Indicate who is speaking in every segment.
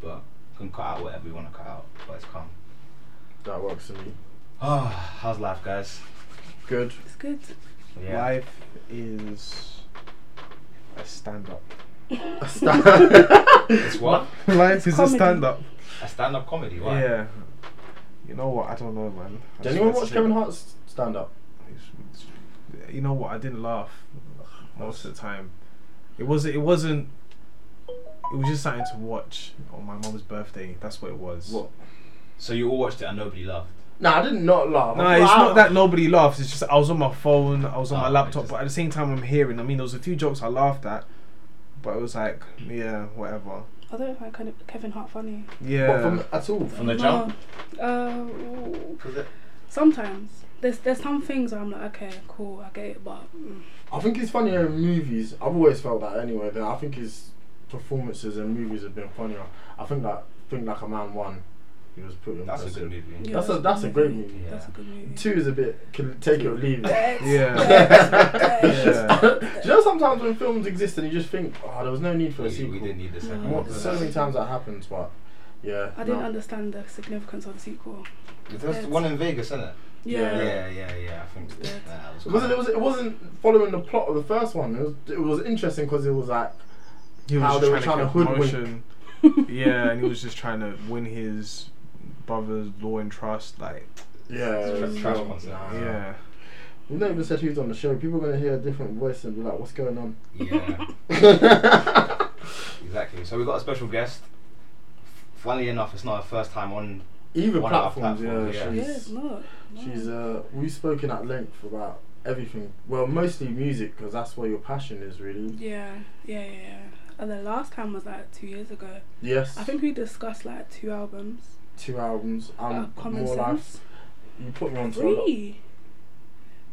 Speaker 1: but can cut out whatever you want to cut out, but it's calm.
Speaker 2: That works for me.
Speaker 3: Ah,
Speaker 1: Oh, how's life, guys?
Speaker 2: Good.
Speaker 4: It's good.
Speaker 2: Life is a stand up.
Speaker 1: A stand- it's what?
Speaker 2: Life is
Speaker 4: comedy.
Speaker 2: a stand up.
Speaker 1: A stand-up comedy. Why?
Speaker 2: Yeah. You know what? I don't know, man. I
Speaker 3: Did
Speaker 2: just
Speaker 3: anyone
Speaker 2: wanted
Speaker 3: watch
Speaker 2: to
Speaker 3: Kevin
Speaker 2: say-
Speaker 3: Hart's stand up?
Speaker 2: It's- it's- You know what? I didn't laugh most of the time. It was. It wasn't. It was just something to watch on my mom's birthday. That's what it was.
Speaker 3: What?
Speaker 1: So you all watched it and nobody laughed.
Speaker 3: No, I did not laugh.
Speaker 2: No,
Speaker 3: I-
Speaker 2: it's
Speaker 3: I-
Speaker 2: not that nobody laughs. It's just I was on my phone, I was on
Speaker 1: Oh,
Speaker 2: my
Speaker 1: I
Speaker 2: laptop,
Speaker 1: just-
Speaker 2: but at the same time, I'm hearing. I mean, there was a few jokes I laughed at, but it was like, yeah, whatever.
Speaker 4: I don't find kind of Kevin Hart funny.
Speaker 3: What,
Speaker 2: Yeah.
Speaker 3: from at all. From
Speaker 1: the
Speaker 4: No. Uh, ooh. sometimes there's there's some things where I'm like, okay, cool, I get it, but mm.
Speaker 3: I think he's funnier in movies. I've always felt that anyway. That I think his performances in movies have been funnier. I think that Think Like a Man one, he was pretty
Speaker 1: That's a
Speaker 3: impressive.
Speaker 1: good movie.
Speaker 4: Yeah,
Speaker 3: That's a that's a great
Speaker 4: movie.
Speaker 3: movie.
Speaker 4: That's a good movie.
Speaker 3: Two is a bit can take it or leave it.
Speaker 4: Dead,
Speaker 2: Yeah.
Speaker 4: dead, dead.
Speaker 2: Yeah.
Speaker 3: Do you know sometimes when films exist and you just think, oh, there was no need for
Speaker 1: We,
Speaker 3: a sequel.
Speaker 1: we didn't need the second
Speaker 4: No.
Speaker 1: one.
Speaker 3: What, so many times that happens, but yeah.
Speaker 4: I didn't
Speaker 3: no.
Speaker 4: understand the significance of the sequel.
Speaker 1: There's one in Vegas, isn't it?
Speaker 4: Yeah.
Speaker 1: Yeah, yeah, yeah. I think
Speaker 4: Yeah.
Speaker 1: that was.
Speaker 3: It wasn't, it, was, it wasn't following the plot of the first one. It was, it was interesting because it was like,
Speaker 2: he was
Speaker 3: How
Speaker 2: just
Speaker 3: they were
Speaker 2: trying to,
Speaker 3: trying to
Speaker 2: get promotion. yeah, and he was just trying to win his brother's law and trust. Like, uh,
Speaker 3: yeah,
Speaker 1: It's
Speaker 3: it's
Speaker 1: a trash
Speaker 3: not-
Speaker 1: concept.
Speaker 3: nah.
Speaker 2: yeah.
Speaker 3: We've not even said who's on the show. People are going to hear a different voice and be like, what's going on?
Speaker 1: Yeah, exactly. So we've got a special guest. Funnily enough, it's not her first time on.
Speaker 3: Either
Speaker 1: One of our
Speaker 3: platforms,
Speaker 1: platforms,
Speaker 3: yeah.
Speaker 1: yeah.
Speaker 4: Yeah,
Speaker 3: She's,
Speaker 4: it's not. No.
Speaker 3: she's uh, we've spoken at length about everything. Well, mostly music because that's where your passion is, really.
Speaker 4: yeah, yeah, yeah, yeah. And the last time was like two years ago.
Speaker 3: Yes,
Speaker 4: I think we discussed like two albums.
Speaker 3: two albums.
Speaker 4: uh,
Speaker 3: Um,
Speaker 4: Common
Speaker 3: more life.
Speaker 4: Sense.
Speaker 3: You put me on to a lot.
Speaker 4: Three.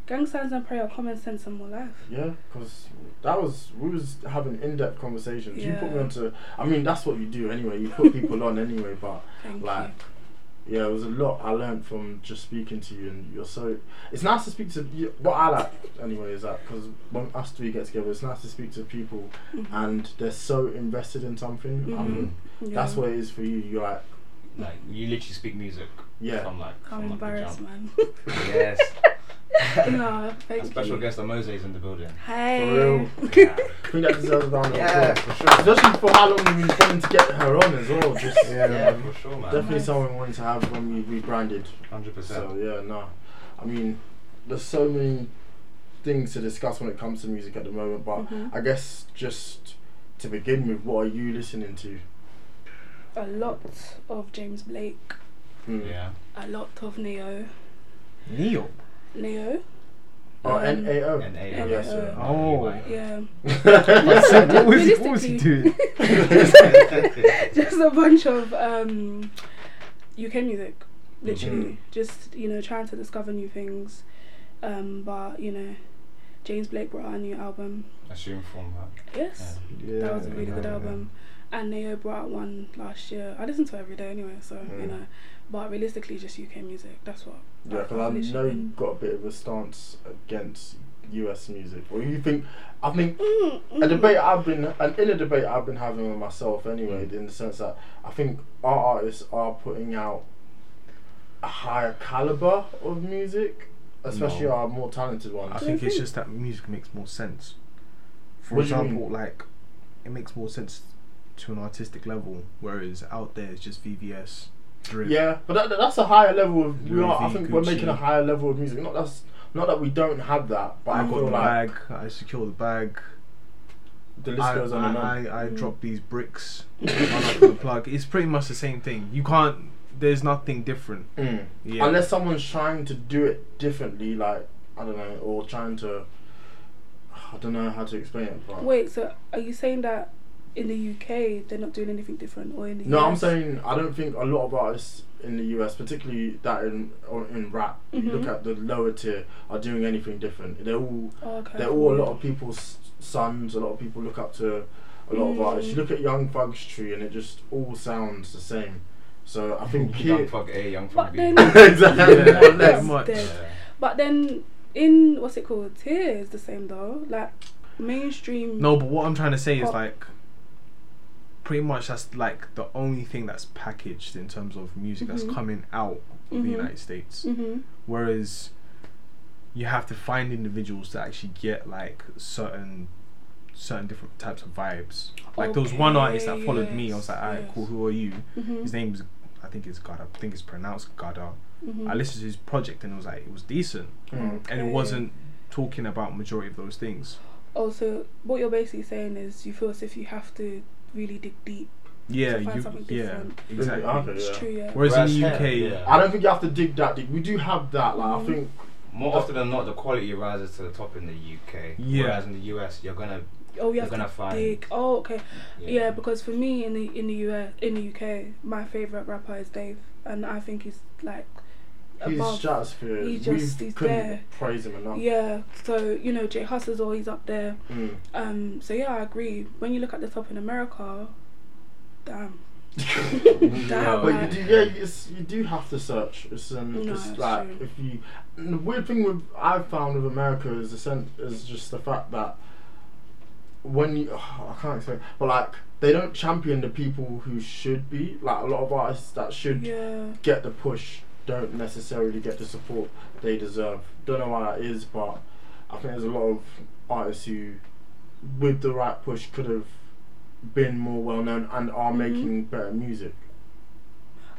Speaker 4: Gang Signs and Prayer, Common Sense and More Life.
Speaker 3: Yeah, because that was we was having in depth conversations. You put me
Speaker 4: Yeah.
Speaker 3: onto. I mean, that's what you do anyway. You put people on anyway. But
Speaker 4: Thank
Speaker 3: like, yeah, it was a lot I learned from just speaking to you, and you're so. It's nice to speak to you. What I like anyway is that because when us three get together, it's nice to speak to people,
Speaker 4: you.
Speaker 1: Mm-hmm.
Speaker 4: Mhm.
Speaker 3: and they're so invested in something. I
Speaker 4: Mhm.
Speaker 3: mean,
Speaker 4: Yeah.
Speaker 3: that's what it is for you. You're like,
Speaker 1: Like you literally speak music.
Speaker 3: Yeah.
Speaker 1: From like.
Speaker 4: I'm
Speaker 1: from, like, the
Speaker 4: embarrassed,
Speaker 1: jump.
Speaker 4: man.
Speaker 1: Yes.
Speaker 4: no, thank
Speaker 1: A special
Speaker 4: you.
Speaker 1: guest, Amose, is in the building.
Speaker 4: Hey.
Speaker 3: For real.
Speaker 1: Yeah,
Speaker 3: I think that deserves a round of
Speaker 1: yeah
Speaker 3: applause.
Speaker 1: for sure.
Speaker 3: Especially for how long we've been trying to get her on as well. Just
Speaker 2: Yeah.
Speaker 1: Yeah, for sure, man.
Speaker 3: definitely
Speaker 4: Nice.
Speaker 3: someone we wanted to have when we rebranded.
Speaker 1: Hundred
Speaker 3: So
Speaker 1: percent.
Speaker 3: yeah, no. I mean, there's so many things to discuss when it comes to music at the moment, but
Speaker 4: Mhm.
Speaker 3: I guess just to begin with, what are you listening to?
Speaker 4: A lot of James Blake,
Speaker 3: Hmm.
Speaker 1: Yeah.
Speaker 4: a lot of Neo.
Speaker 2: Neo.
Speaker 4: Neo?
Speaker 3: Oh, N-A-O.
Speaker 1: And Um, A.
Speaker 4: Yeah.
Speaker 3: Yes, sir.
Speaker 2: Oh.
Speaker 4: Yeah.
Speaker 2: what, was he, what was he
Speaker 4: Realistically.
Speaker 2: doing?
Speaker 4: just a bunch of um, UK music, literally. Just you know, trying to discover new things. Um, but you know, James Blake brought out a new album.
Speaker 1: Assume from that.
Speaker 4: Yes, that was a really good album. And Neo brought out one last year. I listen to it every day anyway, so you
Speaker 3: Mm.
Speaker 4: know. But realistically, just UK music. That's what.
Speaker 3: Yeah, because I know you've got a bit of a stance against US music, or you think. I think a debate I've been, an inner debate I've been having with myself anyway, in the sense that I think our artists are putting out a higher caliber of music, especially
Speaker 2: No.
Speaker 3: our more talented ones.
Speaker 2: I think it's just that music makes more sense. For
Speaker 3: What do you
Speaker 2: example,
Speaker 3: mean?
Speaker 2: like it makes more sense to an artistic level, whereas out there it's just VVS, drip.
Speaker 3: Yeah, but that, that- that's a higher level of we
Speaker 2: Louis
Speaker 3: are. I
Speaker 2: V,
Speaker 3: think we're making a
Speaker 2: Gucci.
Speaker 3: higher level of music. Not that's not that we don't have that, but I,
Speaker 2: I got
Speaker 3: feel
Speaker 2: the
Speaker 3: like
Speaker 2: bag. I secure the bag.
Speaker 3: the list
Speaker 2: I,
Speaker 3: goes on and on.
Speaker 2: I, I, I drop these bricks. run off with the plug. It's pretty much the same thing. You can't. There's nothing different.
Speaker 3: Mm.
Speaker 2: Yeah.
Speaker 3: Unless someone's trying to do it differently, like I don't know, or trying to. I don't know how to explain it. But
Speaker 4: Wait, so are you saying that in the UK they're not doing anything different, or in the
Speaker 3: no, I'm
Speaker 4: US?
Speaker 3: saying I don't think a lot of artists in the US, particularly that in or in rap, you look
Speaker 4: Mhm.
Speaker 3: at the lower tier, are doing anything different. They're all
Speaker 4: Oh, okay.
Speaker 3: they're all a lot of people's sons. A lot of people look up to a lot of
Speaker 4: Mm.
Speaker 3: artists. You look at Young Thug's tree, and it just all sounds the same. So I think
Speaker 1: Young
Speaker 3: here,
Speaker 1: Thug A, Young Thug
Speaker 4: But
Speaker 1: B.
Speaker 4: then,
Speaker 3: exactly.
Speaker 2: Yeah,
Speaker 3: more or
Speaker 2: pretty
Speaker 3: less.
Speaker 2: much.
Speaker 4: Dead.
Speaker 1: Yeah.
Speaker 4: But then in what's it called? Tear is the same though. Like mainstream.
Speaker 2: No, but what I'm trying to say is
Speaker 4: Pop.
Speaker 2: like, pretty much that's like the only thing that's packaged in terms of music
Speaker 4: Mhm.
Speaker 2: that's coming out of the
Speaker 4: Mhm.
Speaker 2: United States.
Speaker 4: Mhm.
Speaker 2: Whereas you have to find individuals to actually get like certain certain different types of vibes. Like there was one artist that
Speaker 4: Okay,
Speaker 2: followed me. I was
Speaker 4: yes,
Speaker 2: like, alright,
Speaker 4: yes.
Speaker 2: cool. Who are you? His
Speaker 4: Mhm.
Speaker 2: name's I think it's Gada. I think it's pronounced Gada.
Speaker 4: Mhm.
Speaker 2: I listened to his project and it was like it was decent
Speaker 3: Mm.
Speaker 2: and it
Speaker 4: Okay.
Speaker 2: wasn't talking about majority of those things.
Speaker 4: Oh, so what you're basically saying is you feel as if you have to really dig deep.
Speaker 2: Yeah,
Speaker 4: find
Speaker 2: you
Speaker 4: something
Speaker 2: yeah,
Speaker 4: different.
Speaker 2: exactly.
Speaker 3: Okay,
Speaker 4: It's
Speaker 3: yeah.
Speaker 4: true, yeah.
Speaker 2: Whereas
Speaker 1: Whereas
Speaker 2: in the
Speaker 1: here,
Speaker 2: UK,
Speaker 1: yeah.
Speaker 3: I don't think you have to dig that deep. We do have that.
Speaker 4: Mm.
Speaker 3: Like I think
Speaker 1: More often than not, the quality rises to the top in the UK.
Speaker 2: Yeah.
Speaker 1: Whereas in the US, you're gonna.
Speaker 4: Oh, you
Speaker 1: You're
Speaker 4: have
Speaker 1: gonna
Speaker 4: to
Speaker 1: find-
Speaker 4: dig. Oh, okay.
Speaker 1: Yeah.
Speaker 4: Yeah. because for me in the in the US in the UK, my favorite rapper is Dave, and I think he's like
Speaker 3: he's
Speaker 4: above.
Speaker 3: stratosphere.
Speaker 4: He just-
Speaker 3: we
Speaker 4: he's
Speaker 3: couldn't
Speaker 4: there.
Speaker 3: praise him enough.
Speaker 4: yeah. So you know, Jay Hustle's always up there.
Speaker 3: Mm.
Speaker 4: Um, so yeah, I agree. When you look at the top in America, damn.
Speaker 1: Mm-hmm.
Speaker 4: damn.
Speaker 2: Yeah,
Speaker 3: But you
Speaker 4: like-
Speaker 3: do, yeah, it's, you do have to search. It's, um,
Speaker 4: No,
Speaker 3: it's
Speaker 4: it's
Speaker 3: like
Speaker 4: true.
Speaker 3: if you. And the weird thing with I've found with America is the sense is just the fact that when you I can't explain, but like they don't champion the people who should be. Like a lot of artists that should
Speaker 4: yeah.
Speaker 3: get the push don't necessarily get the support they deserve. Don't know why that is, but I think there's a lot of artists who, with the right push, could have been more well known and are
Speaker 4: Mhm.
Speaker 3: making better music.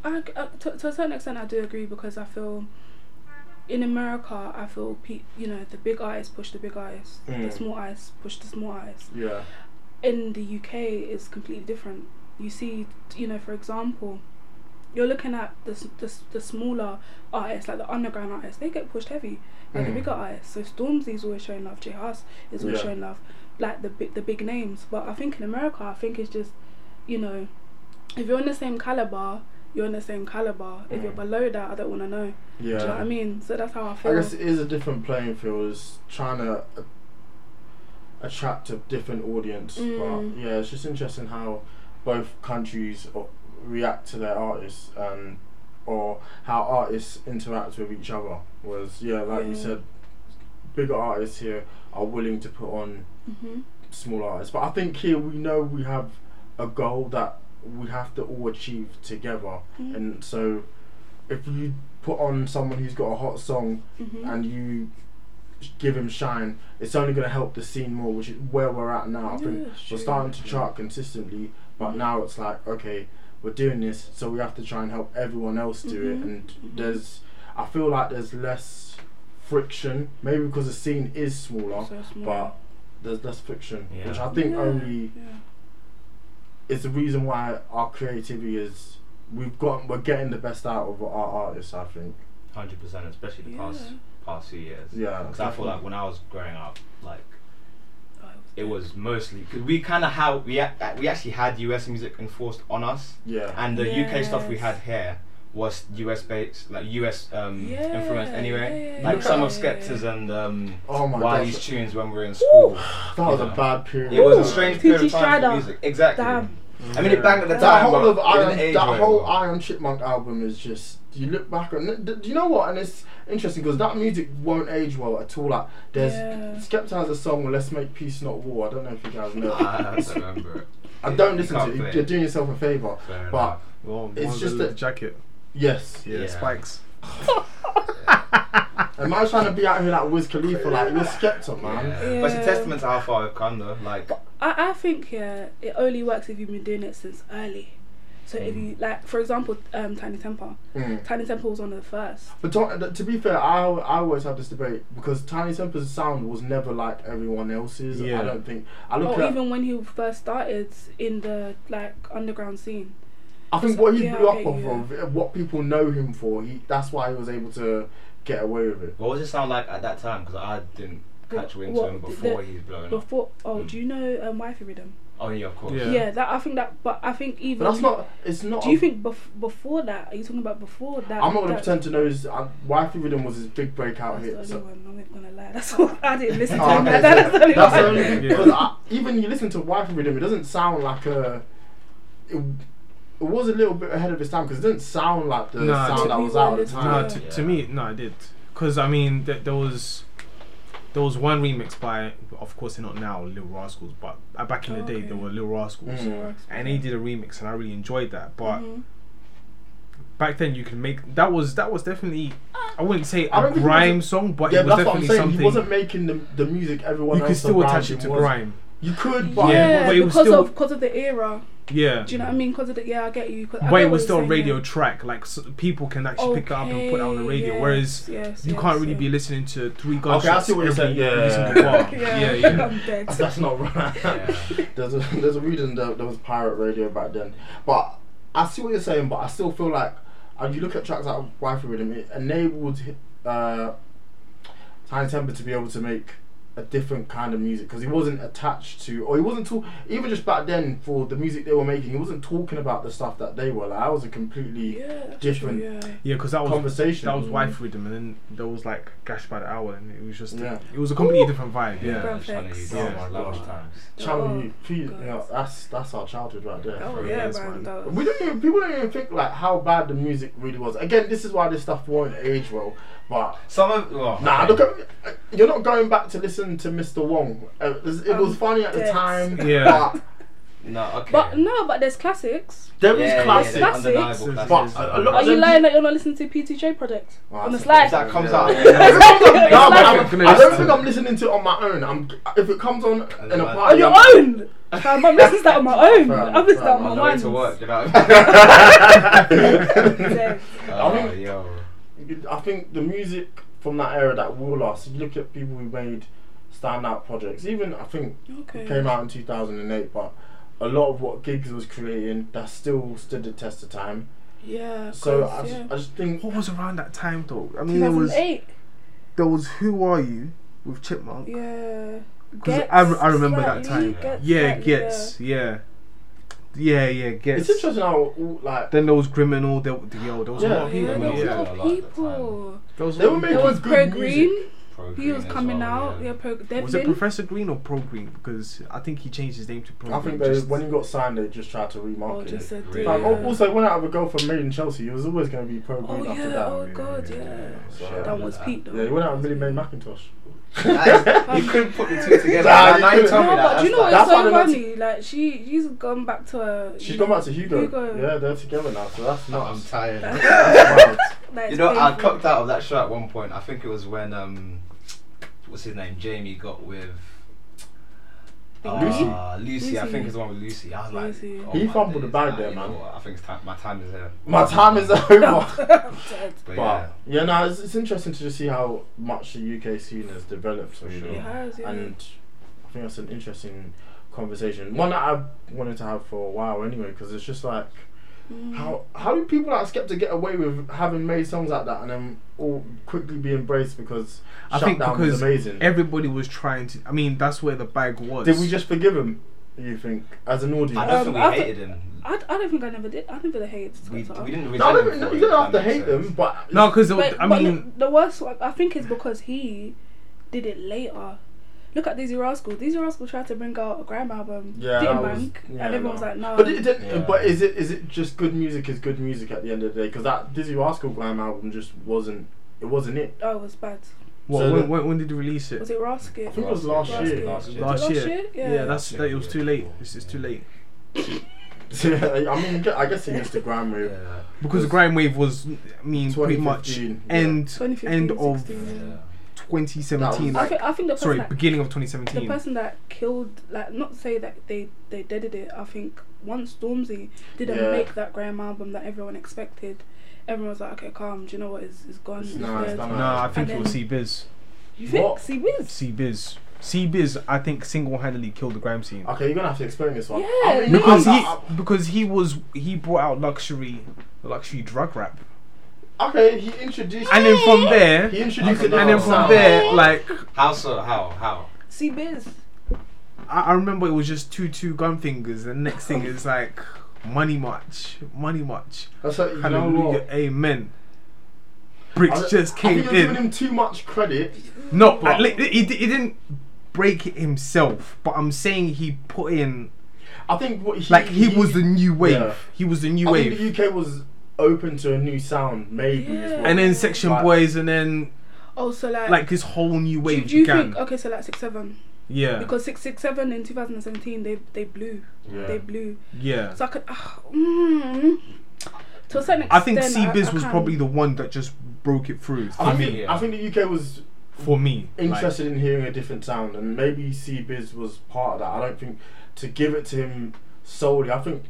Speaker 4: I, I- to, to a certain extent, I do agree because I feel in America, I feel pe- you know the big artists push the big artists, the
Speaker 3: Mm.
Speaker 4: small artists push the small artists.
Speaker 3: Yeah.
Speaker 4: In the UK, it's completely different. You see, you know, for example, you're looking at the s- the, s- the smaller artists, like the underground artists, they get pushed heavy by the
Speaker 3: Mm.
Speaker 4: bigger artists. So Stormzy's always showing love, J Hus is always
Speaker 3: Yeah.
Speaker 4: showing love, like the big the big names. But I think in America, I think it's just, you know, if you're in the same caliber, you're in the same caliber. If you're
Speaker 3: Mm.
Speaker 4: below that, I don't want to know.
Speaker 3: Yeah.
Speaker 4: Do you know what I mean? So that's how I feel.
Speaker 3: I guess it is a different playing field. Is trying to uh, attract a different audience.
Speaker 4: Mm.
Speaker 3: But yeah, it's just interesting how both countries o- react to their artists and or how artists interact with each other. Whereas yeah, like you
Speaker 4: Yeah.
Speaker 3: said, bigger artists here are willing to put on
Speaker 4: hmm
Speaker 3: small artists. But I think here we know we have a goal that we have to all achieve together.
Speaker 4: Mm.
Speaker 3: And so if you put on someone who's got a hot song
Speaker 4: hmm
Speaker 3: and you give him shine, it's only going to help the scene more, which is where we're at now. I think
Speaker 4: Yeah,
Speaker 3: we're
Speaker 4: sure. Mm-hmm.
Speaker 3: starting to chart consistently, but now it's like, okay, we're doing this, so we have to try and help everyone else do it.
Speaker 4: Mhm,
Speaker 3: And
Speaker 4: mhm.
Speaker 3: there's, I feel like there's less friction, maybe because the scene is smaller,
Speaker 4: So small.
Speaker 3: but there's less friction, which
Speaker 1: Yeah.
Speaker 3: I think
Speaker 4: Yeah,
Speaker 3: only
Speaker 4: yeah.
Speaker 3: is the reason why our creativity is. We've got, we're getting the best out of our artists. I think.
Speaker 1: Hundred percent, especially the
Speaker 4: Yeah.
Speaker 1: past past few years.
Speaker 3: Yeah,
Speaker 1: Because I feel
Speaker 3: definitely.
Speaker 1: like when I was growing up, like it was mostly because we kind of had we ac- we actually had US music enforced on us,
Speaker 3: Yeah.
Speaker 1: and the UK stuff we had
Speaker 4: Yes.
Speaker 1: here was US based, like US um, influenced
Speaker 4: Yeah,
Speaker 1: anyway.
Speaker 4: yeah,
Speaker 1: like
Speaker 3: yeah,
Speaker 1: some
Speaker 4: yeah,
Speaker 1: of
Speaker 4: yeah,
Speaker 1: Skepta's
Speaker 4: yeah.
Speaker 1: and um,
Speaker 3: Oh my
Speaker 1: Wiley's
Speaker 3: gosh.
Speaker 1: tunes when we were in school.
Speaker 3: That was
Speaker 1: Yeah.
Speaker 3: a bad period.
Speaker 1: It was a
Speaker 4: Ooh.
Speaker 1: strange
Speaker 4: T.T.
Speaker 1: period of time for
Speaker 4: Strider.
Speaker 1: music. Exactly.
Speaker 4: Damn.
Speaker 1: I mean, it banged at the
Speaker 4: That
Speaker 3: that
Speaker 1: time.
Speaker 3: whole
Speaker 1: but
Speaker 3: of
Speaker 1: it didn't
Speaker 3: Iron,
Speaker 1: age
Speaker 3: that
Speaker 1: very
Speaker 3: whole
Speaker 1: well.
Speaker 3: Iron Chipmunk album is just you look back on. it- Do you know what? And it's interesting because that music won't age well at all. Like there's
Speaker 4: Yeah.
Speaker 3: Skepta has a song "Let's Make Peace Not War." I don't know if you guys know.
Speaker 1: Ah, I don't remember it.
Speaker 3: I
Speaker 1: You-
Speaker 3: don't
Speaker 1: you
Speaker 3: listen
Speaker 1: can't
Speaker 3: to it.
Speaker 1: play
Speaker 3: You're doing yourself a favour.
Speaker 1: Fair
Speaker 3: But
Speaker 1: enough.
Speaker 2: Well,
Speaker 3: It's
Speaker 2: it's
Speaker 3: just
Speaker 2: just
Speaker 3: that-
Speaker 2: a jacket.
Speaker 3: yes,
Speaker 2: Yeah,
Speaker 1: Yeah.
Speaker 2: spikes.
Speaker 3: am I trying to be out here like Wiz Khalifa? Like you're Skepta, man.
Speaker 1: Yeah. But it's a
Speaker 4: Yeah.
Speaker 1: testament to how far we've come, though. Like,
Speaker 4: I, I think yeah, it only works if you've been doing it since early. So if you like, for example, um, Tiny Temper.
Speaker 3: Mm.
Speaker 4: Tiny Temper was one of the first.
Speaker 3: But to, to be fair, I, I always have this debate because Tiny Temper's sound was never like everyone else's.
Speaker 2: Yeah.
Speaker 3: I don't think. I look
Speaker 4: Or
Speaker 3: at.
Speaker 4: even when he first started in the like underground scene.
Speaker 3: I think what he
Speaker 4: Yeah,
Speaker 3: blew
Speaker 4: okay,
Speaker 3: up off of, what people know him for, he that's why he was able to get away with it.
Speaker 1: what was it sound like at that time? Because I didn't catch wind to
Speaker 4: What-
Speaker 1: him
Speaker 4: the-
Speaker 1: before he was blowing up.
Speaker 4: Before oh,
Speaker 1: Mm.
Speaker 4: do you know um, Wifey Rhythm?
Speaker 1: Oh yeah, of course.
Speaker 2: Yeah.
Speaker 4: Yeah. that I think that, but I think even.
Speaker 3: But that's not. It's not.
Speaker 4: Do you think bef- before that? Are you talking about before that?
Speaker 3: I'm not gonna
Speaker 4: that-
Speaker 3: pretend to know. His, uh, Wifey Rhythm was his big breakout
Speaker 4: That's the
Speaker 3: hit.
Speaker 4: only
Speaker 3: So.
Speaker 4: one. I'm not gonna lie. That's all. I didn't listen to
Speaker 3: Oh,
Speaker 4: that.
Speaker 3: okay, so
Speaker 4: That's the only
Speaker 3: that's the
Speaker 4: one.
Speaker 3: only thing.
Speaker 2: Yeah.
Speaker 3: Because I- even you listen to Wifey Rhythm, it doesn't sound like a. It, it was a little bit ahead of its time because it didn't sound like the
Speaker 2: Nah, to
Speaker 3: sound that
Speaker 4: me
Speaker 3: was
Speaker 4: when
Speaker 3: out at the
Speaker 4: it's
Speaker 3: time. Mm.
Speaker 2: No,
Speaker 4: Yeah.
Speaker 2: to, to
Speaker 1: Yeah.
Speaker 2: me, no, I did. Because, I mean, th- there was there was one remix by, of course, they're not now, Little Rascals, but uh, back in the day,
Speaker 4: Oh, Okay.
Speaker 2: they were Little Rascals.
Speaker 3: Mm.
Speaker 2: And they did a remix, and I really enjoyed that. But
Speaker 4: Mhm.
Speaker 2: back then, you could make that was that was definitely I wouldn't say
Speaker 3: I
Speaker 2: a
Speaker 3: don't think it was
Speaker 2: grime
Speaker 3: a-
Speaker 2: song, but
Speaker 3: yeah,
Speaker 2: it was
Speaker 3: but that's what I'm
Speaker 2: definitely
Speaker 3: saying. He
Speaker 2: something
Speaker 3: wasn't making the, the music everyone
Speaker 2: you could
Speaker 3: else
Speaker 2: still
Speaker 3: around
Speaker 2: attach it
Speaker 3: him
Speaker 2: to
Speaker 3: was.
Speaker 2: grime.
Speaker 3: You could, but
Speaker 4: Yeah,
Speaker 2: but it was
Speaker 4: because
Speaker 2: still-
Speaker 4: of because of the era.
Speaker 2: Yeah,
Speaker 4: Do you know what I mean? Because of the yeah, I get you. 'cause I
Speaker 2: but
Speaker 4: get
Speaker 2: it
Speaker 4: what
Speaker 2: was
Speaker 4: you're
Speaker 2: still a
Speaker 4: saying,
Speaker 2: radio
Speaker 4: yeah.
Speaker 2: track. Like s people can actually pick it up and put it on the
Speaker 4: Okay,
Speaker 2: radio,
Speaker 4: yes,
Speaker 2: whereas
Speaker 4: yes,
Speaker 2: you
Speaker 4: yes,
Speaker 2: can't really
Speaker 4: yes.
Speaker 2: be listening to three gunshots.
Speaker 3: Okay, I see what you're
Speaker 2: every-
Speaker 3: saying. Yeah,
Speaker 2: every
Speaker 3: yeah,
Speaker 2: single
Speaker 3: yeah.
Speaker 2: bar. yeah, yeah.
Speaker 4: I'm dead.
Speaker 3: That's not right.
Speaker 1: Yeah.
Speaker 3: there's a there's a reason that there was pirate radio back then. But I see what you're saying, but I still feel like and you look at tracks like Wifey Rhythm, it enabled uh, Tiny Temper to be able to make a different kind of music because he wasn't attached to, or he wasn't talk even just back then for the music they were making. He wasn't talking about the stuff that they were. Like, I was a completely
Speaker 4: Yeah, that's
Speaker 3: different
Speaker 4: true, yeah.
Speaker 2: Yeah, because that was
Speaker 3: Conversation.
Speaker 2: That was
Speaker 4: Mm-hmm.
Speaker 2: wife rhythm, and then there was like Gash by the hour, and it was just
Speaker 3: Yeah.
Speaker 2: it was a completely different vibe. Yeah.
Speaker 1: Yeah, Charlie,
Speaker 4: Perfect.
Speaker 1: yeah,
Speaker 3: Oh my
Speaker 1: lovely
Speaker 3: God.
Speaker 1: times.
Speaker 4: Oh,
Speaker 3: Charlie. P- you
Speaker 4: God.
Speaker 3: know, that's that's our childhood right there.
Speaker 4: Oh
Speaker 2: For
Speaker 4: yeah,
Speaker 2: years,
Speaker 4: man.
Speaker 2: man.
Speaker 4: that was-
Speaker 3: We don't even people don't even think like how bad the music really was. Again, this is why this stuff won't age well. But
Speaker 1: Some of well,
Speaker 3: nah,
Speaker 1: okay.
Speaker 3: look at you're not going back to listen to Mr. Wong. Uh, this- it was
Speaker 4: I'm
Speaker 3: funny at the
Speaker 4: dead.
Speaker 3: time.
Speaker 2: Yeah.
Speaker 3: but
Speaker 1: No, okay.
Speaker 4: But no, but there's classics.
Speaker 3: there is
Speaker 1: yeah, yeah,
Speaker 3: classics.
Speaker 1: yeah,
Speaker 4: Classics.
Speaker 1: undeniable
Speaker 2: But
Speaker 1: classics.
Speaker 3: a- a lot
Speaker 4: Are
Speaker 3: of
Speaker 4: you
Speaker 3: them-
Speaker 4: lying that you're not listening to PTJ Project
Speaker 3: Wow,
Speaker 4: on the
Speaker 3: that's-
Speaker 4: slide?
Speaker 1: that comes
Speaker 3: Yeah.
Speaker 1: out.
Speaker 3: No, but
Speaker 4: like-
Speaker 3: I'm-
Speaker 2: I'm gonna
Speaker 3: I don't
Speaker 2: listen.
Speaker 3: think I'm listening to it on my own. I'm if it comes on
Speaker 1: And
Speaker 3: in a
Speaker 1: then
Speaker 4: on
Speaker 3: party.
Speaker 4: your
Speaker 3: I'm-
Speaker 4: own. Fam, I'm listening to that on my own.
Speaker 3: Fam,
Speaker 4: I'm listening to that
Speaker 3: fam,
Speaker 4: on
Speaker 1: on the
Speaker 4: my
Speaker 1: way to work,
Speaker 4: ones.
Speaker 1: you know.
Speaker 4: Dead.
Speaker 1: oh,
Speaker 3: think-
Speaker 1: yo.
Speaker 3: I think the music from that era that will last. You look at people who made standout projects. Even I think
Speaker 4: Okay.
Speaker 3: It came out in 2008, but a lot of what Gigs was creating that still stood the test of time.
Speaker 4: Yeah.
Speaker 3: So
Speaker 4: course,
Speaker 3: I, just,
Speaker 4: yeah.
Speaker 3: I just think
Speaker 2: What was around that time though? I mean, there was
Speaker 4: 2008.
Speaker 2: there was Who Are You with Chipmunk.
Speaker 4: Yeah.
Speaker 2: 'Cause
Speaker 4: Gets
Speaker 2: I, I remember that
Speaker 4: slightly,
Speaker 2: time.
Speaker 4: gets
Speaker 2: yeah,
Speaker 4: slightly,
Speaker 2: gets yeah. yeah, yeah,
Speaker 3: it's
Speaker 2: gets.
Speaker 3: interesting how all, like
Speaker 2: Then there was Criminal. There, yo, there was a
Speaker 3: Yeah.
Speaker 2: lot of
Speaker 4: Yeah,
Speaker 2: people.
Speaker 4: there was a
Speaker 2: Yeah.
Speaker 4: lot
Speaker 1: Yeah.
Speaker 4: of people.
Speaker 2: There was a
Speaker 3: They
Speaker 2: lot
Speaker 3: were
Speaker 2: of
Speaker 3: making
Speaker 4: There
Speaker 2: people.
Speaker 4: was
Speaker 3: good music.
Speaker 4: Pro Green.
Speaker 1: Pro
Speaker 4: He
Speaker 1: Green
Speaker 4: was
Speaker 1: as
Speaker 4: coming
Speaker 1: well,
Speaker 4: out.
Speaker 1: yeah.
Speaker 4: Yeah, Pro. they've
Speaker 2: Was it
Speaker 4: been-
Speaker 2: Professor Green or Pro Green? Because I think he changed his name to Pro
Speaker 3: I
Speaker 2: Green.
Speaker 3: think they,
Speaker 2: just-
Speaker 3: when he got signed, they just tried to remarket
Speaker 4: Oh,
Speaker 3: it.
Speaker 4: just a
Speaker 1: Really?
Speaker 4: dude.
Speaker 3: Like,
Speaker 1: Yeah.
Speaker 3: al- Also, when I have a girl from Made in Chelsea, he was always going to be pro
Speaker 4: Oh
Speaker 3: green
Speaker 4: yeah,
Speaker 3: after that.
Speaker 4: oh god, yeah.
Speaker 3: So-
Speaker 4: That was
Speaker 1: Yeah.
Speaker 4: peak though.
Speaker 3: yeah, he went out and really made Macintosh.
Speaker 1: That is- you couldn't put the two together. Now-
Speaker 3: Nah, you
Speaker 1: now you
Speaker 3: couldn't.
Speaker 1: tell me
Speaker 4: No,
Speaker 1: that.
Speaker 4: but do you know
Speaker 1: that's
Speaker 4: what's
Speaker 3: that's why
Speaker 4: so
Speaker 3: they're not-
Speaker 4: funny? Like she, she's gone back to her.
Speaker 3: She's gone back to Hugo.
Speaker 4: Hugo.
Speaker 3: Yeah, they're together now, so that's
Speaker 1: like- I'm
Speaker 3: nuts.
Speaker 1: tired.
Speaker 3: Wow.
Speaker 4: Like,
Speaker 1: You know, I
Speaker 4: painful.
Speaker 1: cocked out of that show at one point. I think it was when um, what's his name, Jamie got with
Speaker 3: Lucy?
Speaker 1: uh, Lucy. I
Speaker 4: Lucy.
Speaker 1: think it's the one with Lucy. I was like,
Speaker 4: Lucy.
Speaker 1: oh
Speaker 3: He
Speaker 1: my
Speaker 3: fumbled the
Speaker 1: days,
Speaker 3: bag
Speaker 1: nah,
Speaker 3: there,
Speaker 1: you know
Speaker 3: man.
Speaker 1: what, I think it's time, my time is here.
Speaker 3: My time is over.
Speaker 4: I'm dead.
Speaker 1: But yeah,
Speaker 3: But yeah, no, it's, it's interesting to just see how much the UK scene has developed for sure.
Speaker 4: It has, yeah.
Speaker 3: And I think that's an interesting conversation, one that I've wanted to have for a while anyway, because it's just like How how do people like Skepta get away with having made songs like that and then all quickly be embraced because
Speaker 2: I think
Speaker 3: Shutdown was
Speaker 2: because
Speaker 3: amazing?
Speaker 2: everybody was trying to. I mean, that's where the bag was.
Speaker 3: Did we just forgive him? You think as an audience?
Speaker 1: I
Speaker 2: Um,
Speaker 1: don't think we
Speaker 4: I
Speaker 1: hated him.
Speaker 4: I, I don't think I never did. I never hated
Speaker 1: We, we
Speaker 4: Skepta.
Speaker 1: didn't.
Speaker 3: No, I
Speaker 1: resent
Speaker 3: don't,
Speaker 1: him
Speaker 3: no,
Speaker 1: for
Speaker 3: you
Speaker 1: it,
Speaker 3: don't
Speaker 1: if
Speaker 3: have to
Speaker 1: that
Speaker 3: hate
Speaker 1: makes sense.
Speaker 3: them, but
Speaker 2: no? Because
Speaker 4: But,
Speaker 2: I
Speaker 4: but
Speaker 2: mean,
Speaker 4: the, the worst one, I think, is because he did it later. Look at Dizzy Rascal. Dizzy Rascal tried to bring out a grime album.
Speaker 3: Yeah, that
Speaker 4: didn't
Speaker 3: was-
Speaker 4: bank.
Speaker 3: yeah,
Speaker 4: and everyone was
Speaker 3: no.
Speaker 4: like, no.
Speaker 3: But it didn't.
Speaker 1: Yeah.
Speaker 3: But is it is it just good music is good music at the end of the day? Because that Dizzy Rascal Grime album just wasn't. It wasn't it.
Speaker 4: oh, it was bad.
Speaker 2: what,
Speaker 3: so
Speaker 2: when,
Speaker 3: the-
Speaker 2: when, when did you release it?
Speaker 4: Was it Rascal?
Speaker 3: I think it was last
Speaker 4: Last
Speaker 3: year.
Speaker 4: year.
Speaker 1: Last year.
Speaker 2: last,
Speaker 4: last
Speaker 2: year.
Speaker 4: year?
Speaker 2: Yeah,
Speaker 4: Yeah.
Speaker 2: that's that. It was too late. It's, it's too late
Speaker 3: I mean, I guess he used the grime wave.
Speaker 1: Yeah.
Speaker 2: because grime wave was. I mean, pretty much
Speaker 3: 2015, yeah.
Speaker 2: end
Speaker 4: 2015,
Speaker 2: end of
Speaker 4: 16, yeah.
Speaker 2: 2017.
Speaker 4: I
Speaker 3: That
Speaker 2: Like,
Speaker 4: think, I think the person,
Speaker 2: sorry,
Speaker 4: that,
Speaker 2: beginning of
Speaker 4: the
Speaker 2: 2017.
Speaker 4: person that killed, like, not to say that they, they deaded it, I think once Stormzy didn't
Speaker 3: Yeah.
Speaker 4: make that grime album that everyone expected, everyone was like, okay, calm, do you know what? It's, it's gone.
Speaker 3: It's
Speaker 4: It's
Speaker 3: nice,
Speaker 4: dead."
Speaker 3: done.
Speaker 2: No, I think
Speaker 4: And
Speaker 2: it was C Biz.
Speaker 4: You think?
Speaker 3: What?
Speaker 4: See, Wiz?
Speaker 2: C Biz. C Biz. I think single-handedly killed the grime scene.
Speaker 3: Okay, you're gonna have to explain this one.
Speaker 4: Yeah,
Speaker 3: I mean,
Speaker 2: because
Speaker 3: I-
Speaker 2: he
Speaker 3: I-
Speaker 2: because he was he brought out luxury luxury drug rap
Speaker 3: okay, he introduced.
Speaker 2: and then from there
Speaker 3: he
Speaker 2: and
Speaker 3: introduced it.
Speaker 2: then
Speaker 1: Oh.
Speaker 2: from there like
Speaker 1: How so? How? How?
Speaker 4: See, Biz.
Speaker 2: I, I remember it was just two two gun fingers and next thing is like money march money march
Speaker 3: That's like, you know
Speaker 2: hallelujah
Speaker 3: what?
Speaker 2: amen
Speaker 3: I-
Speaker 2: bricks just
Speaker 3: I think
Speaker 2: came
Speaker 3: you're giving
Speaker 2: in
Speaker 3: him too much credit.
Speaker 2: no I,
Speaker 3: But-
Speaker 2: li- he, di- he didn't break it himself but I'm saying he put in
Speaker 3: I think what he
Speaker 2: like he was the new wave
Speaker 3: Yeah.
Speaker 2: he was the new
Speaker 3: I
Speaker 2: wave
Speaker 3: think the UK was open to a new sound, maybe. as well.
Speaker 2: and then section
Speaker 3: Like,
Speaker 2: boys and then
Speaker 4: Oh, so, like,
Speaker 2: like this whole new
Speaker 4: do,
Speaker 2: wave
Speaker 4: do you
Speaker 2: began
Speaker 4: think, okay, so, like, 6 7.
Speaker 2: yeah
Speaker 4: Because six six seven in two thousand and seventeen, they they blew,
Speaker 3: Yeah.
Speaker 4: they blew.
Speaker 2: yeah
Speaker 4: So I could, uh, mm, to a certain extent,
Speaker 2: I think C Biz
Speaker 4: I
Speaker 2: was
Speaker 4: can-
Speaker 2: probably the one that just broke it through for
Speaker 3: I
Speaker 2: me.
Speaker 3: think,
Speaker 1: yeah.
Speaker 3: I think the UK was
Speaker 2: For me, like,
Speaker 3: interested in hearing a different sound, and maybe C Biz was part of that. I don't think to give it to him solely. I think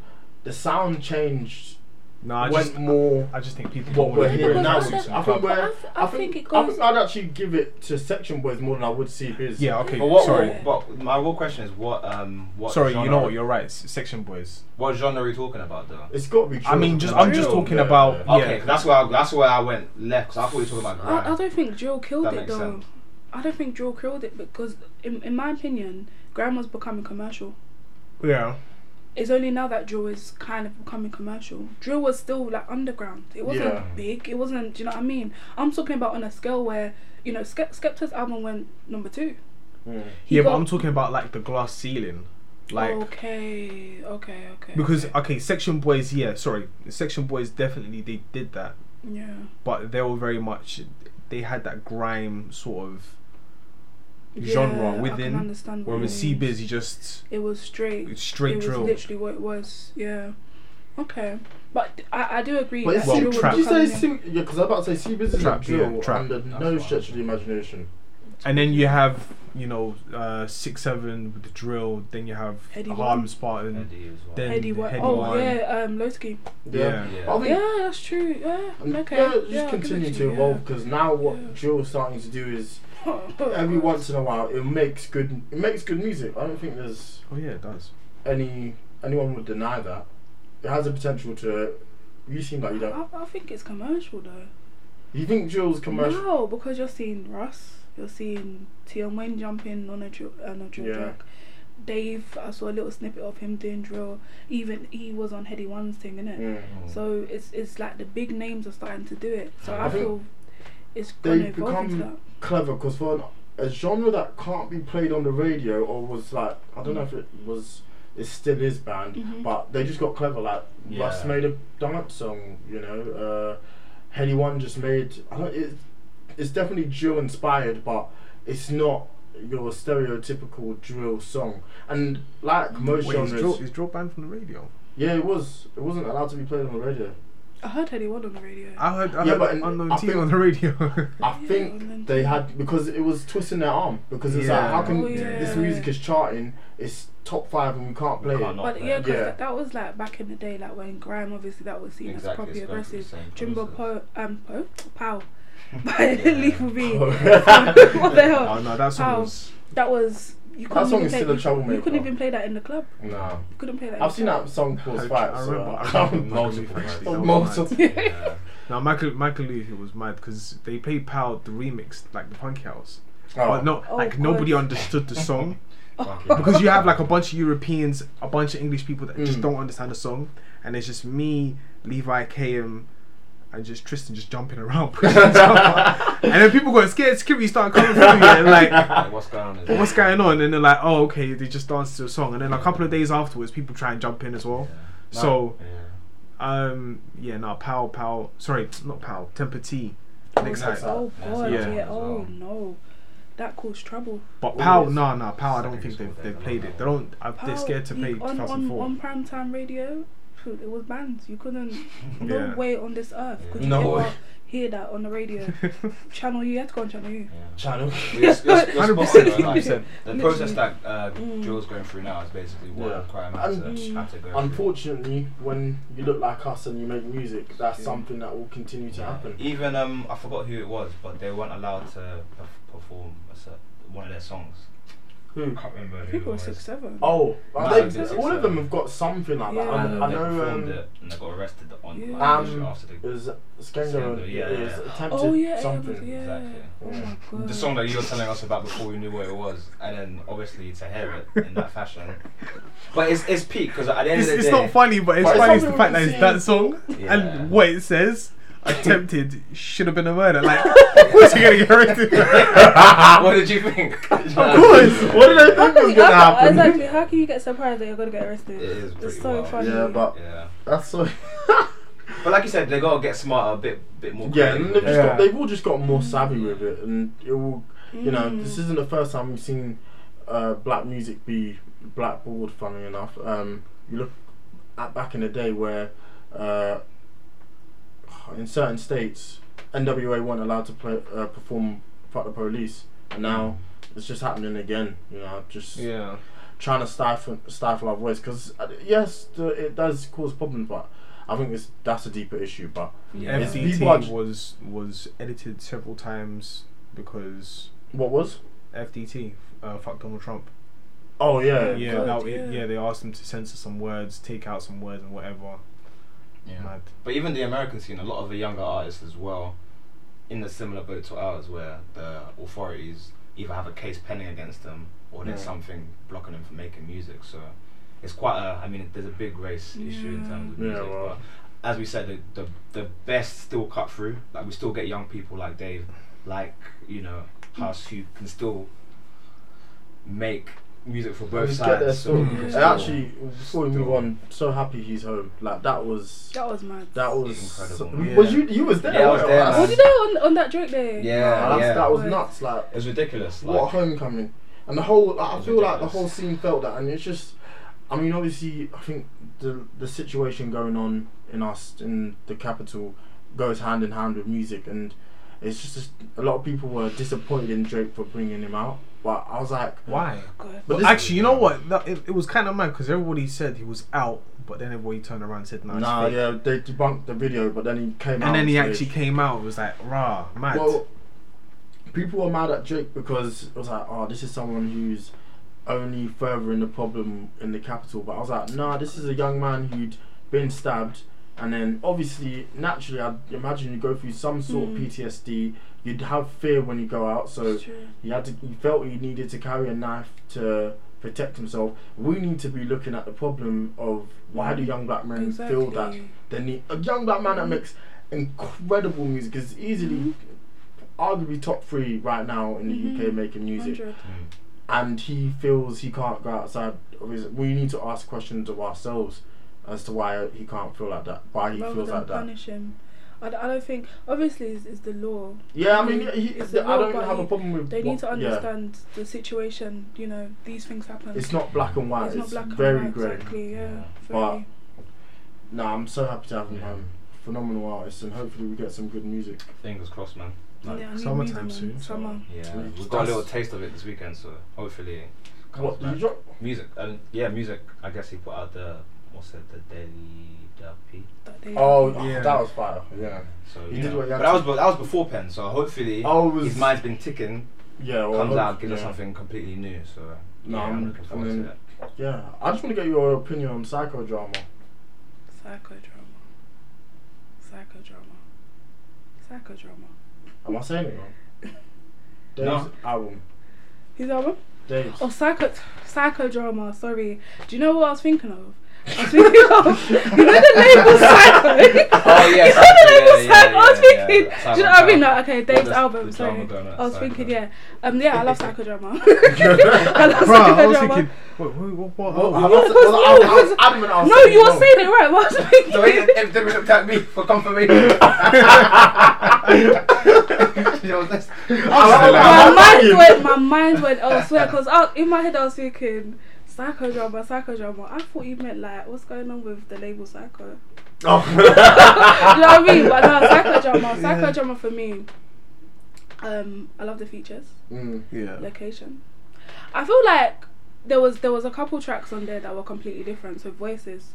Speaker 3: the sound changed
Speaker 2: no, I
Speaker 3: went
Speaker 2: just,
Speaker 3: more.
Speaker 2: I just think people
Speaker 3: what
Speaker 2: don't
Speaker 3: we're
Speaker 2: want to
Speaker 4: Yeah,
Speaker 2: hear
Speaker 3: hearing
Speaker 2: it
Speaker 4: because
Speaker 3: now. I
Speaker 4: I don't-
Speaker 3: think
Speaker 4: but
Speaker 3: we're.
Speaker 4: I th- I
Speaker 3: I
Speaker 4: think
Speaker 3: think.
Speaker 4: it
Speaker 3: I
Speaker 4: goes-
Speaker 3: think I'd actually give it to Section Boys more than I would C Biz.
Speaker 2: Yeah, okay,
Speaker 1: But what,
Speaker 2: sorry,
Speaker 1: What, what- my real question is what? Um, what?
Speaker 2: sorry.
Speaker 1: genre,
Speaker 2: You know what? You're right. S- Section boys.
Speaker 1: What genre are we talking about though?
Speaker 3: It's got to be.
Speaker 2: I mean,
Speaker 3: drill,
Speaker 2: just
Speaker 3: man.
Speaker 2: I'm just
Speaker 3: Drill,
Speaker 2: talking
Speaker 3: yeah,
Speaker 2: about uh,
Speaker 3: yeah.
Speaker 1: Okay,
Speaker 2: yeah.
Speaker 1: that's where I, that's where I went left because I thought you were talking about grime.
Speaker 4: I, I don't think Drill killed
Speaker 1: That
Speaker 4: it
Speaker 1: makes
Speaker 4: though.
Speaker 1: sense.
Speaker 4: I don't think Drill killed it because, in, in my opinion, Grime was becoming commercial.
Speaker 2: yeah.
Speaker 4: It's only now that Drill is kind of becoming commercial. Drill was still like underground. It wasn't
Speaker 3: Yeah.
Speaker 4: big. It wasn't. Do you know what I mean? I'm talking about on a scale where you know Skep- Skepta's album went number two.
Speaker 1: Hmm.
Speaker 3: Mm.
Speaker 4: He
Speaker 2: yeah, but
Speaker 4: got- Oh,
Speaker 2: I'm talking about like the glass ceiling, like
Speaker 4: okay, okay, okay.
Speaker 2: because
Speaker 4: okay.
Speaker 2: okay, Section boys. Yeah, sorry, Section boys definitely they did that,
Speaker 4: yeah,
Speaker 2: but they were very much they had that grime sort of. Genre
Speaker 4: Yeah, I
Speaker 2: within,
Speaker 4: can understand what
Speaker 2: Whereas C
Speaker 4: you mean.
Speaker 2: Biz, he just
Speaker 4: It was straight.
Speaker 2: it's straight
Speaker 4: it
Speaker 2: drill.
Speaker 4: was literally what it was. Yeah. Okay. But I, I do agree.
Speaker 3: But
Speaker 4: that
Speaker 3: it's
Speaker 2: Well,
Speaker 3: well,
Speaker 4: drill was
Speaker 2: trap.
Speaker 3: Did you say
Speaker 4: becoming a-
Speaker 3: C? Yeah, because I was about to say C Biz is
Speaker 2: Trap,
Speaker 3: like drill
Speaker 2: yeah, trap.
Speaker 3: under
Speaker 1: That's
Speaker 3: no
Speaker 1: what I
Speaker 3: stretch of the imagination.
Speaker 2: And then you have, you know, uh, six seven with the drill. Then you have
Speaker 4: Heady
Speaker 2: Harlem
Speaker 4: One.
Speaker 2: Spartan.
Speaker 1: Eddie as well.
Speaker 2: Then-
Speaker 4: Heady
Speaker 2: the
Speaker 4: White.
Speaker 2: heady
Speaker 4: Oh
Speaker 2: one.
Speaker 4: yeah, um, Lowski.
Speaker 2: Yeah.
Speaker 1: Yeah.
Speaker 3: I think
Speaker 4: Yeah, that's true. Yeah.
Speaker 3: And
Speaker 4: Okay.
Speaker 3: Yeah, just
Speaker 4: I'll give it
Speaker 3: continue to
Speaker 4: you,
Speaker 3: evolve because now what
Speaker 4: Yeah.
Speaker 3: drill's starting to do is
Speaker 4: yeah.
Speaker 3: every once in a while it makes good it makes good music. I don't think there's
Speaker 2: Oh yeah, it does.
Speaker 3: any anyone would deny that. It has the potential to. You seem like you don't.
Speaker 4: I, I think it's commercial though.
Speaker 3: You think drill's commercial?
Speaker 4: No, because you're seeing Russ, you're seeing Tion Wayne jumping on a drill, on a drill
Speaker 3: Yeah.
Speaker 4: track. Dave, I saw a little snippet of him doing drill. Even he was on Heady One's thing, innit?
Speaker 3: Mm.
Speaker 4: So it's it's like the big names are starting to do it. So I,
Speaker 3: I think
Speaker 4: feel it's going to
Speaker 3: They've
Speaker 4: evolve into that.
Speaker 3: become clever because for an, a genre that can't be played on the radio or was like I don't know if it was it still is banned,
Speaker 4: Mhm.
Speaker 3: but they just got clever. Like Russ
Speaker 1: Yeah.
Speaker 3: made a dance song, you know. Uh, Henny One just made. I don't. It, it's definitely drill inspired, but it's not your stereotypical drill song. And like most
Speaker 2: Wait, is
Speaker 3: genres,
Speaker 2: drill, is drill banned from the radio?
Speaker 3: yeah, it was. It wasn't allowed to be played on the radio.
Speaker 4: I heard Heady One on the radio.
Speaker 2: I heard, I
Speaker 3: Yeah,
Speaker 2: heard
Speaker 3: but
Speaker 2: unknown
Speaker 3: I
Speaker 2: team
Speaker 3: think-
Speaker 2: on the radio.
Speaker 3: I
Speaker 4: Yeah, and then-
Speaker 3: think they had because it was twisting their arm because it's like
Speaker 2: Yeah.
Speaker 3: how can
Speaker 4: Oh, yeah.
Speaker 3: this music is charting? It's top five and we can't play
Speaker 1: We can't
Speaker 3: it.
Speaker 1: not
Speaker 4: But
Speaker 1: play
Speaker 4: yeah,
Speaker 1: it.
Speaker 4: because
Speaker 3: Yeah.
Speaker 4: that, that was like back in the day, like when Graham obviously that was seen
Speaker 1: Exactly,
Speaker 4: as properly
Speaker 1: it's going through the
Speaker 4: aggressive.
Speaker 1: same
Speaker 4: Jimbo Poe,
Speaker 1: process.
Speaker 4: um, Poe, Pow, by Lethal B.
Speaker 3: Oh.
Speaker 4: what the hell?
Speaker 2: oh no, that's
Speaker 4: How?
Speaker 2: was
Speaker 4: That was you
Speaker 3: That
Speaker 4: couldn't
Speaker 3: song
Speaker 4: even
Speaker 3: is
Speaker 4: play-
Speaker 3: still a
Speaker 4: you- You
Speaker 3: troublemaker.
Speaker 4: couldn't even play that in the club.
Speaker 3: Nah.
Speaker 4: You couldn't play that. in
Speaker 3: I've
Speaker 4: the
Speaker 3: seen
Speaker 4: club.
Speaker 3: that song called
Speaker 2: I
Speaker 3: Facts. so
Speaker 2: remember- I
Speaker 3: I
Speaker 2: remember
Speaker 3: can't- multiple.
Speaker 2: multiple times. That was
Speaker 3: Multiple.
Speaker 1: Yeah.
Speaker 2: Now Michael Michael Luther was mad because they played "Pow" the remix like the Punk House, but not
Speaker 4: Oh,
Speaker 2: like
Speaker 4: God.
Speaker 2: nobody understood the song
Speaker 3: Okay.
Speaker 2: because you have like a bunch of Europeans, a bunch of English people that just
Speaker 3: Mm.
Speaker 2: don't understand the song, and it's just me, Levi, KM, and just Tristan just jumping around, pushing each other. and then people going scared, Skibby start coming through, yeah, and like.
Speaker 1: Like, what's going on? is
Speaker 2: What's
Speaker 1: it-
Speaker 2: going on? And they're like, oh, okay, they just danced to a song. And then a couple of days afterwards, people try and jump in as well.
Speaker 1: Yeah.
Speaker 2: So,
Speaker 1: Yeah.
Speaker 2: um, yeah, no, Pow Pow, sorry, not Pow, Temper T, next
Speaker 3: Next
Speaker 2: time.
Speaker 3: time.
Speaker 4: Oh
Speaker 1: Yeah,
Speaker 2: yeah.
Speaker 4: god, yeah.
Speaker 1: as well.
Speaker 4: Oh no, that caused trouble.
Speaker 2: But Pow,
Speaker 3: Always.
Speaker 2: nah, nah, Pow, I don't
Speaker 1: Secondary
Speaker 2: think they've,
Speaker 1: school
Speaker 2: they've
Speaker 1: days,
Speaker 2: played
Speaker 1: I
Speaker 2: it. They
Speaker 1: don't
Speaker 2: don't, I,
Speaker 4: Pal,
Speaker 2: they're scared to
Speaker 4: you-
Speaker 2: play
Speaker 4: on, on,
Speaker 2: 2004.
Speaker 4: on primetime radio. phew, It was banned. You couldn't.
Speaker 2: Yeah.
Speaker 4: No way on this earth could you
Speaker 3: No
Speaker 4: ever
Speaker 3: way.
Speaker 4: hear that on the radio. channel U. You had to go on channel U.
Speaker 3: Channel.
Speaker 1: You're- you're- you're
Speaker 2: Hundred
Speaker 1: spot on,
Speaker 2: percent,
Speaker 1: though,
Speaker 2: hundred
Speaker 1: like,
Speaker 2: percent.
Speaker 1: The
Speaker 4: Literally.
Speaker 1: process that uh,
Speaker 4: Mm.
Speaker 1: Joel's going through now is basically what
Speaker 3: Yeah.
Speaker 1: Crime had to,
Speaker 4: Mm.
Speaker 1: had to go through.
Speaker 3: Unfortunately, when you look like us and you make music, that's something that will continue to happen.
Speaker 1: Even um, I forgot who it was, but they weren't allowed to perf- perform a cer- one of their songs. I
Speaker 3: Who?
Speaker 1: can't remember
Speaker 4: I
Speaker 1: who
Speaker 4: think
Speaker 1: it
Speaker 4: it was
Speaker 1: was.
Speaker 4: six seven.
Speaker 3: Oh,
Speaker 1: No,
Speaker 3: they-
Speaker 1: it's- it's,
Speaker 3: all of
Speaker 1: uh,
Speaker 3: them have got something like that.
Speaker 4: Yeah.
Speaker 3: I,
Speaker 1: And
Speaker 3: know-
Speaker 1: then
Speaker 3: I
Speaker 1: they
Speaker 3: know.
Speaker 1: performed
Speaker 3: Um,
Speaker 1: it and they got arrested on
Speaker 4: Yeah.
Speaker 1: like, literally
Speaker 3: Um,
Speaker 1: after
Speaker 3: it
Speaker 1: the,
Speaker 3: was Skender.
Speaker 1: yeah,
Speaker 3: It was
Speaker 1: yeah.
Speaker 3: attempted
Speaker 4: Oh yeah,
Speaker 3: something.
Speaker 4: yeah,
Speaker 1: Exactly.
Speaker 4: Oh my god.
Speaker 1: the song that you were telling us about before we knew what it was, and then obviously to hear it in that fashion. But it's it's peak because at the end
Speaker 2: It's,
Speaker 1: of the
Speaker 2: it's
Speaker 1: day,
Speaker 2: not funny, but it's
Speaker 3: But it's
Speaker 2: funny is the
Speaker 3: something
Speaker 2: fact
Speaker 3: we
Speaker 2: that
Speaker 3: can
Speaker 2: it's
Speaker 3: see.
Speaker 2: that song
Speaker 1: Yeah.
Speaker 2: and what it says. Attempted should have been a murder. Like, of course you're gonna get arrested.
Speaker 1: what did you think? of
Speaker 2: course.
Speaker 3: What did I
Speaker 4: How
Speaker 3: think
Speaker 4: can
Speaker 3: was
Speaker 4: you-
Speaker 3: gonna
Speaker 4: how-
Speaker 3: happen?
Speaker 4: Exactly. How can you get surprised that you're gonna get arrested?
Speaker 1: It is
Speaker 4: it's
Speaker 1: pretty
Speaker 4: so
Speaker 1: wild.
Speaker 4: funny.
Speaker 3: Yeah, but
Speaker 1: Yeah.
Speaker 3: that's so.
Speaker 1: But like you said, they gotta get smarter, a bit bit more.
Speaker 3: yeah,
Speaker 1: creative with
Speaker 3: and they've,
Speaker 1: it.
Speaker 3: just
Speaker 2: Yeah.
Speaker 3: got, they've all just got more savvy with it, and it will. You know,
Speaker 4: Mm.
Speaker 3: this isn't the first time we've seen uh, black music be blackballed. Funny enough, um, you look at back in the day where uh, in certain states NWA weren't allowed to play uh, perform "Fuck the Police," and now it's just happening again. You know, just
Speaker 2: Mm. yeah,
Speaker 3: trying to stifle stifle our voice because uh, yes, the, it does cause problems, but I think it's that's a deeper issue. But
Speaker 1: Yeah.
Speaker 3: Everything-
Speaker 2: FDT
Speaker 3: people are j-
Speaker 2: was was edited several times because
Speaker 3: what was?
Speaker 2: FDT uh, fuck Donald Trump.
Speaker 3: Oh yeah,
Speaker 2: yeah,
Speaker 4: God,
Speaker 2: now it,
Speaker 4: yeah.
Speaker 2: yeah, they asked him to censor some words, take out some words, and whatever.
Speaker 1: Yeah.
Speaker 2: Mad.
Speaker 1: But even the American scene, a lot of the younger artists as well, in a similar boat to ours, where the authorities either have a case pending against them or there's
Speaker 3: Yeah.
Speaker 1: something blocking them from making music. So it's quite a. I mean, there's a big race issue in terms of
Speaker 3: Yeah. Yeah,
Speaker 1: music.
Speaker 3: well.
Speaker 1: But as we said, the, the the best still cut through. Like we still get young people like Dave, like you know, Huss, who can still make music for both
Speaker 3: Just
Speaker 1: sides.
Speaker 3: get their
Speaker 1: so we
Speaker 3: story.
Speaker 1: can
Speaker 4: Yeah.
Speaker 3: And
Speaker 1: still-
Speaker 3: actually, before we move
Speaker 1: Still.
Speaker 3: on, so happy he's home. Like that was
Speaker 4: that was mad.
Speaker 3: that was
Speaker 1: Incredible.
Speaker 2: Yeah.
Speaker 3: Was you you was there?
Speaker 1: Yeah, I was there,
Speaker 3: That's-
Speaker 1: man.
Speaker 4: What did they on on that Drake day?
Speaker 1: yeah,
Speaker 3: that's-
Speaker 1: yeah.
Speaker 3: That was
Speaker 4: Right.
Speaker 3: nuts. Like
Speaker 1: It was ridiculous.
Speaker 3: what a
Speaker 1: like-
Speaker 3: homecoming, and the whole like, I
Speaker 1: It's
Speaker 3: feel like the
Speaker 1: ridiculous.
Speaker 3: whole scene felt that, and it's just. I mean, obviously, I think the the situation going on in us in the capital goes hand in hand with music, and it's just, just a lot of people were disappointed in Drake for bringing him out. But I was like,
Speaker 2: Why?
Speaker 4: God.
Speaker 3: But
Speaker 2: But
Speaker 3: this-
Speaker 2: actually, you know what? That, it, it was kind of mad because everybody said he was out, but then everybody turned around and said, "No,
Speaker 3: Nah, yeah, they debunked the video, but then he came out.
Speaker 2: And then he
Speaker 3: and
Speaker 2: actually
Speaker 3: said-
Speaker 2: came out. and Was like, "Rah, mad."
Speaker 3: Well, people were mad at Drake because it was like, oh, this is someone who's only furthering the problem in the capital. But I was like, nah, this is a young man who'd been stabbed. And then obviously, naturally, I'd imagine you go through some sort
Speaker 2: Hmm.
Speaker 4: Mm.
Speaker 3: of PTSD. You'd have fear when you go out. So
Speaker 4: It's true.
Speaker 3: he had to, he felt he needed to carry a knife to protect himself. We need to be looking at the problem of why do young black men feel that
Speaker 4: Exactly.
Speaker 3: then the a young black man that makes incredible music is easily arguably top three right now in the UK
Speaker 4: Mhm.
Speaker 3: making music
Speaker 4: 100.
Speaker 1: Mm.
Speaker 3: and he feels he can't go outside of his- we need to ask questions of ourselves as to why he can't feel like that why he
Speaker 4: rather
Speaker 3: feels
Speaker 4: than
Speaker 3: like that
Speaker 4: punish him. I, d- I don't think obviously it's, it's the law.
Speaker 3: yeah I mean he,
Speaker 4: It's
Speaker 3: I
Speaker 4: the law,
Speaker 3: don't
Speaker 4: but
Speaker 3: have a
Speaker 4: he-
Speaker 3: problem with
Speaker 4: They
Speaker 3: what-
Speaker 4: need to
Speaker 3: yeah.
Speaker 4: understand the situation. You know these things happen.
Speaker 3: it's not black and white
Speaker 4: It's
Speaker 3: it's,
Speaker 4: not black
Speaker 3: very
Speaker 4: and white.
Speaker 3: grey
Speaker 4: Exactly. Yeah.
Speaker 1: Yeah.
Speaker 3: But-
Speaker 4: very.
Speaker 3: no I'm so happy to have him
Speaker 1: Yeah.
Speaker 3: home phenomenal artist and hopefully we get some good music
Speaker 1: Fingers crossed, man. Like,
Speaker 4: yeah, I need
Speaker 2: summertime
Speaker 4: reason,
Speaker 2: soon,
Speaker 4: man.
Speaker 2: so-
Speaker 4: Summer.
Speaker 1: yeah,
Speaker 3: Mm.
Speaker 1: we've got a little
Speaker 3: That's-
Speaker 1: taste of it this weekend, so hopefully, it comes
Speaker 3: what did
Speaker 1: back.
Speaker 3: you drop
Speaker 1: music. And yeah, music. I guess he put out the what's it, the daily WP.
Speaker 4: That day.
Speaker 3: oh
Speaker 2: Yeah.
Speaker 3: that was fire yeah
Speaker 1: So
Speaker 3: He
Speaker 1: you
Speaker 3: did
Speaker 1: know.
Speaker 3: what he had
Speaker 1: but that
Speaker 3: to-
Speaker 1: was but that was before Penn, so hopefully
Speaker 3: I was
Speaker 1: his mind's been ticking
Speaker 3: yeah, well,
Speaker 1: comes
Speaker 3: look,
Speaker 1: out, gives us
Speaker 3: yeah.
Speaker 1: something completely new. So
Speaker 3: No,
Speaker 1: yeah, I'm
Speaker 3: I'm-
Speaker 1: looking
Speaker 3: I
Speaker 1: forward
Speaker 3: mean-
Speaker 1: to that.
Speaker 3: Yeah, I just want to get your opinion on psychodrama.
Speaker 4: Psychodrama. Psychodrama. Psychodrama.
Speaker 3: Am I saying it wrong? Dave's
Speaker 1: No.
Speaker 3: album.
Speaker 4: His album?
Speaker 3: Dave's.
Speaker 4: Oh, psycho, psychodrama. Sorry. Do you know what I was thinking of? I was thinking of you know the label psycho.
Speaker 1: Oh, yeah,
Speaker 4: you know the
Speaker 1: Psycho,
Speaker 4: label
Speaker 1: yeah,
Speaker 4: psycho. I was
Speaker 1: yeah, yeah,
Speaker 4: thinking.
Speaker 1: yeah.
Speaker 4: Do you know what I mean?
Speaker 1: Psycho.
Speaker 4: No, okay,
Speaker 1: What
Speaker 4: Dave's
Speaker 1: does
Speaker 4: album.
Speaker 1: the
Speaker 4: Sorry.
Speaker 1: drama go on at
Speaker 4: I was
Speaker 1: Psycho?
Speaker 4: thinking. Yeah. Um. Yeah. I love psychodrama. I love
Speaker 2: Bro, I was
Speaker 4: psychodrama.
Speaker 2: thinking, wait, wait, what? what
Speaker 3: Well,
Speaker 2: album?
Speaker 3: I was- well, I was- I was adamant I was
Speaker 4: No,
Speaker 3: saying
Speaker 4: you
Speaker 3: it
Speaker 4: were
Speaker 1: oh,
Speaker 3: wrong.
Speaker 4: saying it right. What I was thinking.
Speaker 1: So he everything looked at me for confirmation.
Speaker 3: Oh,
Speaker 1: You know, that's-
Speaker 4: my
Speaker 3: I'm
Speaker 4: mind
Speaker 3: lying.
Speaker 4: went my mind went elsewhere because in my head I was thinking psychodrama, psychodrama. I thought you meant like what's going on with the label psycho. Do you know what I mean? But no, psychodrama, psychodrama for me. Um, I love the features,
Speaker 3: Mm.
Speaker 2: Yeah.
Speaker 4: location. I feel like there was there was a couple tracks on there that were completely different. So voices,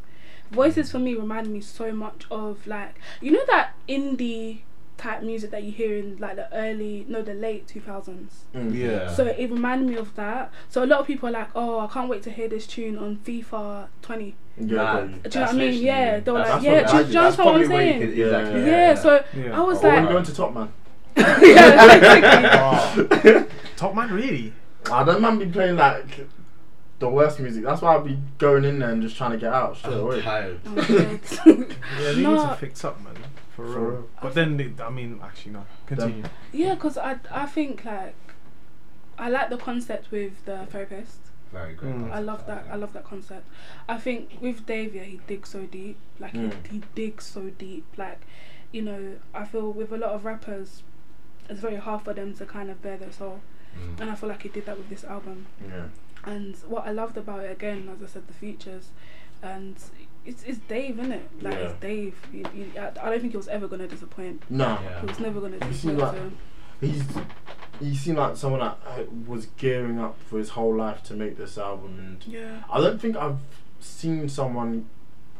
Speaker 4: voices for me remind me so much of like you know that indie type music that you hear in like the early no the late two thousands.
Speaker 3: Mm.
Speaker 1: Uh-huh.
Speaker 2: Yeah.
Speaker 4: So it reminded me of that. So a lot of people are like, oh, I can't wait to hear this tune on FIFA 20.
Speaker 3: Yeah, I got you.
Speaker 4: Do you know what I
Speaker 1: That's
Speaker 4: mean?
Speaker 1: literally-
Speaker 4: Yeah, they were
Speaker 1: that's-
Speaker 4: like,
Speaker 3: that's
Speaker 4: yeah,
Speaker 3: what
Speaker 4: do, you-
Speaker 3: I
Speaker 4: do
Speaker 3: do.
Speaker 4: you
Speaker 1: That's
Speaker 4: understand what I'm
Speaker 1: probably where you
Speaker 4: saying?
Speaker 1: could- exactly,
Speaker 4: yeah,
Speaker 3: could-
Speaker 1: yeah,
Speaker 4: so
Speaker 2: Yeah.
Speaker 4: I was
Speaker 3: Oh,
Speaker 4: like,
Speaker 3: we're going to Top Man.
Speaker 4: yeah, exactly.
Speaker 3: Oh.
Speaker 2: Top man, really?
Speaker 3: I don't mind be playing like the worst music. That's why I'll be going in there and just trying to get out straight
Speaker 1: I'm
Speaker 3: away.
Speaker 1: tired.
Speaker 4: Oh, shit.
Speaker 2: Yeah, they need
Speaker 4: No.
Speaker 2: to fix up, man. For real.
Speaker 3: For real.
Speaker 2: But then, they, I mean, actually, no. Continue.
Speaker 4: yeah, because I, I think like, I like the concept with the therapist.
Speaker 1: Very good.
Speaker 2: Mm.
Speaker 4: I love that. I love that concept. I think with Dave, yeah, he digs so deep. Like
Speaker 3: Mm.
Speaker 4: he, he digs so deep. Like, you know, I feel with a lot of rappers, it's very hard for them to kind of bear their soul,
Speaker 1: Mm.
Speaker 4: and I feel like he did that with this album.
Speaker 3: Yeah.
Speaker 4: And what I loved about it again, as I said, the features, and it's it's Dave, isn't it? Like
Speaker 3: Yeah.
Speaker 4: it's Dave. You, you, I, I don't think he was ever gonna disappoint.
Speaker 3: No.
Speaker 1: Yeah.
Speaker 4: He was never gonna
Speaker 3: You see,
Speaker 4: disappoint.
Speaker 3: like-
Speaker 4: so-
Speaker 3: He's he seemed like someone that uh, was gearing up for his whole life to make this album and
Speaker 4: yeah.
Speaker 3: I don't think I've seen someone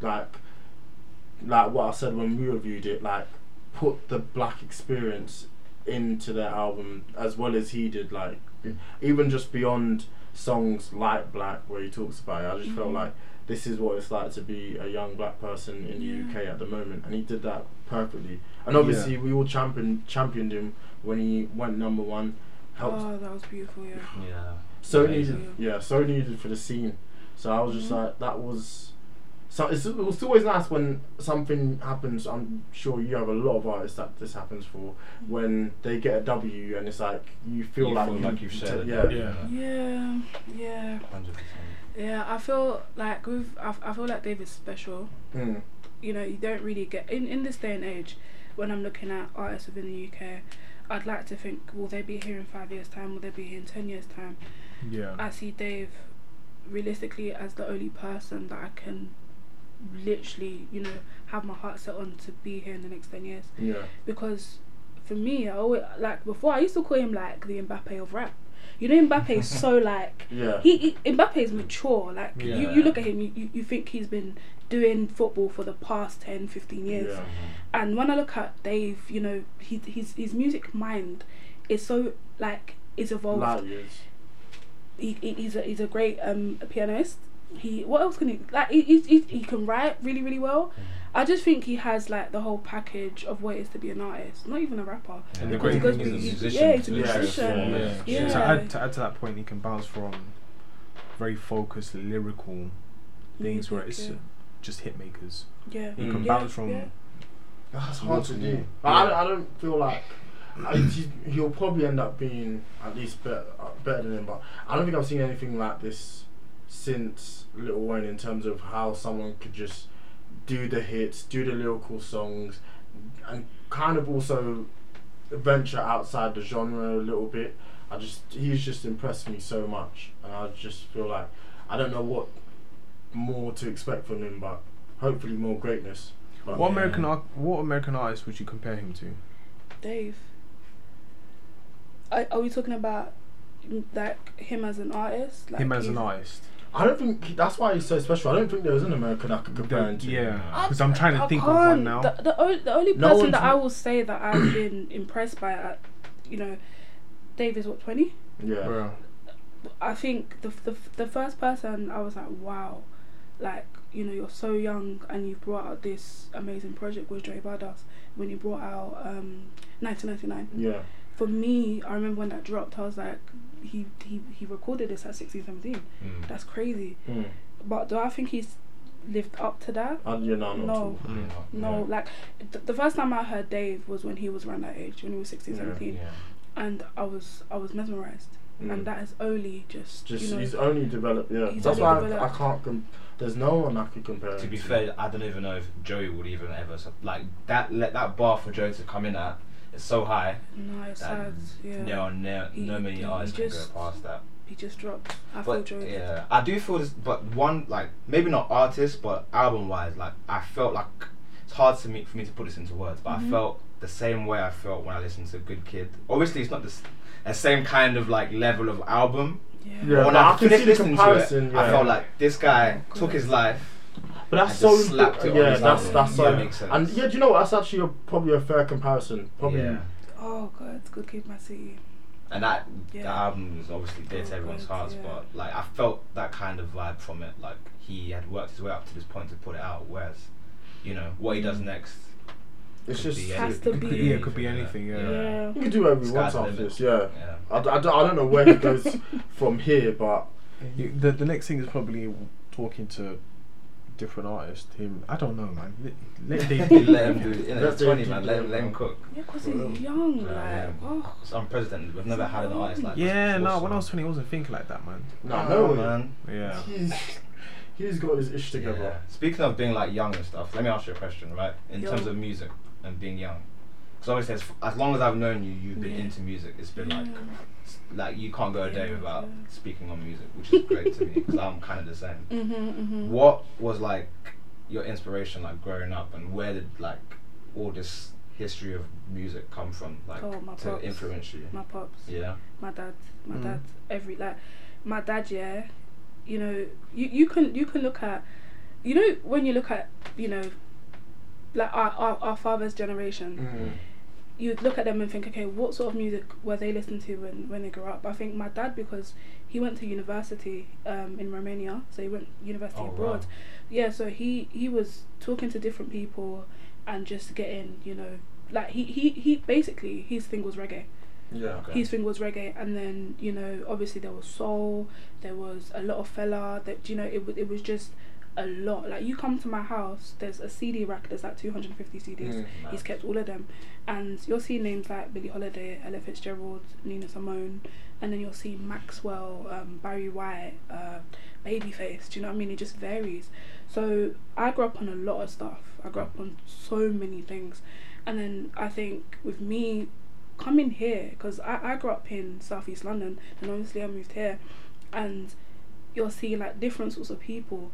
Speaker 3: like like what I said when we reviewed it, like put the black experience into their album as well as he did, like even just beyond songs like Black where he talks about it, I just felt
Speaker 4: Mhm.
Speaker 3: like this is what it's like to be a young black person in
Speaker 4: Yeah.
Speaker 3: the UK at the moment and he did that perfectly. And obviously we all champion championed him when he went number one, helped
Speaker 4: Oh, that was beautiful. Yeah.
Speaker 1: Yeah.
Speaker 3: so
Speaker 1: Amazing.
Speaker 3: needed, yeah, so needed for the scene. So I was just
Speaker 4: Mhm.
Speaker 3: like, that was. So it's, it was always nice when something happens. I'm sure you have a lot of artists that this happens for when they get a W and it's like you feel
Speaker 1: You
Speaker 3: like
Speaker 1: feel
Speaker 3: you,
Speaker 1: like you've said it.
Speaker 3: yeah,
Speaker 2: Yeah.
Speaker 4: Yeah. Yeah.
Speaker 1: 100%.
Speaker 4: Yeah, I feel like with I, f- I feel like David's special.
Speaker 3: Mm.
Speaker 4: You know, you don't really get in in this day and age. When I'm looking at artists within the UK, I'd like to think, will they be here in five years' time? Will they be here in ten years' time?
Speaker 2: Yeah.
Speaker 4: I see Dave realistically as the only person that I can literally, you know, have my heart set on to be here in the next ten years.
Speaker 3: yeah,
Speaker 4: Because for me, I always like before I used to call him like the Mbappe of rap. You know, Mbappe is so like
Speaker 3: yeah.
Speaker 4: he, he Mbappe is mature. Like you, you
Speaker 1: Yeah.
Speaker 4: look at him, you, you, you think he's been doing football for the past 10, 15 years.
Speaker 3: yeah.
Speaker 4: And when I look at Dave, you know, he, his his music mind is so like is evolved.
Speaker 3: Light years.
Speaker 4: he, he- he's a he's a great um pianist. He what else can he like? He he, he, he can write really really well. I just think he has like the whole package of what it is to be an artist, not even a rapper.
Speaker 1: And
Speaker 2: the
Speaker 1: the
Speaker 2: great
Speaker 1: great
Speaker 2: thing
Speaker 1: thing
Speaker 2: is
Speaker 1: a
Speaker 2: he's-
Speaker 1: musician.
Speaker 4: yeah, he's a
Speaker 1: so it's
Speaker 4: musician.
Speaker 1: transformed.
Speaker 3: Yeah.
Speaker 4: Yeah.
Speaker 2: To, add, to add to that point, you can bounce from very focused lyrical things where it's uh,
Speaker 4: Music,
Speaker 2: just hit makers.
Speaker 4: yeah.
Speaker 2: You
Speaker 3: Mm.
Speaker 2: can
Speaker 4: Yeah,
Speaker 2: bounce from
Speaker 4: yeah.
Speaker 3: That's hard to
Speaker 2: Multiple.
Speaker 3: do. I, I don't feel like I, he, he'll probably end up being at least better, uh, better than him. But I don't think I've seen anything like this since Little Wayne in terms of how someone could just do the hits, do the lyrical songs, and kind of also venture outside the genre a little bit. I just he's just impressed me so much, and I just feel like I don't know what more to expect from him, but hopefully more greatness. But-
Speaker 1: Yeah.
Speaker 2: What American ar- what American artist would you compare him to?
Speaker 4: Dave. Are, are we talking about mm, like him as an artist? Like
Speaker 2: him as an
Speaker 4: he's-
Speaker 2: artist.
Speaker 3: I don't think he- that's why he's so special. I don't think there is an American I could compare him to.
Speaker 2: yeah,
Speaker 4: I-
Speaker 2: because I'm trying to
Speaker 4: I
Speaker 2: think of one
Speaker 4: can't.
Speaker 2: now.
Speaker 4: The, the, only, the only
Speaker 3: No
Speaker 4: person
Speaker 3: one's
Speaker 4: that I
Speaker 3: m-
Speaker 4: will say that I've been impressed by, uh, you know, Dave is what twenty.
Speaker 3: Yeah.
Speaker 2: bro.
Speaker 4: I think the, the the first person I was like, wow, like you know you're so young and you've brought out this amazing project with Dre Bardas when you brought out um 1999.
Speaker 3: Yeah.
Speaker 4: For me, I remember when that dropped, I was like, he he, he recorded this at 16, 17.
Speaker 1: Mm.
Speaker 4: That's crazy.
Speaker 3: Mm.
Speaker 4: But do I think he's lived up to that?
Speaker 1: Uh,
Speaker 3: And you're Uh, not.
Speaker 4: No.
Speaker 3: at all.
Speaker 1: You know,
Speaker 4: No,
Speaker 3: Yeah.
Speaker 4: like th- the first time I heard Dave was when he was around that age, when he was 16,
Speaker 3: Yeah.
Speaker 4: 17,
Speaker 1: yeah.
Speaker 4: and I was I was mesmerized,
Speaker 3: Mm.
Speaker 4: and that is only just,
Speaker 3: Just
Speaker 4: you know
Speaker 3: he's only developed. Yeah.
Speaker 4: He's
Speaker 3: That's
Speaker 4: only
Speaker 3: why I, I
Speaker 4: developed.
Speaker 3: can't. Com- there's no one I could compare.
Speaker 1: To
Speaker 3: him
Speaker 1: be fair, I don't even know if Joey would even ever sup- like that. Let that bar for Joey to come in at is so high.
Speaker 4: no, it's
Speaker 1: that
Speaker 4: sad. Yeah,
Speaker 1: No, no, no
Speaker 4: He-
Speaker 1: many
Speaker 4: he
Speaker 1: artists can go
Speaker 4: just-
Speaker 1: past that.
Speaker 4: he just dropped. I
Speaker 1: But
Speaker 4: feel Joey.
Speaker 1: yeah, I do feel this. But one like maybe not artist, but album wise, like I felt like it's hard to me for me to put this into words. But I
Speaker 4: Mhm.
Speaker 1: felt the same way I felt when I listened to Good Kid. Obviously, it's not the s- the same kind of like level of album.
Speaker 4: Yeah.
Speaker 3: Yeah.
Speaker 1: but when
Speaker 3: but
Speaker 1: I,
Speaker 3: I can see
Speaker 1: finished
Speaker 3: the
Speaker 1: listening to it,
Speaker 3: comparison,
Speaker 1: I
Speaker 3: yeah.
Speaker 1: felt like this guy
Speaker 4: Oh,
Speaker 1: took
Speaker 4: God.
Speaker 1: his life.
Speaker 3: But that's
Speaker 1: and
Speaker 3: so
Speaker 1: just slapped it on
Speaker 3: yeah,
Speaker 1: his
Speaker 3: that's
Speaker 1: album.
Speaker 3: that's
Speaker 1: Yeah,
Speaker 3: so.
Speaker 1: makes sense.
Speaker 3: And yeah, do you know what? That's actually a, probably a fair comparison. Probably.
Speaker 1: Yeah.
Speaker 4: Oh God, good kid, my city.
Speaker 1: And that the
Speaker 4: Yeah.
Speaker 1: album was obviously dear to
Speaker 4: Oh,
Speaker 1: everyone's
Speaker 4: God,
Speaker 1: hearts,
Speaker 4: yeah.
Speaker 1: but like I felt that kind of vibe from it. Like he had worked his way up to this point to put it out, whereas, you know, what he does next
Speaker 3: It's
Speaker 1: could
Speaker 3: just
Speaker 1: be
Speaker 4: Has
Speaker 1: anything.
Speaker 4: to be.
Speaker 2: Yeah, it could be anything, yeah.
Speaker 4: Yeah.
Speaker 3: you can do whatever you
Speaker 1: Sky's
Speaker 3: want
Speaker 1: the
Speaker 3: after
Speaker 1: limit.
Speaker 3: this. Yeah.
Speaker 1: Yeah.
Speaker 3: I, d- I d- I don't know where he goes from here, but
Speaker 2: You, the the next thing is probably talking to different artists. Him, I don't know, man. Let, let Dave do
Speaker 1: let
Speaker 2: it.
Speaker 1: him do it. You know,
Speaker 3: Let
Speaker 1: it's
Speaker 3: Dave
Speaker 1: 20,
Speaker 3: do
Speaker 1: man.
Speaker 3: it.
Speaker 1: Let him, let him cook.
Speaker 4: Yeah, because
Speaker 3: For
Speaker 4: he's
Speaker 3: real.
Speaker 4: young. Mm, Like,
Speaker 1: Yeah.
Speaker 4: oh.
Speaker 1: It's unprecedented. We've never had an artist like this.
Speaker 2: Yeah,
Speaker 1: before,
Speaker 2: no. When
Speaker 1: so-
Speaker 2: I was twenty, I wasn't thinking like that, man.
Speaker 3: no,
Speaker 1: Nah,
Speaker 3: no,
Speaker 1: Oh, man.
Speaker 2: Yeah.
Speaker 3: He's he's got his ish
Speaker 1: Yeah.
Speaker 3: together.
Speaker 1: Speaking of being like young and stuff, let me ask you a question, right? In
Speaker 4: Yo.
Speaker 1: terms of music and being young, because obviously, as, as long as I've known you, you've been
Speaker 4: Yeah.
Speaker 1: into music. It's been like,
Speaker 4: Yeah.
Speaker 1: s- like you can't go a day
Speaker 4: Yeah,
Speaker 1: without
Speaker 4: yeah.
Speaker 1: speaking on music, which is great to me because I'm kind of the same.
Speaker 4: Mhm. Mhm.
Speaker 1: What was like your inspiration, like growing up, and where did like all this history of music come from, like
Speaker 4: Oh, my
Speaker 1: to
Speaker 4: pops.
Speaker 1: influence you?
Speaker 4: My pops.
Speaker 1: Yeah.
Speaker 4: my dad my
Speaker 2: Mm.
Speaker 4: dad every like my dad yeah you know you, you can you can look at you know when you look at you know like our, our, our father's generation
Speaker 3: Mm.
Speaker 4: you'd look at them and think okay what sort of music were they listening to when, when they grew up i think my dad because he went to university um, in romania so he went university
Speaker 1: Oh,
Speaker 4: abroad
Speaker 1: wow.
Speaker 4: yeah so he he was talking to different people and just getting you know like he, he, he basically his thing was reggae
Speaker 3: Yeah.
Speaker 1: Okay.
Speaker 4: his thing was reggae, and then you know, obviously there was soul, there was a lot of fella. That you know, it was it was just a lot. Like you come to my house, there's a CD rack. There's like 250 CDs.
Speaker 3: Mm.
Speaker 4: He's kept all of them, and you'll see names like Billie Holiday, Ella Fitzgerald, Nina Simone, and then you'll see Maxwell, um, Barry White, uh, Babyface. Do you know what I mean? It just varies. So I grew up on a lot of stuff. I grew up on so many things, and then I think with me coming here, because I I grew up in Southeast London, and obviously I moved here, and you'll see like different sorts of people.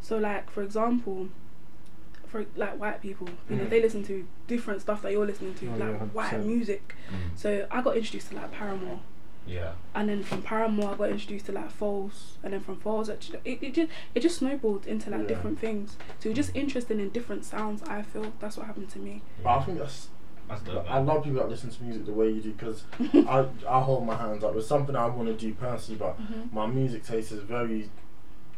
Speaker 4: So like for example, for like white people, you know,
Speaker 3: Mm.
Speaker 4: they listen to different stuff that you're listening to,
Speaker 2: Oh,
Speaker 4: like
Speaker 2: yeah,
Speaker 4: white
Speaker 2: 100%.
Speaker 4: music.
Speaker 1: Mm.
Speaker 4: So I got introduced to like Paramore,
Speaker 1: Yeah.
Speaker 4: and then from Paramore I got introduced to like Falls, and then from Falls it, it, it just it just snowballed into like
Speaker 3: Yeah.
Speaker 4: different things. So you're just interested in different sounds. I feel that's what happened to me.
Speaker 3: But I think that's
Speaker 1: That's dope.
Speaker 3: I
Speaker 1: man.
Speaker 3: love people that listen to music the way you do because I, I hold my hands up. It's something I want to do personally, but
Speaker 4: Mhm.
Speaker 3: my music taste is very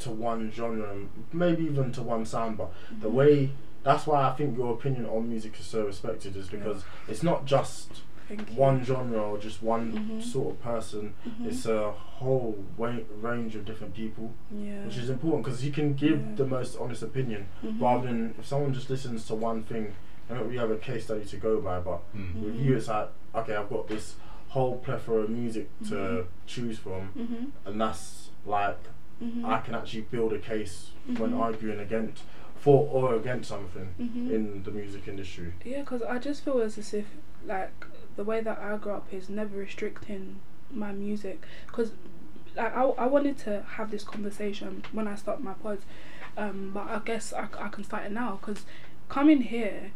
Speaker 3: to one genre, and maybe even to one sound. But the
Speaker 4: Mm-hmm.
Speaker 3: way that's why I think your opinion on music is so respected is because it's not just
Speaker 4: Thank you.
Speaker 3: one genre or just one
Speaker 4: Mhm.
Speaker 3: sort of person.
Speaker 4: Mhm.
Speaker 3: It's a whole wa- range of different people,
Speaker 4: yeah.
Speaker 3: which is important because you can give
Speaker 4: Yeah.
Speaker 3: the most honest opinion
Speaker 4: Mhm.
Speaker 3: rather than if someone just listens to one thing. They don't really have a case study to go by, but
Speaker 1: Mm.
Speaker 3: with
Speaker 4: Mhm.
Speaker 3: you it's like okay i've got this whole plethora of music to
Speaker 4: Mhm.
Speaker 3: choose from
Speaker 4: Mhm.
Speaker 3: and that's like
Speaker 4: Mhm.
Speaker 3: i can actually build a case when
Speaker 4: Mhm.
Speaker 3: arguing against for or against something
Speaker 4: Mhm.
Speaker 3: in the music industry
Speaker 4: Yeah, because I just feel as if like the way that I grew up is never restricting my music. Because like I, I wanted to have this conversation when I start my pods, um, but I guess I, I can start it now. Because coming here,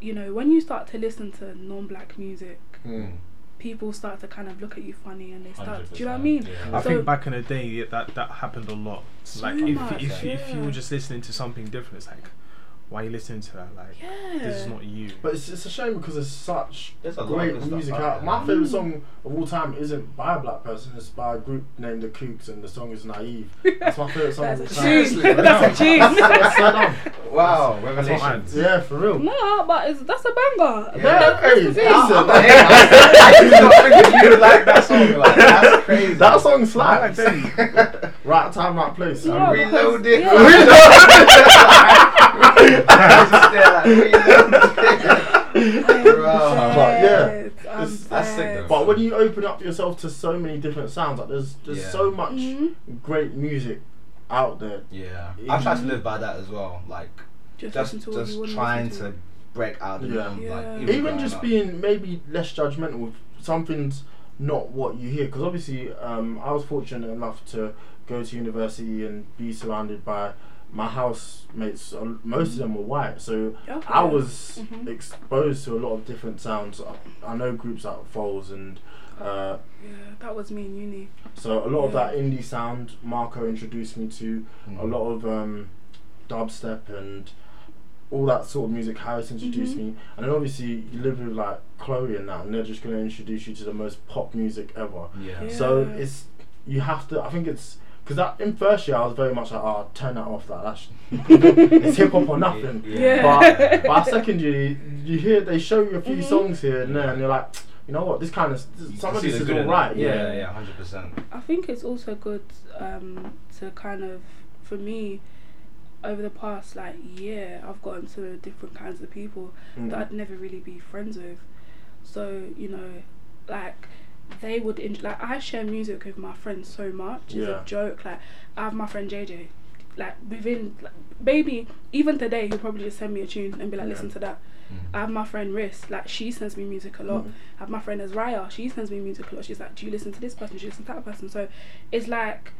Speaker 4: you know, when you start to listen to non-black music,
Speaker 1: Mm.
Speaker 4: people start to kind of look at you funny, and they start. Do you know what I
Speaker 1: 100%,
Speaker 4: mean?
Speaker 1: yeah.
Speaker 2: I
Speaker 4: So-
Speaker 2: think back in the day yeah, that that happened a lot.
Speaker 4: So
Speaker 2: like if
Speaker 4: much,
Speaker 2: if, if you
Speaker 4: yeah.
Speaker 2: were just listening to something different, it's like, why are you listening to that? Like, this is
Speaker 4: Yeah.
Speaker 2: not you.
Speaker 3: But it's, it's a shame because there's such
Speaker 1: There's a lot
Speaker 3: great
Speaker 1: of good
Speaker 3: music
Speaker 1: stuff out
Speaker 3: out.
Speaker 1: there.
Speaker 3: My
Speaker 4: Mm.
Speaker 3: favorite song of all time isn't by a black person. It's by a group named The Kooks, and the song is "Naive." That's my favorite song
Speaker 4: That's
Speaker 3: of all
Speaker 4: a
Speaker 3: time.
Speaker 4: tune.
Speaker 1: Seriously,
Speaker 4: That's a
Speaker 3: That's-
Speaker 4: tune.
Speaker 3: that's so dumb.
Speaker 1: Wow,
Speaker 2: That's what I-
Speaker 1: revelations.
Speaker 3: Yeah, for real.
Speaker 4: No, but it's, that's a banger.
Speaker 1: Yeah.
Speaker 3: Yeah, hey,
Speaker 4: the thing.
Speaker 3: that's a-
Speaker 1: Hey, I did not think you would like that song. Like, that's crazy.
Speaker 3: That song slaps.
Speaker 2: I like
Speaker 3: right time, right place.
Speaker 4: No,
Speaker 3: I'm re-
Speaker 4: because-
Speaker 1: Reload it.
Speaker 4: yeah. I'm
Speaker 1: Bro.
Speaker 3: But yeah,
Speaker 4: dead. I'm
Speaker 3: it's- that's
Speaker 1: sick
Speaker 4: dead.
Speaker 1: though.
Speaker 3: But when you open up yourself to so many different sounds, like there's there's
Speaker 1: Yeah.
Speaker 3: so much
Speaker 4: Mhm.
Speaker 3: great music out there.
Speaker 1: Yeah, I try to live by that as well. Like
Speaker 4: Just,
Speaker 1: just
Speaker 4: listen to what you
Speaker 1: just
Speaker 4: wanna
Speaker 1: trying
Speaker 4: listen
Speaker 1: to break out the
Speaker 3: Yeah.
Speaker 1: norm.
Speaker 4: Yeah.
Speaker 1: Like
Speaker 3: Even
Speaker 1: growing
Speaker 3: just
Speaker 1: up.
Speaker 3: being maybe less judgmental with something's not what you hear, because obviously um, I was fortunate enough to go to university and be surrounded by my housemates. uh, Most of them were white, so
Speaker 4: Okay.
Speaker 3: I was
Speaker 4: Mhm.
Speaker 3: exposed to a lot of different sounds. I- I know groups like Foles and. Uh,
Speaker 4: Yeah, that was me in uni.
Speaker 3: So a lot of
Speaker 4: Yeah.
Speaker 3: that indie sound Marco introduced me to, a
Speaker 1: Mm.
Speaker 3: lot of um, dubstep and all that sort of music Harris introduced
Speaker 4: Mhm.
Speaker 3: me. And then obviously you live with like Chloe and that and they're just gonna introduce you to the most pop music ever.
Speaker 1: Yeah.
Speaker 4: Yeah.
Speaker 3: So it's you have to I think it's because that in first year I was very much like, oh turn that off like that's it's hip hop or nothing.
Speaker 4: Yeah.
Speaker 3: But by second year you hear they show you a few
Speaker 4: Mhm.
Speaker 3: songs here and there and you're like, you know what, this kind of
Speaker 1: You can
Speaker 3: some of
Speaker 1: see
Speaker 3: this
Speaker 1: the
Speaker 3: is
Speaker 1: good in it.
Speaker 3: alright,
Speaker 1: Yeah, yeah, hundred percent.
Speaker 4: I think it's also good um, to kind of, for me, over the past like year, I've gotten to know different kinds of people
Speaker 3: Mm.
Speaker 4: that I'd never really be friends with. So you know, like they would in- like I share music with my friends so much. It's
Speaker 3: Yeah.
Speaker 4: a joke. Like I have my friend JJ. Like within, like, maybe even today, he'll probably just send me a tune and be like,
Speaker 3: Yeah.
Speaker 4: "Listen to that."
Speaker 1: Mm.
Speaker 4: I have my friend Riss, like she sends me music a lot.
Speaker 3: Mhm.
Speaker 4: I have my friend Azraya, she sends me music a lot. She's like, Do you listen to this person? Do you listen to that person? So it's like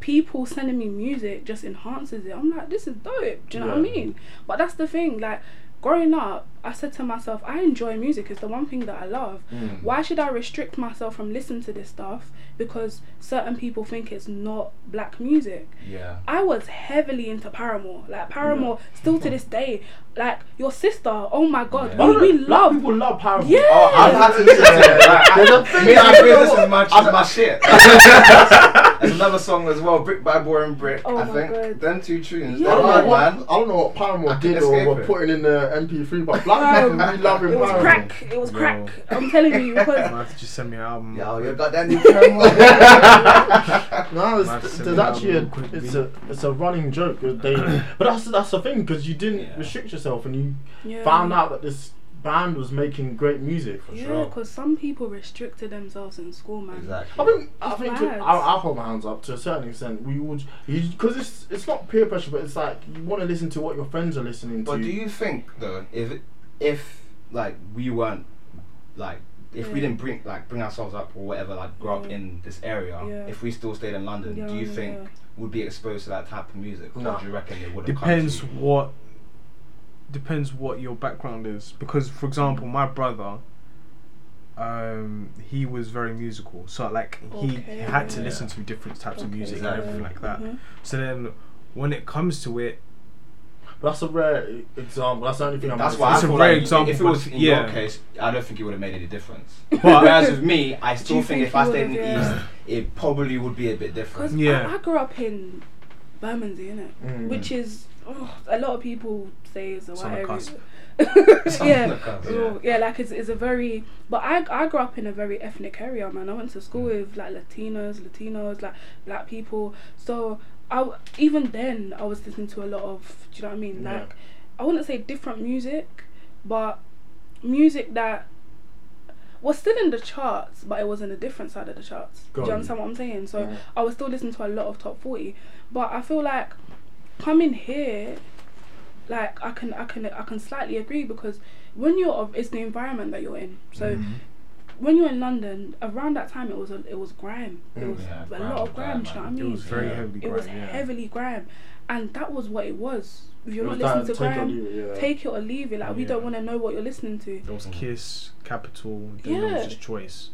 Speaker 4: people sending me music just enhances it. I'm like, This is dope. Do you know what I
Speaker 3: Yeah.
Speaker 4: mean? But that's the thing, like growing up, I said to myself, I enjoy music, it's the one thing that I love.
Speaker 3: Mm.
Speaker 4: Why should I restrict myself from listening to this stuff because certain people think it's not black music?
Speaker 1: Yeah.
Speaker 4: I was heavily into Paramore. Like Paramore, still to this day. Like your sister. Oh my God,
Speaker 1: Yeah.
Speaker 4: we, we
Speaker 3: Black
Speaker 4: love.
Speaker 3: people love powerful.
Speaker 4: Yeah.
Speaker 1: Oh, I've had to listen to it. Like,
Speaker 3: There's a
Speaker 1: I-
Speaker 3: thing
Speaker 1: me and
Speaker 3: that I
Speaker 1: Chris, this
Speaker 3: don't know
Speaker 1: is my, this is my shit. There's another song as well, Brick by Boring Brick.
Speaker 4: Oh
Speaker 1: I
Speaker 4: my
Speaker 1: think
Speaker 4: God.
Speaker 1: them two tunes.
Speaker 3: I
Speaker 4: Yeah.
Speaker 1: They're
Speaker 3: don't, know
Speaker 1: hard, man.
Speaker 3: what,
Speaker 1: Oh,
Speaker 3: I don't know what Paramore
Speaker 1: can
Speaker 3: did or
Speaker 1: escape
Speaker 3: were
Speaker 1: it.
Speaker 3: putting in the MP3, but black people really love
Speaker 4: It was
Speaker 3: Paramore.
Speaker 4: crack. It was
Speaker 2: Yo.
Speaker 4: crack. I'm telling you
Speaker 2: I'm
Speaker 4: because
Speaker 2: gonna have to just send me an album.
Speaker 1: Yo, you got that new camera.
Speaker 3: No,
Speaker 2: Might
Speaker 3: it's,
Speaker 2: send
Speaker 3: there's
Speaker 2: me
Speaker 3: actually a,
Speaker 2: album quickly.
Speaker 3: it's a it's a running joke. that They, but that's that's the thing because you didn't
Speaker 1: Yeah.
Speaker 3: restrict yourself and you
Speaker 4: yeah,
Speaker 3: found out that this band was making great music.
Speaker 1: For
Speaker 4: Yeah,
Speaker 1: sure.
Speaker 4: because some people restricted themselves in school, man.
Speaker 3: I
Speaker 1: Exactly.
Speaker 3: think I think
Speaker 4: mad.
Speaker 3: to, I, I hold my hands up to a certain extent. We would because it's it's not peer pressure, but it's like you want to listen to what your friends are listening to.
Speaker 1: But do you think though, if if like we weren't like if we
Speaker 4: Yeah.
Speaker 1: didn't bring like bring ourselves up or whatever, like grow up
Speaker 4: Yeah.
Speaker 1: in this area,
Speaker 4: Yeah.
Speaker 1: if we still stayed in London,
Speaker 4: Yeah,
Speaker 1: do you
Speaker 4: yeah,
Speaker 1: think
Speaker 4: yeah.
Speaker 1: would be exposed to that type of music?
Speaker 3: No.
Speaker 1: Or do you reckon it would
Speaker 2: depends
Speaker 1: Come to
Speaker 2: what depends what your background is because for example my brother um he was very musical so like he
Speaker 4: Okay.
Speaker 2: had to
Speaker 1: Yeah.
Speaker 2: listen to different types of
Speaker 4: Okay,
Speaker 2: music
Speaker 1: Exactly.
Speaker 2: and everything like that
Speaker 4: Mhm.
Speaker 2: so then when it comes to it
Speaker 3: But that's a rare e- example. That's the only thing. I'm
Speaker 1: That's
Speaker 3: gonna
Speaker 1: why I
Speaker 2: It's a
Speaker 1: feel
Speaker 2: rare
Speaker 1: like
Speaker 2: example,
Speaker 1: if it was
Speaker 2: but
Speaker 1: in
Speaker 2: yeah.
Speaker 1: your case, I don't think it would have made any difference.
Speaker 2: But-
Speaker 1: Whereas with me, I still
Speaker 4: you
Speaker 1: think,
Speaker 4: think
Speaker 1: if I
Speaker 4: you
Speaker 1: stayed in
Speaker 4: would've,
Speaker 1: the
Speaker 4: yeah?
Speaker 1: east, it probably would be a bit
Speaker 4: Because
Speaker 1: different.
Speaker 2: Yeah.
Speaker 4: I, I grew up in Bermondsey, innit?
Speaker 3: Mm.
Speaker 4: Which is oh, a lot of people say is a
Speaker 2: It's
Speaker 4: white
Speaker 2: on the
Speaker 4: area.
Speaker 2: cusp.
Speaker 4: yeah.
Speaker 1: the cusp,
Speaker 4: Oh, yeah, like it's, it's a very. But I I grew up in a very ethnic area, man. I went to
Speaker 2: Mm.
Speaker 4: school with like Latinos, Latinos, like black people. So I w- even then I was listening to a lot of. Do you know what I mean?
Speaker 3: Yeah.
Speaker 4: Like I wouldn't say different music, but music that was still in the charts, but it was on a different side of the charts.
Speaker 3: Got
Speaker 4: Do
Speaker 3: you.
Speaker 4: you understand what I'm saying? So
Speaker 3: Yeah.
Speaker 4: I was still listening to a lot of top forty, but I feel like coming here, like I can I can I can slightly agree because when you're of it's the environment that you're in. So when you're in London, around that time it was a, it was grime. It
Speaker 3: Mm.
Speaker 4: was
Speaker 1: Yeah,
Speaker 4: a
Speaker 1: grime,
Speaker 4: lot of grime.
Speaker 1: grime,
Speaker 4: do you know what I
Speaker 1: man.
Speaker 4: mean?
Speaker 2: it was very
Speaker 3: Yeah.
Speaker 2: heavily
Speaker 4: It was
Speaker 2: grime, yeah.
Speaker 4: heavily grime, and that was what it was. If you're
Speaker 3: It
Speaker 4: not
Speaker 3: was
Speaker 4: listening
Speaker 3: that
Speaker 4: to
Speaker 3: take or
Speaker 4: grime,
Speaker 3: leave it, yeah.
Speaker 4: take it or leave it. Like we
Speaker 2: Yeah.
Speaker 4: don't want to know what you're listening to.
Speaker 2: there was kiss capital then there
Speaker 4: Yeah.
Speaker 2: was just choice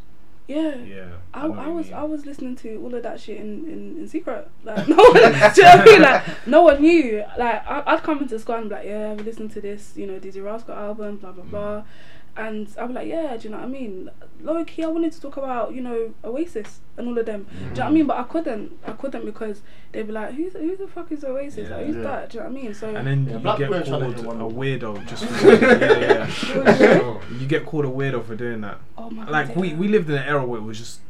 Speaker 4: Yeah.
Speaker 2: Yeah.
Speaker 4: I,
Speaker 2: know what
Speaker 4: I
Speaker 2: you
Speaker 4: was
Speaker 2: mean.
Speaker 4: I was listening to all of that shit in, in, in secret. Like no one, do you know what I mean? Like no one knew. Like I, I'd come into school and be like, yeah, I've listened to this, you know, Dizzy Rascal album, blah
Speaker 2: Mm.
Speaker 4: blah blah, and I'd be like, yeah, do you know what I mean? Low key, I wanted to talk about you know Oasis and all of them. Do you know what I
Speaker 2: Mm.
Speaker 4: mean? But I couldn't. I couldn't because they'd be like, who's who the fuck is Oasis?
Speaker 1: Yeah.
Speaker 4: like who's
Speaker 3: Yeah.
Speaker 4: that? Do you know what I mean? So
Speaker 2: And then
Speaker 3: Yeah,
Speaker 2: you
Speaker 3: black
Speaker 2: get
Speaker 3: women tryna
Speaker 2: called
Speaker 3: do one.
Speaker 2: a weirdo just for yeah, yeah.
Speaker 1: Sure.
Speaker 2: You get called a weirdo for doing that.
Speaker 4: oh my
Speaker 2: Like
Speaker 4: God,
Speaker 2: we,
Speaker 4: yeah.
Speaker 2: we lived in an era where it was just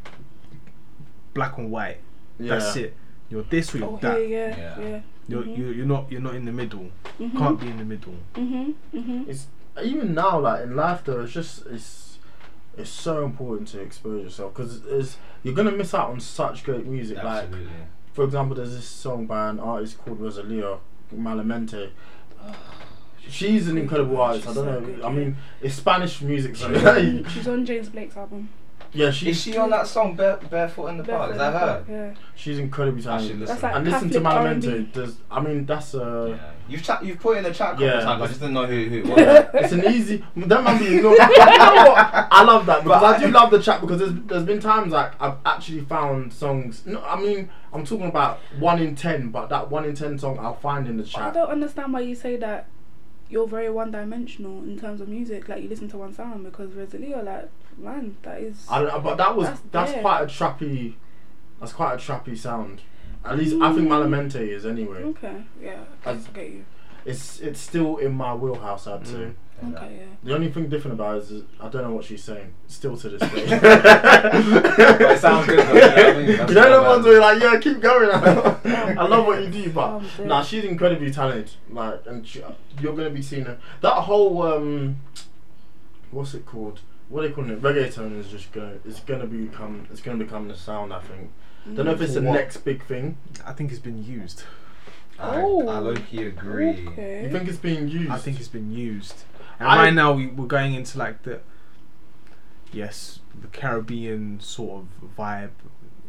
Speaker 2: black and white.
Speaker 3: Yeah.
Speaker 2: That's it. You're this or you're
Speaker 4: oh, yeah,
Speaker 2: that.
Speaker 4: yeah,
Speaker 1: Yeah.
Speaker 4: yeah.
Speaker 2: You're,
Speaker 4: Mhm.
Speaker 2: you you're not you're not in the middle.
Speaker 4: Mhm.
Speaker 2: Can't be in the middle.
Speaker 4: Mhm. Mhm.
Speaker 3: It's even now, like in life, though, it's just it's it's so important to expose yourself because you're gonna miss out on such great music. Like
Speaker 1: Absolutely.
Speaker 3: for example, there's this song by an artist called Rosalia Malamente. She's an incredible artist. I
Speaker 4: She's
Speaker 3: don't
Speaker 4: so
Speaker 3: know.
Speaker 4: good,
Speaker 3: I
Speaker 4: yeah.
Speaker 3: mean, it's Spanish music, so
Speaker 4: Mm, She's on James Blake's album.
Speaker 3: yeah, she,
Speaker 1: Is she on that song Bare, Barefoot in the Park? Is that her?
Speaker 4: Yeah.
Speaker 3: she's incredibly talented.
Speaker 1: listen.
Speaker 4: That's like
Speaker 3: and listen to
Speaker 4: Catholic
Speaker 3: Malamente.
Speaker 4: R&B.
Speaker 3: There's, I mean, that's
Speaker 1: Yeah.
Speaker 3: a.
Speaker 1: You've chat, you've put in the chat a couple
Speaker 3: Yeah.
Speaker 1: times. I just didn't know who who it was.
Speaker 3: It's an easy. That man be you know, you know what? I love that because
Speaker 1: But
Speaker 3: I do
Speaker 1: I-
Speaker 3: love the chat because there's, there's been times like I've actually found songs. No, I mean I'm talking about one in ten, but that one in ten song I'll find in the
Speaker 4: I
Speaker 3: chat.
Speaker 4: don't understand why you say that you're very one dimensional in terms of music, like you listen to one sound because Rosalia, like, man, that is.
Speaker 3: I don't know, but that was
Speaker 4: That's
Speaker 3: that's,
Speaker 4: there.
Speaker 3: quite a trappy. That's quite a trappy sound. At least I think Malamente is anyway.
Speaker 4: Mm. Okay, yeah, I
Speaker 3: As-
Speaker 4: get you.
Speaker 3: It's it's still in my wheelhouse. I'd say.
Speaker 1: Mm.
Speaker 4: Okay, yeah.
Speaker 3: The only thing different about it is I don't know what she's saying. Still to this day.
Speaker 1: it sounds good though, you know what I mean? That's
Speaker 3: You
Speaker 1: what
Speaker 3: know the
Speaker 1: I
Speaker 3: ones
Speaker 1: meant.
Speaker 3: where you're like, yeah, keep going. I love what you do,
Speaker 4: Oh,
Speaker 3: but
Speaker 4: dear.
Speaker 3: nah, she's incredibly talented. Like, and she, you're gonna be seeing her. That whole um, what's it called? What are they calling it? Reggaeton is just gonna. It's gonna become. It's gonna become the sound. I think. Don't know if it's the
Speaker 2: For what?
Speaker 3: next big thing.
Speaker 2: I think it's been used.
Speaker 1: I,
Speaker 4: Oh.
Speaker 1: I low-key agree.
Speaker 4: Okay.
Speaker 3: You think it's being used?
Speaker 2: I think it's been used. And
Speaker 3: I-
Speaker 2: right now we, we're going into like the yes, the Caribbean sort of vibe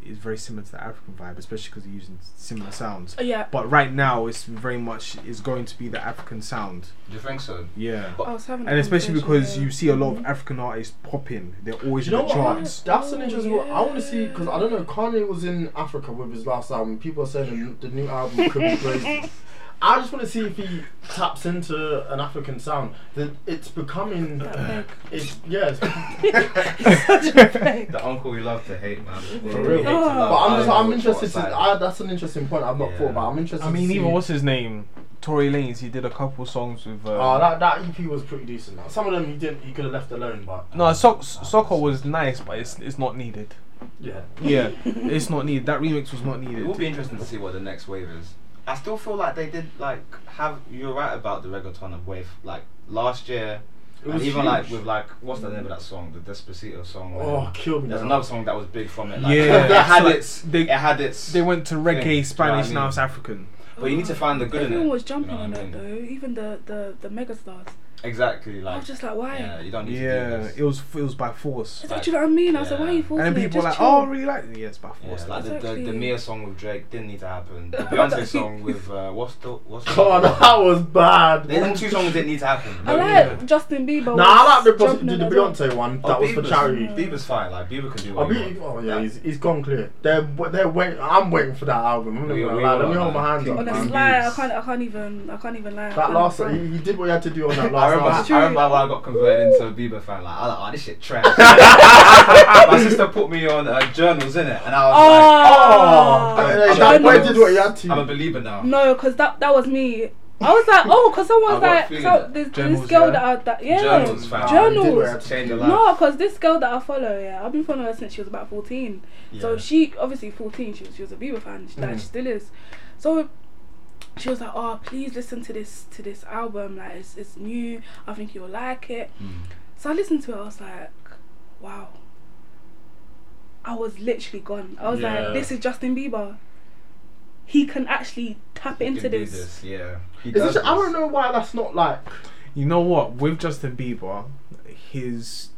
Speaker 2: is very similar to the African vibe, especially because they're using similar sounds.
Speaker 4: Uh, yeah.
Speaker 2: But right now, it's very much is going to be the African sound.
Speaker 1: Do you think so?
Speaker 2: Yeah.
Speaker 4: I was having a
Speaker 2: And especially
Speaker 4: conversation
Speaker 2: because
Speaker 4: there.
Speaker 2: you see a lot of African artists popping. They're always
Speaker 3: You
Speaker 2: in
Speaker 3: know
Speaker 2: the
Speaker 3: what?
Speaker 2: charts.
Speaker 3: That's an interesting
Speaker 4: Oh,
Speaker 3: one. I want to see
Speaker 4: yeah.
Speaker 3: because I don't know. Kanye was in Africa with his last album. People are saying the, the new album could be crazy. I just want to see if he taps into an African sound. That it's becoming.
Speaker 4: That
Speaker 3: It's yeah. It's,
Speaker 1: The uncle we love to hate, man.
Speaker 3: for real.
Speaker 4: Oh.
Speaker 3: But I'm just, I'm interested.
Speaker 1: to.
Speaker 3: To, I, that's an interesting point. I've not
Speaker 1: Yeah.
Speaker 3: thought about. I'm interested.
Speaker 2: I mean,
Speaker 3: to see.
Speaker 2: even what's his name, Tory Lanez. He did a couple songs with. Uh,
Speaker 1: Ah,
Speaker 3: Oh, that that EP was pretty decent. Some of them he didn't. He could have left alone, but
Speaker 2: no, so- Soccer was nice, but it's it's not needed.
Speaker 3: yeah.
Speaker 2: Yeah, it's not needed. That remix was not
Speaker 1: It will
Speaker 2: needed.
Speaker 1: be interesting to see what the next wave is. I still feel like they did like have. You're right about the reggaeton wave. Like last year,
Speaker 3: It
Speaker 1: and
Speaker 3: was
Speaker 1: even
Speaker 3: huge.
Speaker 1: like with like what's the name of that song, the Despacito song.
Speaker 3: Oh,
Speaker 1: whatever.
Speaker 3: kill me.
Speaker 1: there's
Speaker 3: now.
Speaker 1: another song that was big from it. Like,
Speaker 2: Yeah,
Speaker 1: it had
Speaker 2: so
Speaker 1: its.
Speaker 2: they-
Speaker 1: it had its.
Speaker 2: They went to reggae,
Speaker 1: Yeah, you know
Speaker 2: Spanish,
Speaker 1: what I
Speaker 2: now
Speaker 1: mean?
Speaker 2: it's African.
Speaker 1: but you need to find the good in it.
Speaker 4: Everyone was jumping
Speaker 1: you know
Speaker 4: on
Speaker 1: what I
Speaker 4: that
Speaker 1: mean?
Speaker 4: though, even the the the megastars.
Speaker 1: Exactly.
Speaker 4: I
Speaker 1: Like.
Speaker 4: was just like, why?
Speaker 1: yeah, you don't need to do
Speaker 2: Yeah,
Speaker 1: this.
Speaker 2: it was it was by force.
Speaker 4: Is that, do you know what I mean? I was like, why are you
Speaker 1: Yeah.
Speaker 4: forcing
Speaker 2: And then
Speaker 4: it?
Speaker 2: people were
Speaker 4: Just
Speaker 2: like, oh, I
Speaker 4: chill.
Speaker 2: really like. Yeah, it's by
Speaker 1: Yeah,
Speaker 2: force.
Speaker 1: like the, the, the
Speaker 4: Exactly.
Speaker 1: Mia song with Drake didn't need to happen. The Beyonce song with uh, what's the what's the
Speaker 3: God, that was bad.
Speaker 1: They them two songs didn't need to happen.
Speaker 4: I
Speaker 2: Yeah.
Speaker 4: like Justin Bieber.
Speaker 3: Nah, I like
Speaker 4: was
Speaker 3: the, Bros-
Speaker 4: jumping
Speaker 3: the,
Speaker 4: on
Speaker 3: the
Speaker 4: as well.
Speaker 3: Beyonce one.
Speaker 1: Oh,
Speaker 3: That was for
Speaker 1: Bieber's-
Speaker 3: charity.
Speaker 1: Bieber's fine. Like Bieber can do
Speaker 3: Oh,
Speaker 1: what he
Speaker 3: Bieber,
Speaker 1: wants.
Speaker 3: oh yeah,
Speaker 1: Like,
Speaker 3: he's, he's gone clear. They're they're waiting. I'm waiting for that album. I'm not
Speaker 1: We-
Speaker 3: gonna
Speaker 1: we
Speaker 3: lie.
Speaker 1: all
Speaker 3: Let me
Speaker 1: are,
Speaker 3: hold my
Speaker 1: man.
Speaker 3: hands up.
Speaker 4: On
Speaker 1: Bieber.
Speaker 4: a
Speaker 3: man.
Speaker 4: slide, I can't I can't even I can't even lie. I
Speaker 3: That
Speaker 4: can't
Speaker 3: last,
Speaker 4: front.
Speaker 3: he, he did what he had to do on that
Speaker 1: I remember,
Speaker 3: last album.
Speaker 1: I remember when I got converted into a Bieber fan. Like, I was like, oh, this shit trash. My sister put me on uh, journals in it, and I was
Speaker 4: Oh,
Speaker 1: like,
Speaker 3: Hey,
Speaker 1: Ah! I'm like,
Speaker 3: that boy did what he had to.
Speaker 1: I'm a believer now.
Speaker 4: no, because that that was me. I was like, oh, because someone's
Speaker 1: I got a
Speaker 4: like,
Speaker 1: feeling
Speaker 4: so,
Speaker 1: that
Speaker 4: this,
Speaker 2: journals,
Speaker 4: this girl
Speaker 2: yeah.
Speaker 4: that I that yeah,
Speaker 1: Journals, fam.
Speaker 4: Journals.
Speaker 3: He did what he had to
Speaker 1: Change your life.
Speaker 4: No, because this girl that I follow, yeah, I've been following her since she was about 14. So
Speaker 3: Yeah.
Speaker 4: she, obviously 14, she was, she was a Bieber fan, she, like, she still is. So she was like, oh, please listen to this to this album, like, it's, it's new, I think you'll like it. So I listened to it, I was like, wow. I was literally gone. I was
Speaker 3: Yeah.
Speaker 4: like, this is Justin Bieber. He can actually tap
Speaker 1: He can
Speaker 4: into
Speaker 1: do
Speaker 4: this.
Speaker 1: yeah. He
Speaker 3: It's
Speaker 1: does
Speaker 3: just- I
Speaker 1: this.
Speaker 3: don't know why that's not like.
Speaker 2: You know what? With Justin Bieber, his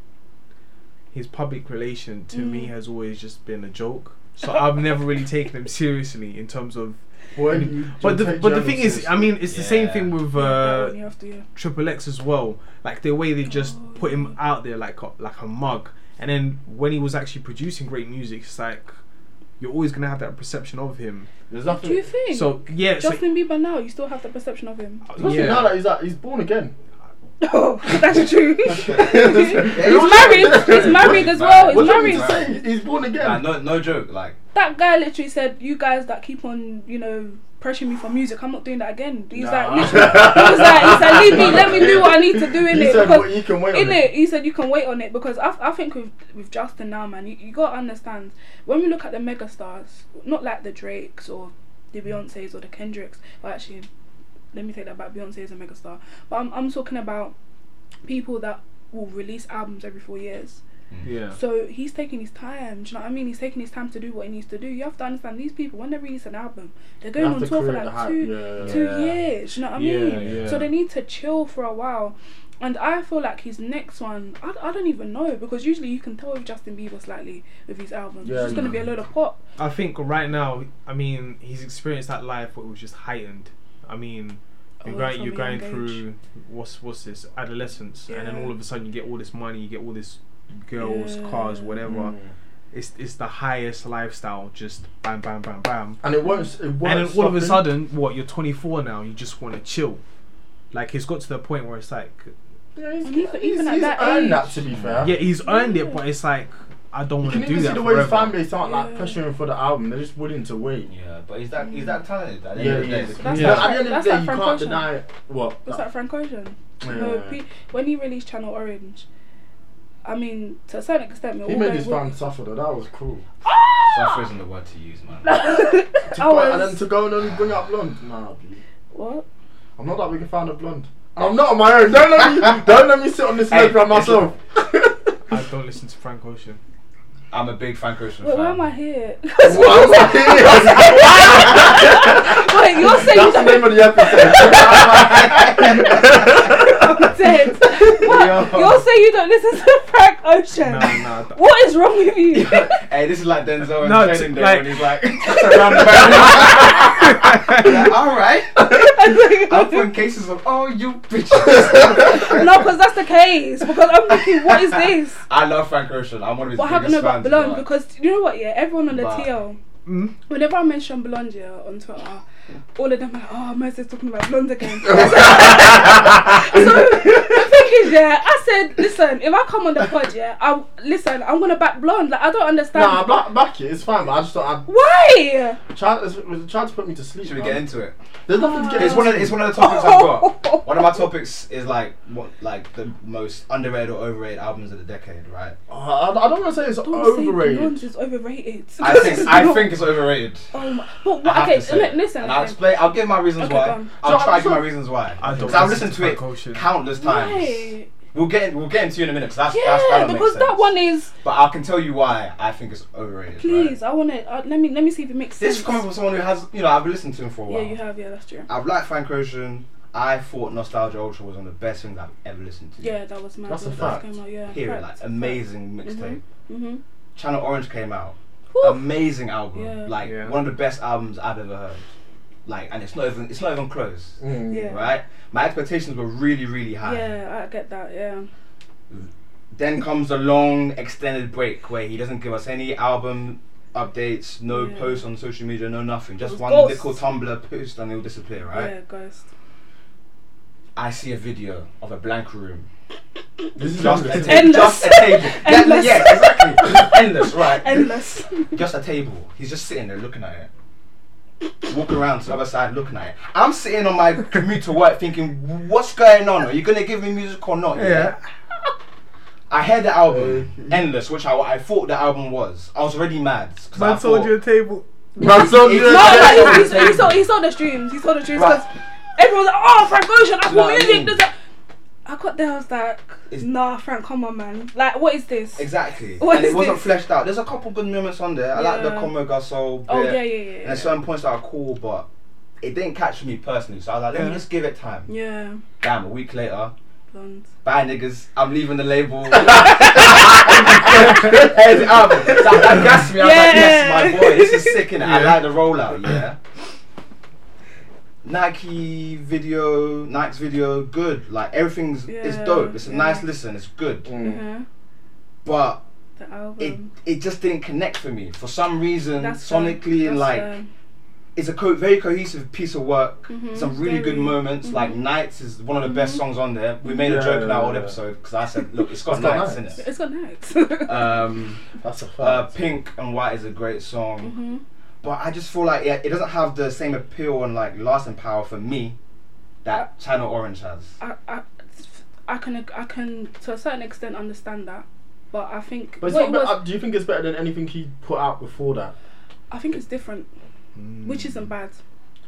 Speaker 2: his public relation to me
Speaker 4: Mm.
Speaker 2: has always just been a joke. So I've never really taken him seriously in terms of.
Speaker 3: When you
Speaker 2: But the
Speaker 3: take
Speaker 2: but the
Speaker 3: journals
Speaker 2: thing is,
Speaker 3: seriously.
Speaker 2: I mean, it's the same
Speaker 1: Yeah.
Speaker 2: thing with
Speaker 4: That
Speaker 2: uh,
Speaker 4: one you have to, yeah.
Speaker 2: Triple X as well. Like the way they just
Speaker 4: Oh,
Speaker 2: put him
Speaker 4: yeah.
Speaker 2: out there like a, like a mug. And then when he was actually producing great music, it's like you're always gonna have that perception of him.
Speaker 3: There's
Speaker 4: Do
Speaker 3: nothing.
Speaker 4: you think?
Speaker 2: So yeah, so,
Speaker 4: Justin Bieber now, you still have the perception of him.
Speaker 3: Especially
Speaker 2: Yeah.
Speaker 3: now that he's, at, he's born again.
Speaker 4: Oh, that's true. he's married.
Speaker 3: married.
Speaker 4: He's married as well. Oh, He's
Speaker 3: What do you
Speaker 4: married.
Speaker 3: mean say? He's born
Speaker 1: Nah,
Speaker 3: again.
Speaker 1: no, no joke. Like,
Speaker 4: That guy literally said, "You guys that keep on, you know, pressuring me for music, I'm not doing that again." He's
Speaker 3: Nah.
Speaker 4: like, literally, he was like, he's like, leave me, let me do what I need to do in
Speaker 3: He
Speaker 4: it.
Speaker 3: said,
Speaker 4: because
Speaker 3: "Well, you can wait on
Speaker 4: in
Speaker 3: it."
Speaker 4: it, he said you can wait on it because I, I think with with Justin now, man, you, you gotta understand when we look at the megastars, not like the Drakes or the Beyonces or the Kendricks. Well, actually, let me take that back. Beyonce is a megastar, but I'm I'm talking about people that will release albums every four years.
Speaker 2: yeah,
Speaker 4: So he's taking his time. Do you know what I mean? He's taking his time to do what he needs to do. You have to understand these people when they release an album, they're
Speaker 3: You
Speaker 4: going
Speaker 3: have
Speaker 4: on
Speaker 3: to
Speaker 4: tour for
Speaker 3: create the
Speaker 4: like
Speaker 3: hype,
Speaker 4: two
Speaker 3: yeah.
Speaker 4: two
Speaker 1: Yeah.
Speaker 4: years. do You know what I
Speaker 2: Yeah,
Speaker 4: mean?
Speaker 2: yeah.
Speaker 4: So they need to chill for a while. And I feel like his next one, I, I don't even know because usually you can tell with Justin Bieber slightly with his albums.
Speaker 3: Yeah,
Speaker 4: it's just gonna
Speaker 3: yeah.
Speaker 4: be a load of pop.
Speaker 2: I think right now, I mean, he's experienced that life where it was just heightened. I mean, you're
Speaker 4: Oh,
Speaker 2: going,
Speaker 4: from
Speaker 2: you're
Speaker 4: a
Speaker 2: going
Speaker 4: young
Speaker 2: through what's what's this adolescence, and then
Speaker 4: Yeah.
Speaker 2: all of a sudden you get all this money, you get all this girls, cars,
Speaker 4: Yeah. Mm.
Speaker 2: whatever. It's it's the highest lifestyle, just bam, bam, bam, bam.
Speaker 3: And it won't. It won't
Speaker 2: and then all of a
Speaker 3: stop him.
Speaker 2: sudden, what you're 24 now, you just want to chill. Like it's got to the point where it's like,
Speaker 3: Yeah, he's,
Speaker 4: And even- even
Speaker 3: he's,
Speaker 4: at
Speaker 3: he's
Speaker 4: that
Speaker 3: earned
Speaker 4: age.
Speaker 3: that to be fair.
Speaker 2: yeah, he's earned
Speaker 4: Yeah.
Speaker 2: it, but it's like I don't
Speaker 3: You
Speaker 2: want
Speaker 3: can
Speaker 2: to do
Speaker 3: even see
Speaker 2: that
Speaker 3: the way his fan
Speaker 2: forever.
Speaker 3: base aren't like
Speaker 4: Yeah.
Speaker 3: pressuring for the album. They're just willing to wait.
Speaker 1: yeah, but is that is that talented? At the
Speaker 3: Yeah,
Speaker 1: end of
Speaker 3: he
Speaker 1: the day,
Speaker 3: is.
Speaker 1: the
Speaker 4: That's
Speaker 2: Yeah.
Speaker 3: No,
Speaker 4: like-
Speaker 3: at the end of
Speaker 4: that's
Speaker 3: the day,
Speaker 4: like
Speaker 3: you
Speaker 4: Frank
Speaker 3: can't
Speaker 4: Ocean.
Speaker 3: deny it. What?
Speaker 4: That's like Frank Ocean. No,
Speaker 3: Yeah.
Speaker 4: pe- when he released Channel Orange, I mean, to a certain extent, we're
Speaker 3: He
Speaker 4: all
Speaker 3: made
Speaker 4: going
Speaker 3: his
Speaker 4: with-
Speaker 3: fans suffer though, that was cruel.
Speaker 1: Suffer isn't the word to use, man.
Speaker 3: To
Speaker 4: I
Speaker 3: go, and
Speaker 4: was-
Speaker 3: then to go and only bring up Blonde? Nah, B.
Speaker 4: What?
Speaker 3: I'm not that big a fan of Blonde. And I'm not on my own. Don't let me, don't let me sit on this ledge by myself.
Speaker 2: I don't listen to Frank Ocean.
Speaker 1: I'm a big Frank Ocean
Speaker 4: Wait,
Speaker 1: fan.
Speaker 4: why am I here?
Speaker 3: What?
Speaker 4: Wait, you're saying
Speaker 3: That's the name of the episode.
Speaker 4: I'm dead. What?
Speaker 1: Yo.
Speaker 4: You're saying you don't listen to Frank Ocean?
Speaker 2: No, no.
Speaker 4: What is wrong with you?
Speaker 1: Hey, this is like Denzel and
Speaker 2: No,
Speaker 1: no,
Speaker 2: t-
Speaker 1: Training Day
Speaker 2: like-
Speaker 1: when he's like, all right, I'm putting cases of oh you bitches.
Speaker 4: no, because that's the case. Because I'm thinking, what is this?
Speaker 1: I love Frank Ocean. I'm one of his
Speaker 4: What happened
Speaker 1: biggest
Speaker 4: about
Speaker 1: fans.
Speaker 4: Blonde?
Speaker 1: but-
Speaker 4: Because you know what? Yeah, everyone on the
Speaker 1: But-
Speaker 4: TL.
Speaker 2: Mm?
Speaker 4: Whenever I mention Blonde yeah, on Twitter, all of them are like, oh, Mercy's talking about Blonde again. so the thing is, yeah, I said, listen, if I come on the pod, yeah, I listen, I'm gonna back Blonde. Like I don't understand.
Speaker 3: nah, back, back it. It's fine, but I just don't.
Speaker 4: Why?
Speaker 3: I tried, it's- it tried to put me to sleep.
Speaker 1: Should we
Speaker 3: man.
Speaker 1: get into it?
Speaker 3: There's nothing to get
Speaker 1: It's
Speaker 3: into.
Speaker 1: one of the, it's one of the topics I've got. One of my topics is like what like the most underrated or overrated albums of the decade, right?
Speaker 3: Oh, I, I don't want to say it's
Speaker 4: Don't say
Speaker 3: overrated.
Speaker 4: Blonde is overrated.
Speaker 1: I think I think it's overrated.
Speaker 4: Oh my, but
Speaker 1: I
Speaker 4: what,
Speaker 1: have
Speaker 4: okay,
Speaker 1: to say
Speaker 4: li-
Speaker 1: it.
Speaker 4: listen.
Speaker 1: And I'll
Speaker 4: okay.
Speaker 1: explain. I'll give my reasons
Speaker 4: Okay, go
Speaker 1: why.
Speaker 4: on.
Speaker 1: I'll
Speaker 3: So,
Speaker 1: try
Speaker 3: I'm
Speaker 1: to give my
Speaker 3: so-
Speaker 1: reasons why.
Speaker 2: I don't
Speaker 1: Because I've
Speaker 2: listen
Speaker 1: listened
Speaker 2: to
Speaker 1: to it
Speaker 2: Frank Ocean.
Speaker 1: countless times.
Speaker 4: Why?
Speaker 1: We'll get we'll get into you in a minute. 'cause that's, that's
Speaker 4: Yeah,
Speaker 1: kinda makes
Speaker 4: because that
Speaker 1: sense.
Speaker 4: one is.
Speaker 1: But I can tell you why I think it's overrated.
Speaker 4: Please,
Speaker 1: right?
Speaker 4: I want to. Uh, let me let me see if it makes
Speaker 1: This is
Speaker 4: sense.
Speaker 1: coming from someone who has you know I've listened to him for a
Speaker 4: yeah,
Speaker 1: while.
Speaker 4: you have. Yeah, that's true.
Speaker 1: I've liked Frank Ocean. I thought Nostalgia Ultra was one of the best things I've ever listened to.
Speaker 4: Yeah, that was my.
Speaker 3: That's a
Speaker 4: when it first
Speaker 3: fact.
Speaker 4: Came out, yeah,
Speaker 1: Period. Like amazing mixtape.
Speaker 4: Mm-hmm.
Speaker 1: Channel Orange came out.
Speaker 4: Whew.
Speaker 1: Amazing album.
Speaker 4: Yeah.
Speaker 1: Like
Speaker 2: Yeah.
Speaker 1: one of the best albums I've ever heard. Like and it's not even it's not even close.
Speaker 3: Mm.
Speaker 4: Yeah.
Speaker 1: Right? My expectations were really, really high.
Speaker 4: Yeah, I get that. Yeah.
Speaker 1: Then comes a long extended break where he doesn't give us any album updates, no
Speaker 4: Yeah.
Speaker 1: posts on social media, no nothing. Just
Speaker 4: Those
Speaker 1: one
Speaker 4: ghosts.
Speaker 1: little Tumblr post and it'll disappear, right?
Speaker 4: Yeah, ghost.
Speaker 1: I see a video of a blank room.
Speaker 3: This is
Speaker 1: Just a
Speaker 3: underrated.
Speaker 1: table.
Speaker 4: Endless.
Speaker 1: Just a table.
Speaker 4: Endless.
Speaker 1: Yeah, yeah, exactly. Endless, right.
Speaker 4: Endless.
Speaker 1: just a table. He's just sitting there looking at it. Walking around to the other side looking at it. I'm sitting on my commute to work thinking, what's going on? Are you going to give me music or not?
Speaker 2: Yeah.
Speaker 1: I heard the album,
Speaker 4: Uh,
Speaker 1: Endless, which I, I thought the album was. I was already mad. 'cause I
Speaker 2: Man sold
Speaker 1: thought-
Speaker 2: you a table.
Speaker 3: Man, so you-
Speaker 1: No,
Speaker 4: no, no,
Speaker 1: Yeah.
Speaker 4: he, he, he, saw, he saw the streams. He saw the streams because
Speaker 1: Right.
Speaker 4: everyone's like, "Oh, Frank Ocean, Apple
Speaker 1: know what I
Speaker 4: Music."
Speaker 1: mean?
Speaker 4: There's a... I got there. I was like,
Speaker 1: It's-
Speaker 4: "Nah, Frank, come on, man. Like, what is this?"
Speaker 1: Exactly.
Speaker 4: What
Speaker 1: and
Speaker 4: is
Speaker 1: it wasn't
Speaker 4: this?
Speaker 1: fleshed out. There's a couple good moments on there. I like the
Speaker 4: Yeah.
Speaker 1: Como Gasol bit.
Speaker 4: Oh yeah, yeah, yeah.
Speaker 1: And
Speaker 4: yeah.
Speaker 1: there's certain points that are cool, but it didn't catch me personally. So I was like, let me
Speaker 2: Yeah.
Speaker 1: just give it time.
Speaker 4: yeah.
Speaker 1: Damn, a week later,
Speaker 4: Blonde.
Speaker 1: bye niggas, I'm leaving the label. Here's the album. So that gassed me. I was like, yes, my boy, this is sick innit? I
Speaker 2: Yeah.
Speaker 1: like the rollout, yeah. Nike video, Nike's video, good. Like everything's it's
Speaker 4: Yeah,
Speaker 1: dope. It's a
Speaker 4: yeah.
Speaker 1: nice listen. It's good.
Speaker 3: Mm.
Speaker 4: Mhm.
Speaker 1: But
Speaker 4: the
Speaker 1: it
Speaker 4: album.
Speaker 1: it just didn't connect for me for some reason
Speaker 4: That's fair.
Speaker 1: sonically and
Speaker 4: That's um,
Speaker 1: like
Speaker 4: fair.
Speaker 1: it's a co- very cohesive piece of work
Speaker 4: Mhm,
Speaker 1: some really good
Speaker 4: very. mm-hmm.
Speaker 1: moments like nights is one of the best songs on there we made a
Speaker 3: Yeah,
Speaker 1: joke in
Speaker 3: yeah,
Speaker 1: our old
Speaker 3: yeah.
Speaker 1: episode because i said look it's got
Speaker 3: It's got
Speaker 1: nights in
Speaker 3: Nights.
Speaker 1: it
Speaker 4: It's got nights.
Speaker 1: um
Speaker 3: That's a fact.
Speaker 1: uh, pink and white is a great song
Speaker 4: Mhm.
Speaker 1: but i just feel like yeah, it doesn't have the same appeal and like lasting power for me that channel orange has
Speaker 4: I, I, I can ag- I can to a certain extent understand that, but I think
Speaker 3: But it's
Speaker 4: what
Speaker 3: not
Speaker 4: it
Speaker 3: be-
Speaker 4: was,
Speaker 3: uh, do you think it's better than anything he put out before that?
Speaker 4: I think it's different, which isn't bad.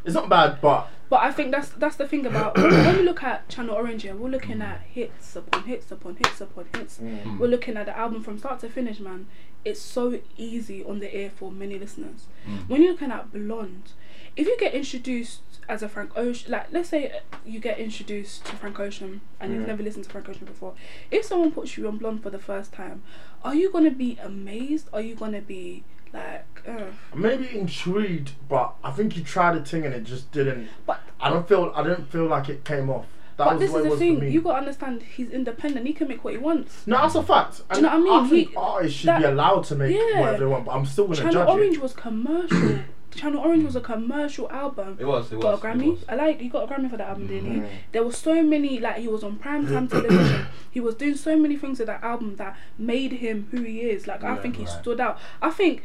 Speaker 3: It's not bad, but
Speaker 4: But I think that's that's the thing about when we look at Channel Orange here, we're looking at hits upon hits upon hits upon hits.
Speaker 3: Mm.
Speaker 4: We're looking at the album from start to finish, man. It's so easy on the ear for many listeners.
Speaker 3: Mm.
Speaker 4: When you're looking at Blonde, if you get introduced as a Frank Ocean, like let's say uh, you get introduced to Frank Ocean and you've
Speaker 3: Yeah.
Speaker 4: never listened to Frank Ocean before, if someone puts you on Blonde for the first time, are you gonna be amazed? Are you gonna be like, uh,
Speaker 3: maybe intrigued. But I think he tried a thing and it just didn't.
Speaker 4: but
Speaker 3: I don't feel. I didn't feel like it came off. That
Speaker 4: but
Speaker 3: was
Speaker 4: this
Speaker 3: what
Speaker 4: is
Speaker 3: it
Speaker 4: the
Speaker 3: was for
Speaker 4: thing.
Speaker 3: me.
Speaker 4: You gotta understand. He's independent. He can make what he wants.
Speaker 3: no, that's a fact.
Speaker 4: you know what I mean?
Speaker 3: I think
Speaker 4: He-
Speaker 3: artists should be
Speaker 4: that-
Speaker 3: allowed to make
Speaker 4: Yeah.
Speaker 3: whatever they want, but I'm still gonna
Speaker 4: Channel
Speaker 3: judge
Speaker 4: Orange
Speaker 3: it.
Speaker 4: was commercial. Channel Orange was a commercial album.
Speaker 1: it was it was
Speaker 4: got a
Speaker 1: it
Speaker 4: Grammy.
Speaker 1: was.
Speaker 4: I like he got a Grammy for that album, didn't he? There were so many like he was on primetime television. He was doing so many things with that album that made him who he is. Like I
Speaker 3: Yeah,
Speaker 4: think he
Speaker 1: right.
Speaker 4: stood out. I think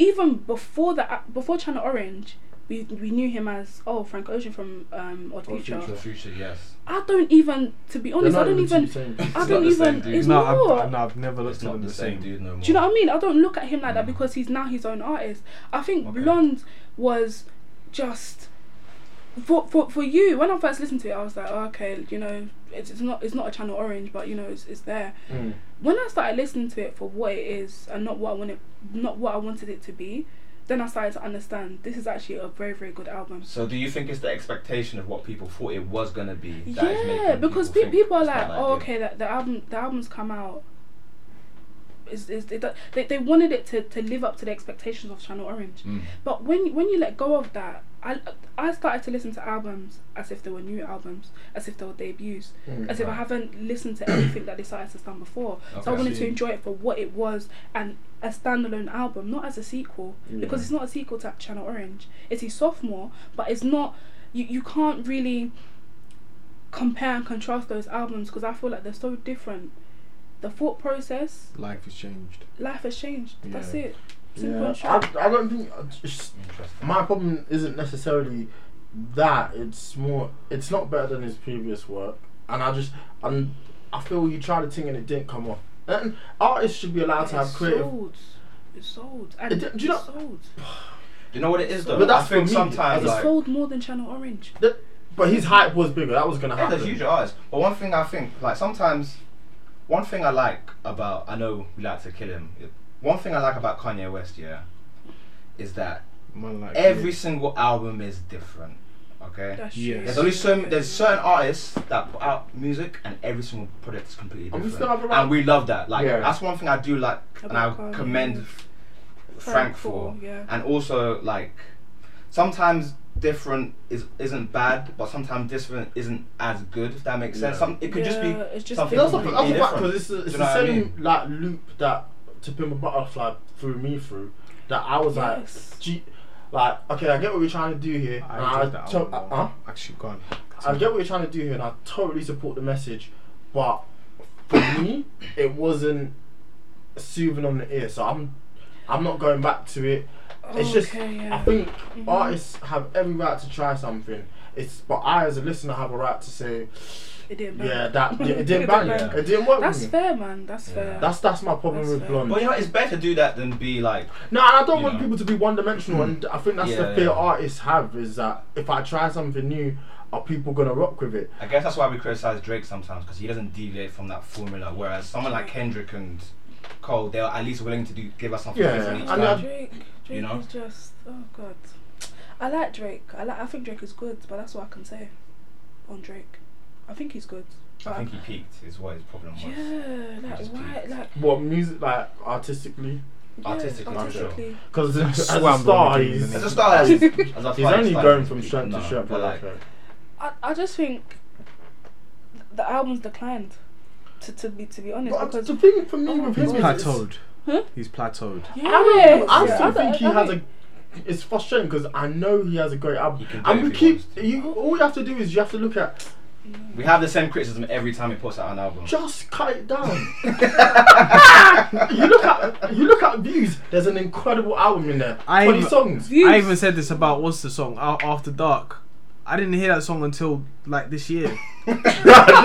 Speaker 4: even before that, before Channel Orange. We, we knew him as oh Frank Ocean from um, Odd,
Speaker 3: Odd
Speaker 4: Future.
Speaker 3: Future.
Speaker 1: the future yes
Speaker 4: I don't even to be honest. I don't even. I
Speaker 1: not
Speaker 4: don't
Speaker 1: the same
Speaker 4: even.
Speaker 1: dude.
Speaker 4: It's
Speaker 2: No,
Speaker 4: not.
Speaker 2: I've, I've, no, I've never
Speaker 1: it's
Speaker 2: looked at
Speaker 1: not
Speaker 2: them
Speaker 1: the same dude no more
Speaker 4: Do you know what I mean? I don't look at him like that because he's now his own artist. I think
Speaker 1: Mm. Okay.
Speaker 4: Blonde was just for, for for you. When I first listened to it, I was like, oh, okay, you know, it's, it's not it's not a Channel Orange, but you know, it's, it's there.
Speaker 3: Mm.
Speaker 4: When I started listening to it for what it is and not what I wanted, not what I wanted it to be, then I started to understand this is actually a very very good album.
Speaker 1: So do you think it's the expectation of what people thought it was gonna be? That is
Speaker 4: yeah,
Speaker 1: making
Speaker 4: because
Speaker 1: people,
Speaker 4: people,
Speaker 1: think
Speaker 4: people are
Speaker 1: it's not
Speaker 4: like, oh,
Speaker 1: good?
Speaker 4: okay, that the album, the album's come out. Is is it, they they wanted it to, to live up to the expectations of Channel Orange,
Speaker 1: Mm.
Speaker 4: but when when you let go of that, I I started to listen to albums as if they were new albums, as if they were debuts, as if I haven't listened to anything that this artist has done before. so I
Speaker 1: Okay.
Speaker 4: wanted to
Speaker 3: See.
Speaker 4: enjoy it for what it was and a standalone album, not as a sequel, because it's not a sequel to Channel Orange. It's his sophomore, but it's not. You you can't really compare and contrast those albums because I feel like they're so different. The thought process,
Speaker 2: Life has changed.
Speaker 4: life has changed. That's
Speaker 2: Yeah.
Speaker 4: it. Simple
Speaker 3: Yeah.
Speaker 4: and short.
Speaker 3: I, I don't think. uh, it's just-
Speaker 1: Interesting.
Speaker 3: my problem isn't necessarily that it's more it's not better than his previous work and i just and i feel you tried a thing and it didn't come off and artists should be allowed to have
Speaker 4: It's
Speaker 3: creative
Speaker 4: sold. It's sold. And
Speaker 3: It- do you
Speaker 4: it's
Speaker 3: know-
Speaker 4: sold.
Speaker 1: You know what it is though.
Speaker 3: But that's
Speaker 1: I think
Speaker 3: for me,
Speaker 1: sometimes
Speaker 3: as a
Speaker 4: It's
Speaker 1: like
Speaker 4: sold more than Channel Orange.
Speaker 3: Th- but his hype was bigger that was gonna
Speaker 1: yeah,
Speaker 3: happen
Speaker 1: there's huge artists. But one thing I think like sometimes one thing I like about I know we like to kill him. it- One thing I like about Kanye West, yeah, is that
Speaker 2: Man, like
Speaker 1: every single album is different. Okay.
Speaker 4: That's
Speaker 2: Yeah.
Speaker 4: true.
Speaker 1: There's only so m- there's certain artists that put out music and every single product is completely
Speaker 3: And we
Speaker 1: different.
Speaker 3: still have a right-
Speaker 1: and we love that. Like
Speaker 3: Yeah.
Speaker 1: that's one thing I do like, and I
Speaker 4: About Kanye.
Speaker 1: commend Frank for.
Speaker 4: yeah.
Speaker 1: And also like sometimes different is isn't bad, but sometimes different isn't as good. If that makes sense.
Speaker 3: Yeah.
Speaker 1: Some it could just be
Speaker 4: Yeah, it's just
Speaker 1: something
Speaker 3: But that's a, that's
Speaker 4: different.
Speaker 1: completely
Speaker 3: a fact
Speaker 1: different.
Speaker 3: because it's, the-
Speaker 1: Do you
Speaker 3: it's the
Speaker 1: know what I
Speaker 3: same
Speaker 1: mean?
Speaker 3: like loop that to pimp a butterfly threw me through that i was
Speaker 4: Yes.
Speaker 3: like Gee, like okay i get what you're trying to do here and
Speaker 2: I enjoyed that
Speaker 3: to-
Speaker 2: album.
Speaker 3: uh,
Speaker 2: more.
Speaker 3: huh?
Speaker 2: Actually, gone.
Speaker 3: I get what you're trying to do here, and I totally support the message, but for me, it wasn't soothing on the ear, so I'm I'm not going back to it. It's just
Speaker 4: Okay, yeah. Mm-hmm.
Speaker 3: I think artists have every right to try something. It's but I as a listener have a right to say,
Speaker 4: It didn't matter.
Speaker 3: yeah, that yeah, it didn't bang,
Speaker 4: bang.
Speaker 3: it didn't work.
Speaker 4: That's
Speaker 3: with me.
Speaker 4: fair, man. That's fair.
Speaker 3: That's that's my problem
Speaker 4: That's
Speaker 3: with
Speaker 4: fair.
Speaker 3: blonde.
Speaker 1: But you know, what, it's better to do that than be like.
Speaker 3: No, and I don't want
Speaker 1: Yeah.
Speaker 3: people to be one dimensional, and I think that's the
Speaker 1: Yeah,
Speaker 3: fear
Speaker 1: yeah.
Speaker 3: artists have is that if I try something new, are people gonna rock with it?
Speaker 1: I guess that's why we criticize Drake sometimes because he doesn't deviate from that formula. Whereas someone like Kendrick and Cole, they're at least willing to do give us something
Speaker 3: Yeah,
Speaker 1: different each
Speaker 3: and
Speaker 1: time.
Speaker 3: I-
Speaker 4: Drake. Drake
Speaker 1: You know?
Speaker 4: is just oh god. I like Drake. I like. I think Drake is good, but that's what I can say on Drake. I think he's good.
Speaker 1: I
Speaker 4: but-
Speaker 1: think he peaked is what his problem was.
Speaker 4: yeah, like
Speaker 1: just
Speaker 4: why,
Speaker 1: peaked.
Speaker 4: like
Speaker 3: What music, like artistically?
Speaker 4: yeah,
Speaker 1: Artistically, I'm sure.
Speaker 4: artistically.
Speaker 3: Because as, as a
Speaker 2: Swam
Speaker 3: star,
Speaker 2: woman,
Speaker 3: he's,
Speaker 1: As
Speaker 2: isn't
Speaker 1: a
Speaker 2: he?
Speaker 1: star, as, as a
Speaker 3: he's
Speaker 1: star,
Speaker 3: only
Speaker 1: like,
Speaker 3: going from strength
Speaker 1: no,
Speaker 3: to strength.
Speaker 1: but
Speaker 3: Like,
Speaker 1: like,
Speaker 4: I, I just think the album's declined. to, to be to be honest,
Speaker 3: But
Speaker 4: because
Speaker 3: the thing for me
Speaker 4: Oh,
Speaker 3: with
Speaker 2: He's
Speaker 3: him is,
Speaker 2: plateaued.
Speaker 4: Huh?
Speaker 2: He's plateaued.
Speaker 4: Yes,
Speaker 3: I
Speaker 4: yeah.
Speaker 3: still
Speaker 4: I
Speaker 3: think
Speaker 4: don't-
Speaker 3: he
Speaker 4: I
Speaker 3: has
Speaker 4: don't-
Speaker 3: a. It's frustrating because I know he has a great
Speaker 1: He
Speaker 3: album,
Speaker 1: can do
Speaker 3: and we
Speaker 1: if he
Speaker 3: keep.
Speaker 1: wants to.
Speaker 3: You all you have to do is you have to look at
Speaker 1: We have the same criticism every time he puts out an album.
Speaker 3: just cut it down. you look at you look at views. There's an incredible album in there.
Speaker 2: I've-
Speaker 3: Twenty songs.
Speaker 4: views.
Speaker 2: I even said this about what's the song Out After Dark. I didn't hear that song until like this year. yeah,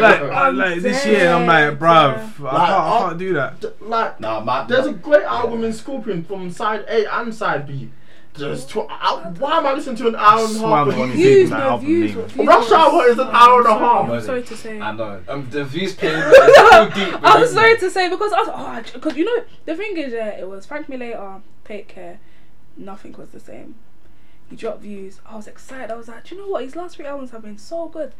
Speaker 2: like, uh, like this year, and I'm like, bruv, I, can't, I can't do that.
Speaker 3: D- Like
Speaker 1: Nah, man.
Speaker 3: There's a great album in Scorpion from side A and side B. There's tw- I, why am I listening to an hour and a
Speaker 2: Swan
Speaker 3: half?
Speaker 2: one
Speaker 3: of
Speaker 2: is-
Speaker 3: you?
Speaker 4: views,
Speaker 2: That
Speaker 4: no
Speaker 2: album
Speaker 4: views.
Speaker 2: name.
Speaker 4: what views
Speaker 3: Rush Hour is an hour and a
Speaker 4: I'm sorry-
Speaker 3: half.
Speaker 4: I'm sorry to say.
Speaker 1: I know. Um, the views page is too deep.
Speaker 4: I'm sorry to say because I was, oh, because you know the thing is, yeah, it was Frank Miller, Take Care, nothing was the same. He dropped views. I was excited. I was like, do you know what? His last three albums have been so good.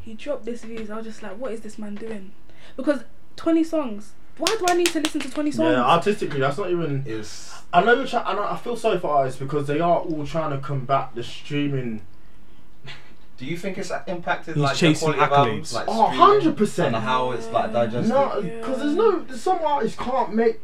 Speaker 4: He dropped this views. I was just like, what is this man doing? Because 20 songs. Why do I need to listen to 20 songs?
Speaker 3: Yeah, artistically, that's not even.
Speaker 1: Is
Speaker 3: I know you're trying. I feel sorry for artists because they are all trying to combat the streaming.
Speaker 1: do you think it's impacted
Speaker 2: He's
Speaker 1: like the
Speaker 2: chasing
Speaker 1: quality of albums,
Speaker 2: accolades.
Speaker 1: like
Speaker 3: Oh,
Speaker 1: streaming
Speaker 3: 100%.
Speaker 1: and how it's like digested?
Speaker 3: No, because there's no. Some artists can't make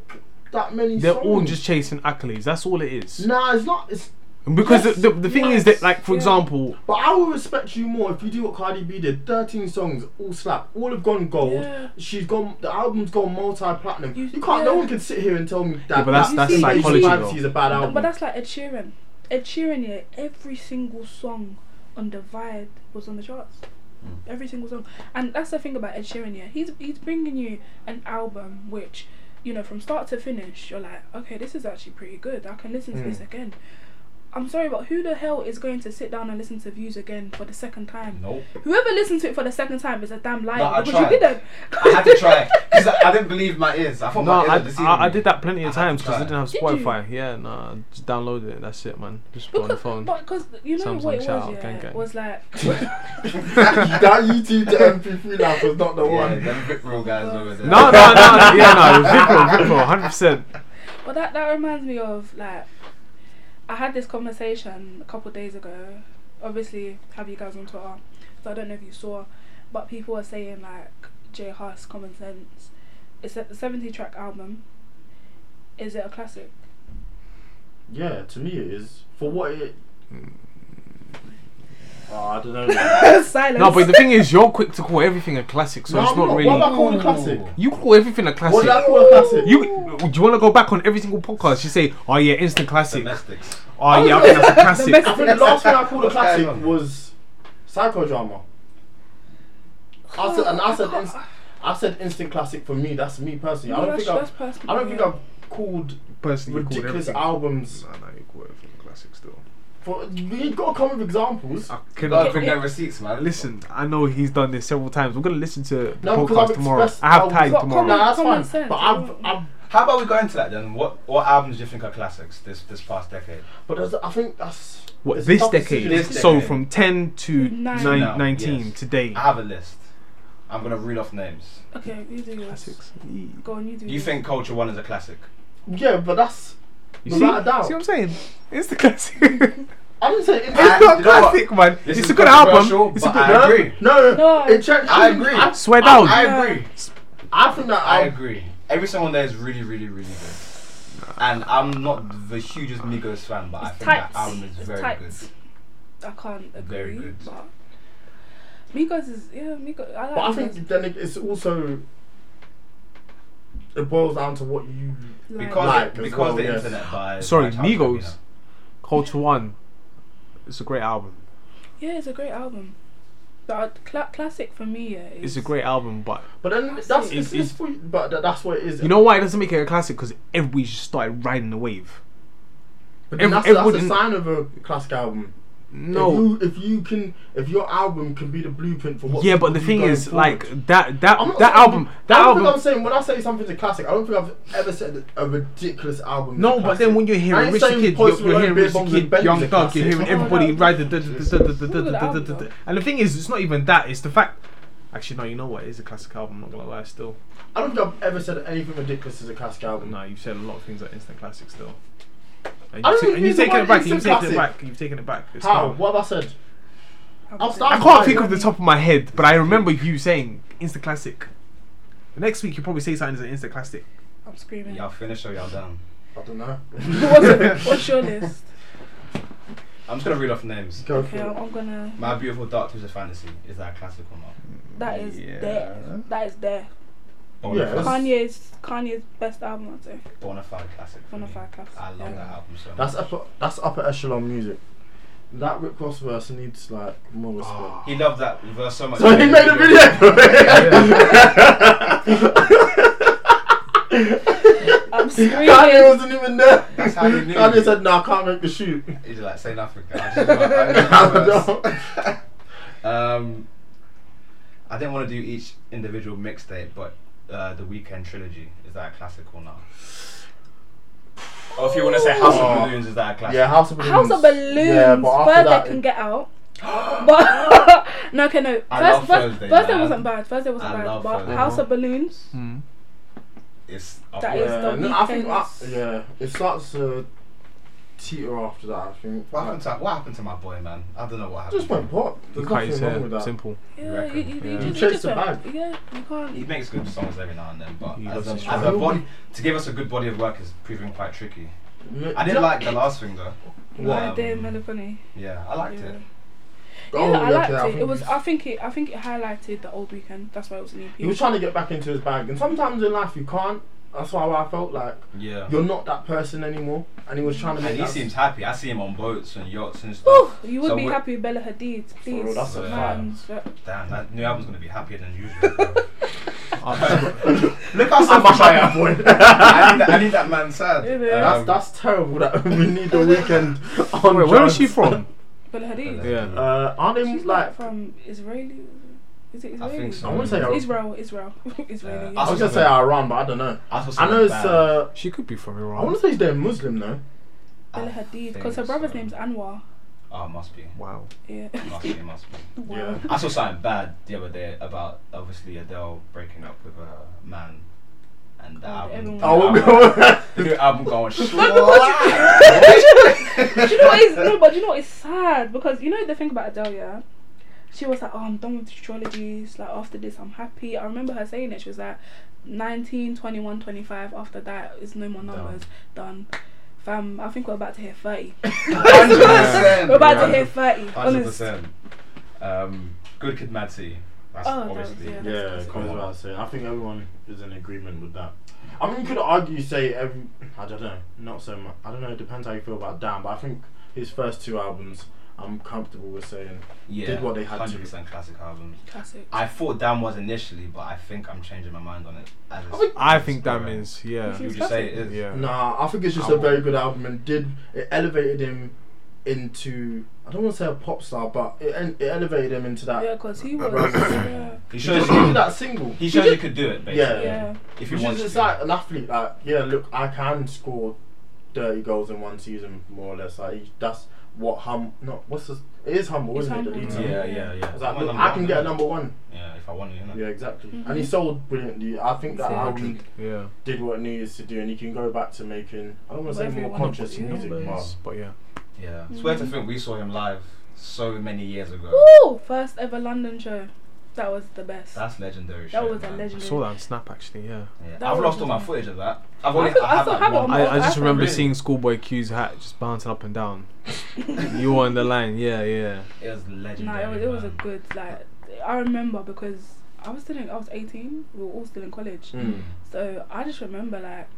Speaker 3: that many.
Speaker 2: They're
Speaker 3: songs.
Speaker 2: all just chasing accolades. That's all it is.
Speaker 3: Nah, it's not. It's.
Speaker 2: Because
Speaker 3: Yes,
Speaker 2: the, the, the thing is
Speaker 3: yes,
Speaker 2: that, like, for
Speaker 4: yeah.
Speaker 2: example,
Speaker 3: But I will respect you more if you do what Cardi B did. Thirteen songs, all slap, all have gone gold.
Speaker 4: Yeah.
Speaker 3: She's gone. The album's gone multi-platinum.
Speaker 4: You-
Speaker 3: You, can't. No
Speaker 4: yeah.
Speaker 3: one can sit here and tell me that.
Speaker 2: but that's-
Speaker 3: that
Speaker 4: that's
Speaker 3: Invasion
Speaker 4: psychology,
Speaker 3: Privacy
Speaker 2: though.
Speaker 3: is a bad album.
Speaker 4: But that's like Ed Sheeran. Ed Sheeran, yeah, every single song on Divide was on the charts.
Speaker 1: Mm.
Speaker 4: Every single song. And that's the thing about Ed Sheeran, yeah. He's, he's bringing you an album which, you know, from start to finish, you're like, okay, this is actually pretty good. I can listen to
Speaker 1: Mm.
Speaker 4: this again. I'm sorry, but who the hell is going to sit down and listen to Views again for the second time?
Speaker 1: Nope.
Speaker 4: Whoever listens to it for the second time is a damn liar
Speaker 1: No, I
Speaker 4: because you
Speaker 1: tried.
Speaker 4: didn't.
Speaker 1: I had to try because I, I didn't believe my ears. I thought
Speaker 2: no,
Speaker 1: my ears
Speaker 2: I,
Speaker 1: were deceiving
Speaker 2: I, I
Speaker 1: me.
Speaker 2: did that plenty of
Speaker 1: I had
Speaker 2: times
Speaker 1: to
Speaker 2: because I
Speaker 1: try.
Speaker 2: didn't have
Speaker 4: Did
Speaker 2: Spotify. Yeah, no, just download it. That's it, man. Just put it on the
Speaker 4: Because,
Speaker 2: phone.
Speaker 4: but 'cause you know
Speaker 2: Samsung,
Speaker 4: what it was,
Speaker 2: shout out,
Speaker 4: yeah,
Speaker 2: gang, gang.
Speaker 4: was like
Speaker 3: that YouTube to MP3 lap was not the
Speaker 1: Yeah,
Speaker 3: one.
Speaker 1: them Rick Roll guys over there.
Speaker 2: No, no, no, no, yeah, no, Vipro, Vipro, hundred percent.
Speaker 4: Well, that that reminds me of like, I had this conversation a couple of days ago. Obviously, have you guys on Twitter? So I don't know if you saw, but people were saying like J Huss Common Sense. It's a seventy-track album. Is it a classic?
Speaker 3: Yeah, to me it is. For what it.
Speaker 2: Hmm.
Speaker 3: Oh, I don't know. no,
Speaker 4: Silence.
Speaker 2: No, but the thing is, you're quick to call everything a classic, so it's
Speaker 3: I'm
Speaker 2: not
Speaker 3: not.
Speaker 2: really.
Speaker 3: What about calling a classic?
Speaker 2: You call everything a
Speaker 3: What did I
Speaker 2: classic.
Speaker 3: call a classic?
Speaker 2: You do you want to go back on every single podcast? You say, oh yeah, instant classic.
Speaker 1: Domestics.
Speaker 2: Oh yeah, I think that's a classic.
Speaker 3: I think the last one I called a
Speaker 1: What's going
Speaker 3: classic
Speaker 1: on?
Speaker 3: was psychodrama. I said, and I said, inst- I said instant classic for me. That's me personally. I
Speaker 4: No,
Speaker 3: don't think
Speaker 4: that's-
Speaker 3: I've,
Speaker 4: that's personal,
Speaker 3: I don't think
Speaker 4: yeah.
Speaker 3: I've called
Speaker 2: Personally, you call
Speaker 3: ridiculous
Speaker 2: everything.
Speaker 3: albums.
Speaker 2: No, no, you call everything a classic still.
Speaker 3: For you've got to come with examples.
Speaker 2: I
Speaker 1: You
Speaker 2: cannot.
Speaker 1: gotta bring them receipts, man.
Speaker 2: Listen, I know he's done this several times. We're gonna listen to the
Speaker 3: No, because I've
Speaker 2: podcast tomorrow.
Speaker 3: expressed-
Speaker 2: I have
Speaker 3: I've
Speaker 2: time
Speaker 4: got
Speaker 2: tomorrow.
Speaker 3: No, that's
Speaker 4: Common
Speaker 3: fine.
Speaker 4: sense,
Speaker 3: But
Speaker 4: I
Speaker 3: I've,
Speaker 4: don't-
Speaker 3: I've,
Speaker 1: How about we go into that then? What what albums do you think are classics this this past decade?
Speaker 3: but there's, I think that's
Speaker 2: What
Speaker 3: it's
Speaker 2: this
Speaker 3: tough
Speaker 2: decade?
Speaker 3: decisions.
Speaker 1: This
Speaker 2: So
Speaker 1: decade.
Speaker 2: from ten to
Speaker 4: Nine.
Speaker 2: nine,
Speaker 1: No,
Speaker 2: nineteen
Speaker 1: yes.
Speaker 2: today.
Speaker 1: I have a list. I'm gonna read off names.
Speaker 4: Okay, you do yours.
Speaker 2: Classics.
Speaker 4: Go on, you do.
Speaker 1: Do you
Speaker 4: yours.
Speaker 1: think Culture One is a classic?
Speaker 3: Yeah, but that's.
Speaker 2: You see?
Speaker 3: Without a doubt.
Speaker 2: see what I'm saying? It's the classic. it's
Speaker 3: I didn't say it.
Speaker 1: I-
Speaker 2: not
Speaker 1: you know what?
Speaker 2: classic, man.
Speaker 1: This
Speaker 2: it's
Speaker 1: is
Speaker 2: a good album.
Speaker 1: controversial,
Speaker 2: It's a
Speaker 1: but
Speaker 2: good.
Speaker 1: I
Speaker 3: no,
Speaker 1: agree.
Speaker 3: No,
Speaker 4: No.
Speaker 3: It changed,
Speaker 1: I agree.
Speaker 3: I,
Speaker 2: Swear
Speaker 1: I,
Speaker 2: down.
Speaker 1: I agree.
Speaker 3: I think that
Speaker 1: I
Speaker 3: I,
Speaker 1: agree. Every single there is really, really, really good. And I'm not the hugest Migos fan, but I
Speaker 4: It's
Speaker 1: think
Speaker 4: tight.
Speaker 1: that album is
Speaker 4: it's
Speaker 1: very
Speaker 4: tight.
Speaker 1: good.
Speaker 4: I can't agree.
Speaker 1: Very good.
Speaker 4: But Migos is yeah, Migos. I like
Speaker 3: But I
Speaker 4: Migos.
Speaker 3: think then it- it's also. It boils down to what you.
Speaker 4: Like-
Speaker 1: Because
Speaker 3: Like, as
Speaker 1: because
Speaker 3: well,
Speaker 1: the
Speaker 3: yes.
Speaker 1: internet by
Speaker 2: Sorry,
Speaker 1: by Charlie
Speaker 2: Migos.
Speaker 1: Gambino.
Speaker 2: Culture One. It's a great album.
Speaker 4: Yeah, it's a great album. But uh, cla- classic for me, yeah.
Speaker 2: It's
Speaker 4: Is
Speaker 2: a great album, but
Speaker 3: But then
Speaker 4: That's
Speaker 3: that's
Speaker 4: it.
Speaker 3: it's, it's for you, but tha- that's what it is.
Speaker 2: you know why it doesn't make it a classic? Because everybody just started riding the wave.
Speaker 3: But then
Speaker 2: ev-
Speaker 3: that's,
Speaker 2: everyone
Speaker 3: that's a
Speaker 2: in-
Speaker 3: sign of a classic album. If
Speaker 2: No.
Speaker 3: you, if you can, if your album can be the blueprint for what.
Speaker 2: Yeah, but
Speaker 3: people
Speaker 2: the
Speaker 3: do
Speaker 2: thing
Speaker 3: going
Speaker 2: is,
Speaker 3: forward.
Speaker 2: like that that
Speaker 3: I'm not
Speaker 2: that
Speaker 3: saying-
Speaker 2: album that
Speaker 3: I don't think
Speaker 2: album.
Speaker 3: I'm saying when I say something's a classic, I don't think I've ever said a ridiculous album. is
Speaker 2: No,
Speaker 3: a
Speaker 2: but
Speaker 3: classic.
Speaker 2: then when you're hearing
Speaker 3: I ain't
Speaker 2: Richard
Speaker 3: saying
Speaker 2: Kid, you're,
Speaker 3: Post
Speaker 2: you're hearing
Speaker 3: Malone,
Speaker 2: Richard
Speaker 3: Big Bong,
Speaker 2: Kid,
Speaker 3: and Ben's
Speaker 2: Young
Speaker 3: a
Speaker 2: Thug, you're
Speaker 3: classic.
Speaker 2: hearing
Speaker 4: Oh,
Speaker 2: everybody
Speaker 4: no.
Speaker 2: ride the. the- the- the- the- the-
Speaker 4: Look at that
Speaker 2: the- the-
Speaker 4: album.
Speaker 2: the- And the thing is, it's not even that. It's the fact. Actually, no. You know what? It is a classic album. I'm not gonna lie. Still,
Speaker 3: I don't think I've ever said anything ridiculous as a classic album.
Speaker 2: no. You've said a lot of things that are instant classics. Still, and
Speaker 3: I don't
Speaker 2: you've, ta-
Speaker 3: think
Speaker 2: and you've
Speaker 3: he's the
Speaker 2: taken
Speaker 3: one
Speaker 2: it back. You've
Speaker 3: instant
Speaker 2: taken it
Speaker 3: classic.
Speaker 2: back. You've taken it back. It's
Speaker 3: How?
Speaker 2: calm.
Speaker 3: What have I said?
Speaker 4: probably.
Speaker 3: I'll start-
Speaker 2: I can't think of the top of my head, but I remember you saying Insta Classic. The next week you probably say something as an Insta Classic.
Speaker 4: I'm screaming.
Speaker 1: Y'all finished or y'all done?
Speaker 3: I don't know.
Speaker 4: what's, it- what's your list?
Speaker 1: I'm just gonna read off names.
Speaker 3: Go for
Speaker 4: Okay, I'm,
Speaker 3: it.
Speaker 4: I'm gonna.
Speaker 1: My Beautiful Dark Twisted Fantasy. Is that a classic or not?
Speaker 4: That is
Speaker 2: Yeah.
Speaker 4: there. That is there.
Speaker 3: Yeah. That's-
Speaker 4: Kanye's Kanye's best album, I'd say.
Speaker 1: Bonafide classic. for me.
Speaker 4: Bonafide classic,
Speaker 1: I love
Speaker 4: yeah.
Speaker 1: that album so much.
Speaker 3: That's upper, that's upper echelon music. That Rick Ross verse needs like more respect.
Speaker 1: he loved that verse so much.
Speaker 3: So he made a video for it.
Speaker 4: I'm
Speaker 3: Kanye
Speaker 4: screaming.
Speaker 3: wasn't even there.
Speaker 1: That's how you knew.
Speaker 3: Kanye said, "No, I can't make the shoot."
Speaker 1: He's like, say nothing. I just
Speaker 3: I don't.
Speaker 1: um, I didn't want to do each individual mixtape, but uh, the Weekend trilogy is that a classic or not? Or if you want to say House of
Speaker 3: Oh.
Speaker 1: Balloons, is that a classic?
Speaker 3: Yeah, House of Balloons.
Speaker 4: House of Balloons.
Speaker 3: Yeah, but after
Speaker 4: Thursday
Speaker 3: that,
Speaker 4: can
Speaker 3: it-
Speaker 4: get out. But no, okay, no. First,
Speaker 1: I love
Speaker 4: first,
Speaker 1: Thursday,
Speaker 4: Thursday
Speaker 1: man.
Speaker 4: wasn't bad. Thursday wasn't
Speaker 1: I
Speaker 4: bad.
Speaker 1: love
Speaker 4: But
Speaker 1: Thursday.
Speaker 4: House of Balloons.
Speaker 2: Hmm.
Speaker 1: It's up
Speaker 4: That
Speaker 1: there.
Speaker 4: is the
Speaker 3: no, I think I,
Speaker 4: Weeknd's-
Speaker 3: yeah, it starts to teeter after that. I think.
Speaker 1: What happened to what happened to my boy, man? I don't know what happened.
Speaker 3: Just went pop. There's
Speaker 2: Cut his
Speaker 3: nothing wrong
Speaker 2: hair.
Speaker 3: with that.
Speaker 2: Simple.
Speaker 4: Yeah, you, you, you,
Speaker 2: Yeah.
Speaker 4: just,
Speaker 3: You
Speaker 4: you
Speaker 3: chased
Speaker 4: just
Speaker 3: the
Speaker 4: went, yeah, you can't.
Speaker 1: He makes good songs every now and then, but
Speaker 2: He
Speaker 1: as
Speaker 2: loves
Speaker 1: a,
Speaker 2: his
Speaker 1: as a
Speaker 3: style.
Speaker 1: body, to give us a good body of work is proving quite tricky.
Speaker 3: Yeah,
Speaker 1: I did
Speaker 3: yeah.
Speaker 1: like the last thing though.
Speaker 4: Why
Speaker 1: Um,
Speaker 4: did Melancholy?
Speaker 1: Yeah, I liked it.
Speaker 3: Oh,
Speaker 4: yeah, I
Speaker 3: okay,
Speaker 4: liked
Speaker 3: I
Speaker 4: it.
Speaker 3: think
Speaker 4: It was.
Speaker 3: it's-
Speaker 4: I think it. I think it highlighted the old weekend. That's why it was an E EP.
Speaker 3: He was trying to get back into his bag, and sometimes in life you can't. That's why I felt like
Speaker 1: Yeah.
Speaker 3: you're not that person anymore. And he was trying to make.
Speaker 1: And he
Speaker 3: that-
Speaker 1: seems happy. I see him on boats and yachts and
Speaker 4: Whew,
Speaker 1: stuff.
Speaker 4: you would
Speaker 1: So
Speaker 4: be
Speaker 1: we-
Speaker 4: happy with Bella Hadid, please.
Speaker 3: real, that's
Speaker 1: a
Speaker 4: Man, that-
Speaker 1: Damn, that new album's gonna be happier than usual. bro.
Speaker 2: Ah.
Speaker 3: Look how much I am. boy.
Speaker 1: I, need that, I need that man sad.
Speaker 4: Yeah, man.
Speaker 3: That's
Speaker 1: Um,
Speaker 3: that's terrible. That we need the weekend. On
Speaker 2: Wait, where
Speaker 3: drugs.
Speaker 2: is she from?
Speaker 4: Bella Hadid.
Speaker 2: Yeah.
Speaker 3: Uh, aren't they
Speaker 4: She's
Speaker 3: like?
Speaker 4: like from Israeli. Is it
Speaker 1: I
Speaker 4: Israeli?
Speaker 1: think so.
Speaker 3: I want to say. I
Speaker 4: Israel, Israel, Israeli.
Speaker 1: Yeah.
Speaker 3: was gonna say Iran, but I don't know.
Speaker 1: I, saw
Speaker 3: I know
Speaker 1: something
Speaker 3: it's.
Speaker 1: bad.
Speaker 3: Uh,
Speaker 2: She could be from
Speaker 3: I want
Speaker 2: Iran.
Speaker 3: to say they're Muslim though.
Speaker 4: Bella
Speaker 1: I
Speaker 4: Hadid,
Speaker 1: think
Speaker 4: because her brother's
Speaker 1: so.
Speaker 4: name's Anwar.
Speaker 1: Oh, must be.
Speaker 2: Wow.
Speaker 4: Yeah.
Speaker 1: Must be. Must be.
Speaker 4: Wow.
Speaker 3: Yeah.
Speaker 1: I saw something bad the other day about obviously Adele breaking up with a man, and the
Speaker 4: God,
Speaker 1: album.
Speaker 4: everyone-
Speaker 1: the
Speaker 3: Oh, we're
Speaker 1: album-
Speaker 3: going.
Speaker 1: The new album going shit.
Speaker 4: Do you know what is no, but do you know what is sad because you know the thing about Adele, yeah. She was like, "Oh, I'm done with the trilogies. Like after this, I'm happy." I remember her saying it. She was like, 19, 21, 25. After that, it's no more numbers. Done. Fam, I think we're about to hit 30. We're about to hit 30.
Speaker 1: Hundred
Speaker 4: Honest.
Speaker 1: percent. Um, Good Kid, Mad City. That's
Speaker 4: Oh, that was-
Speaker 1: obviously.
Speaker 4: yeah, that's-
Speaker 3: Yeah,
Speaker 4: that's
Speaker 3: it
Speaker 4: cool.
Speaker 3: comes about saying. I think everyone is in agreement with that. I mean, you could argue, say every. I don't know. Not so much. I don't know. It depends how you feel about Dan, but I think his first two albums, I'm comfortable with saying.
Speaker 1: yeah,
Speaker 3: Did what they had to.
Speaker 1: Hundred percent classic albums.
Speaker 4: Classic.
Speaker 1: I thought Dan was initially, but I think I'm changing my mind on it. As it's-
Speaker 2: I think that
Speaker 1: Yeah.
Speaker 2: means
Speaker 1: You
Speaker 2: yeah.
Speaker 1: would just say it is.
Speaker 2: Yeah.
Speaker 3: Nah, I think it's just a very good album and did it elevated him into. I don't want to say a pop star, but it, en- it elevated him into that.
Speaker 4: Yeah, because he was. yeah.
Speaker 1: He
Speaker 3: He
Speaker 1: shows
Speaker 3: just did
Speaker 1: you.
Speaker 3: that single.
Speaker 1: He shows you could do it, basically.
Speaker 4: Yeah.
Speaker 1: If you
Speaker 3: Which
Speaker 1: want
Speaker 3: is
Speaker 1: to.
Speaker 3: it's like an athlete, like yeah, look, I can score thirty goals in one season, more or less. Like he- that's what hum. No, what's this? It is humble,
Speaker 4: It's
Speaker 3: isn't it?
Speaker 4: humble.
Speaker 3: that he-
Speaker 1: yeah, yeah, yeah.
Speaker 3: It's like,
Speaker 1: I'm a
Speaker 3: look,
Speaker 1: number
Speaker 3: I
Speaker 1: one,
Speaker 3: can
Speaker 1: innit?
Speaker 3: get a number one.
Speaker 1: Yeah, if I want to, you know.
Speaker 3: Yeah, exactly.
Speaker 4: Mm-hmm.
Speaker 3: And he sold brilliantly. I think that
Speaker 4: Yeah.
Speaker 3: album
Speaker 2: Yeah.
Speaker 3: did what it needed to do, and he can go back to making. I don't want to say
Speaker 4: Whatever you
Speaker 3: more
Speaker 4: wanna
Speaker 3: conscious
Speaker 4: put in
Speaker 3: music, but
Speaker 2: But yeah.
Speaker 1: Yeah.
Speaker 4: Mm.
Speaker 1: It's weird to think we saw him live so many years ago.
Speaker 4: Woo! First ever London show. That was the best.
Speaker 1: That's legendary shit.
Speaker 4: that was a
Speaker 1: man.
Speaker 2: I
Speaker 4: legendary.
Speaker 2: saw that on Snap actually, yeah.
Speaker 1: Yeah.
Speaker 4: That
Speaker 1: I've
Speaker 4: was
Speaker 1: lost all my
Speaker 4: legendary.
Speaker 1: footage of that. I've only,
Speaker 4: still-
Speaker 1: I
Speaker 4: I
Speaker 1: have
Speaker 4: still
Speaker 1: like
Speaker 4: have it
Speaker 1: one.
Speaker 4: on my-
Speaker 2: I, I just
Speaker 4: I
Speaker 2: remember
Speaker 1: really-
Speaker 2: seeing Schoolboy Q's hat just bouncing up and down. you were on the line, yeah, yeah.
Speaker 1: It was
Speaker 4: No,
Speaker 1: legendary.
Speaker 4: it was, it was a
Speaker 1: man.
Speaker 4: good like. I remember because I was still in. I was eighteen. We were all still in college.
Speaker 1: Hmm.
Speaker 3: Mm.
Speaker 4: So I just remember like,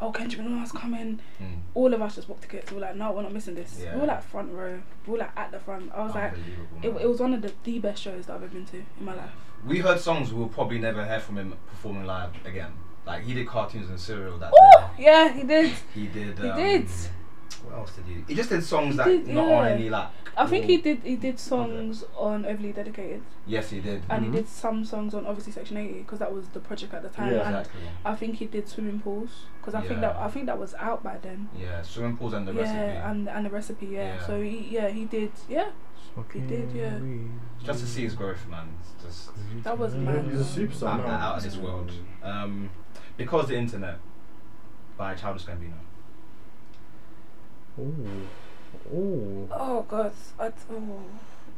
Speaker 4: oh Kendrick Lamar's coming.
Speaker 1: Mm.
Speaker 4: All of us just bought tickets. We were like, no, we're not missing this.
Speaker 1: Yeah.
Speaker 4: We were like front row. We were like at the front. I was like,
Speaker 1: Unbelievable,
Speaker 4: it,
Speaker 1: man.
Speaker 4: it was one of the, the best shows that I've ever been to in my life.
Speaker 1: We heard songs we'll probably never hear from him performing live again. Like he did cartoons and cereal that
Speaker 4: Oh
Speaker 1: day.
Speaker 4: yeah, he did.
Speaker 1: He did.
Speaker 4: He
Speaker 1: Um,
Speaker 4: did.
Speaker 1: What else did he? do? He just did songs
Speaker 4: He
Speaker 1: that
Speaker 4: did,
Speaker 1: not on
Speaker 4: yeah.
Speaker 1: any like.
Speaker 4: I think
Speaker 1: all-
Speaker 4: he did. He did songs on Overly Dedicated,
Speaker 1: Yes, he did.
Speaker 4: and he did some songs on obviously Section Eighty because that was the project at the time.
Speaker 3: Yeah.
Speaker 4: and
Speaker 1: Exactly.
Speaker 4: I think he did swimming pools because I think that
Speaker 1: Yeah.
Speaker 4: I think that was out by then.
Speaker 1: Yeah, swimming pools and the
Speaker 4: yeah,
Speaker 1: recipe.
Speaker 4: and and the recipe. Yeah.
Speaker 1: Yeah.
Speaker 4: So he, yeah, he did. Yeah, he did. Yeah,
Speaker 1: just to see his growth, man. It's just
Speaker 4: that was
Speaker 3: Yeah,
Speaker 4: mad.
Speaker 3: he's a superstar
Speaker 1: I'm
Speaker 3: now.
Speaker 1: out of this world. Um, because the internet by Childish Gambino.
Speaker 2: Ooh.
Speaker 3: Ooh.
Speaker 4: Oh God, I, oh.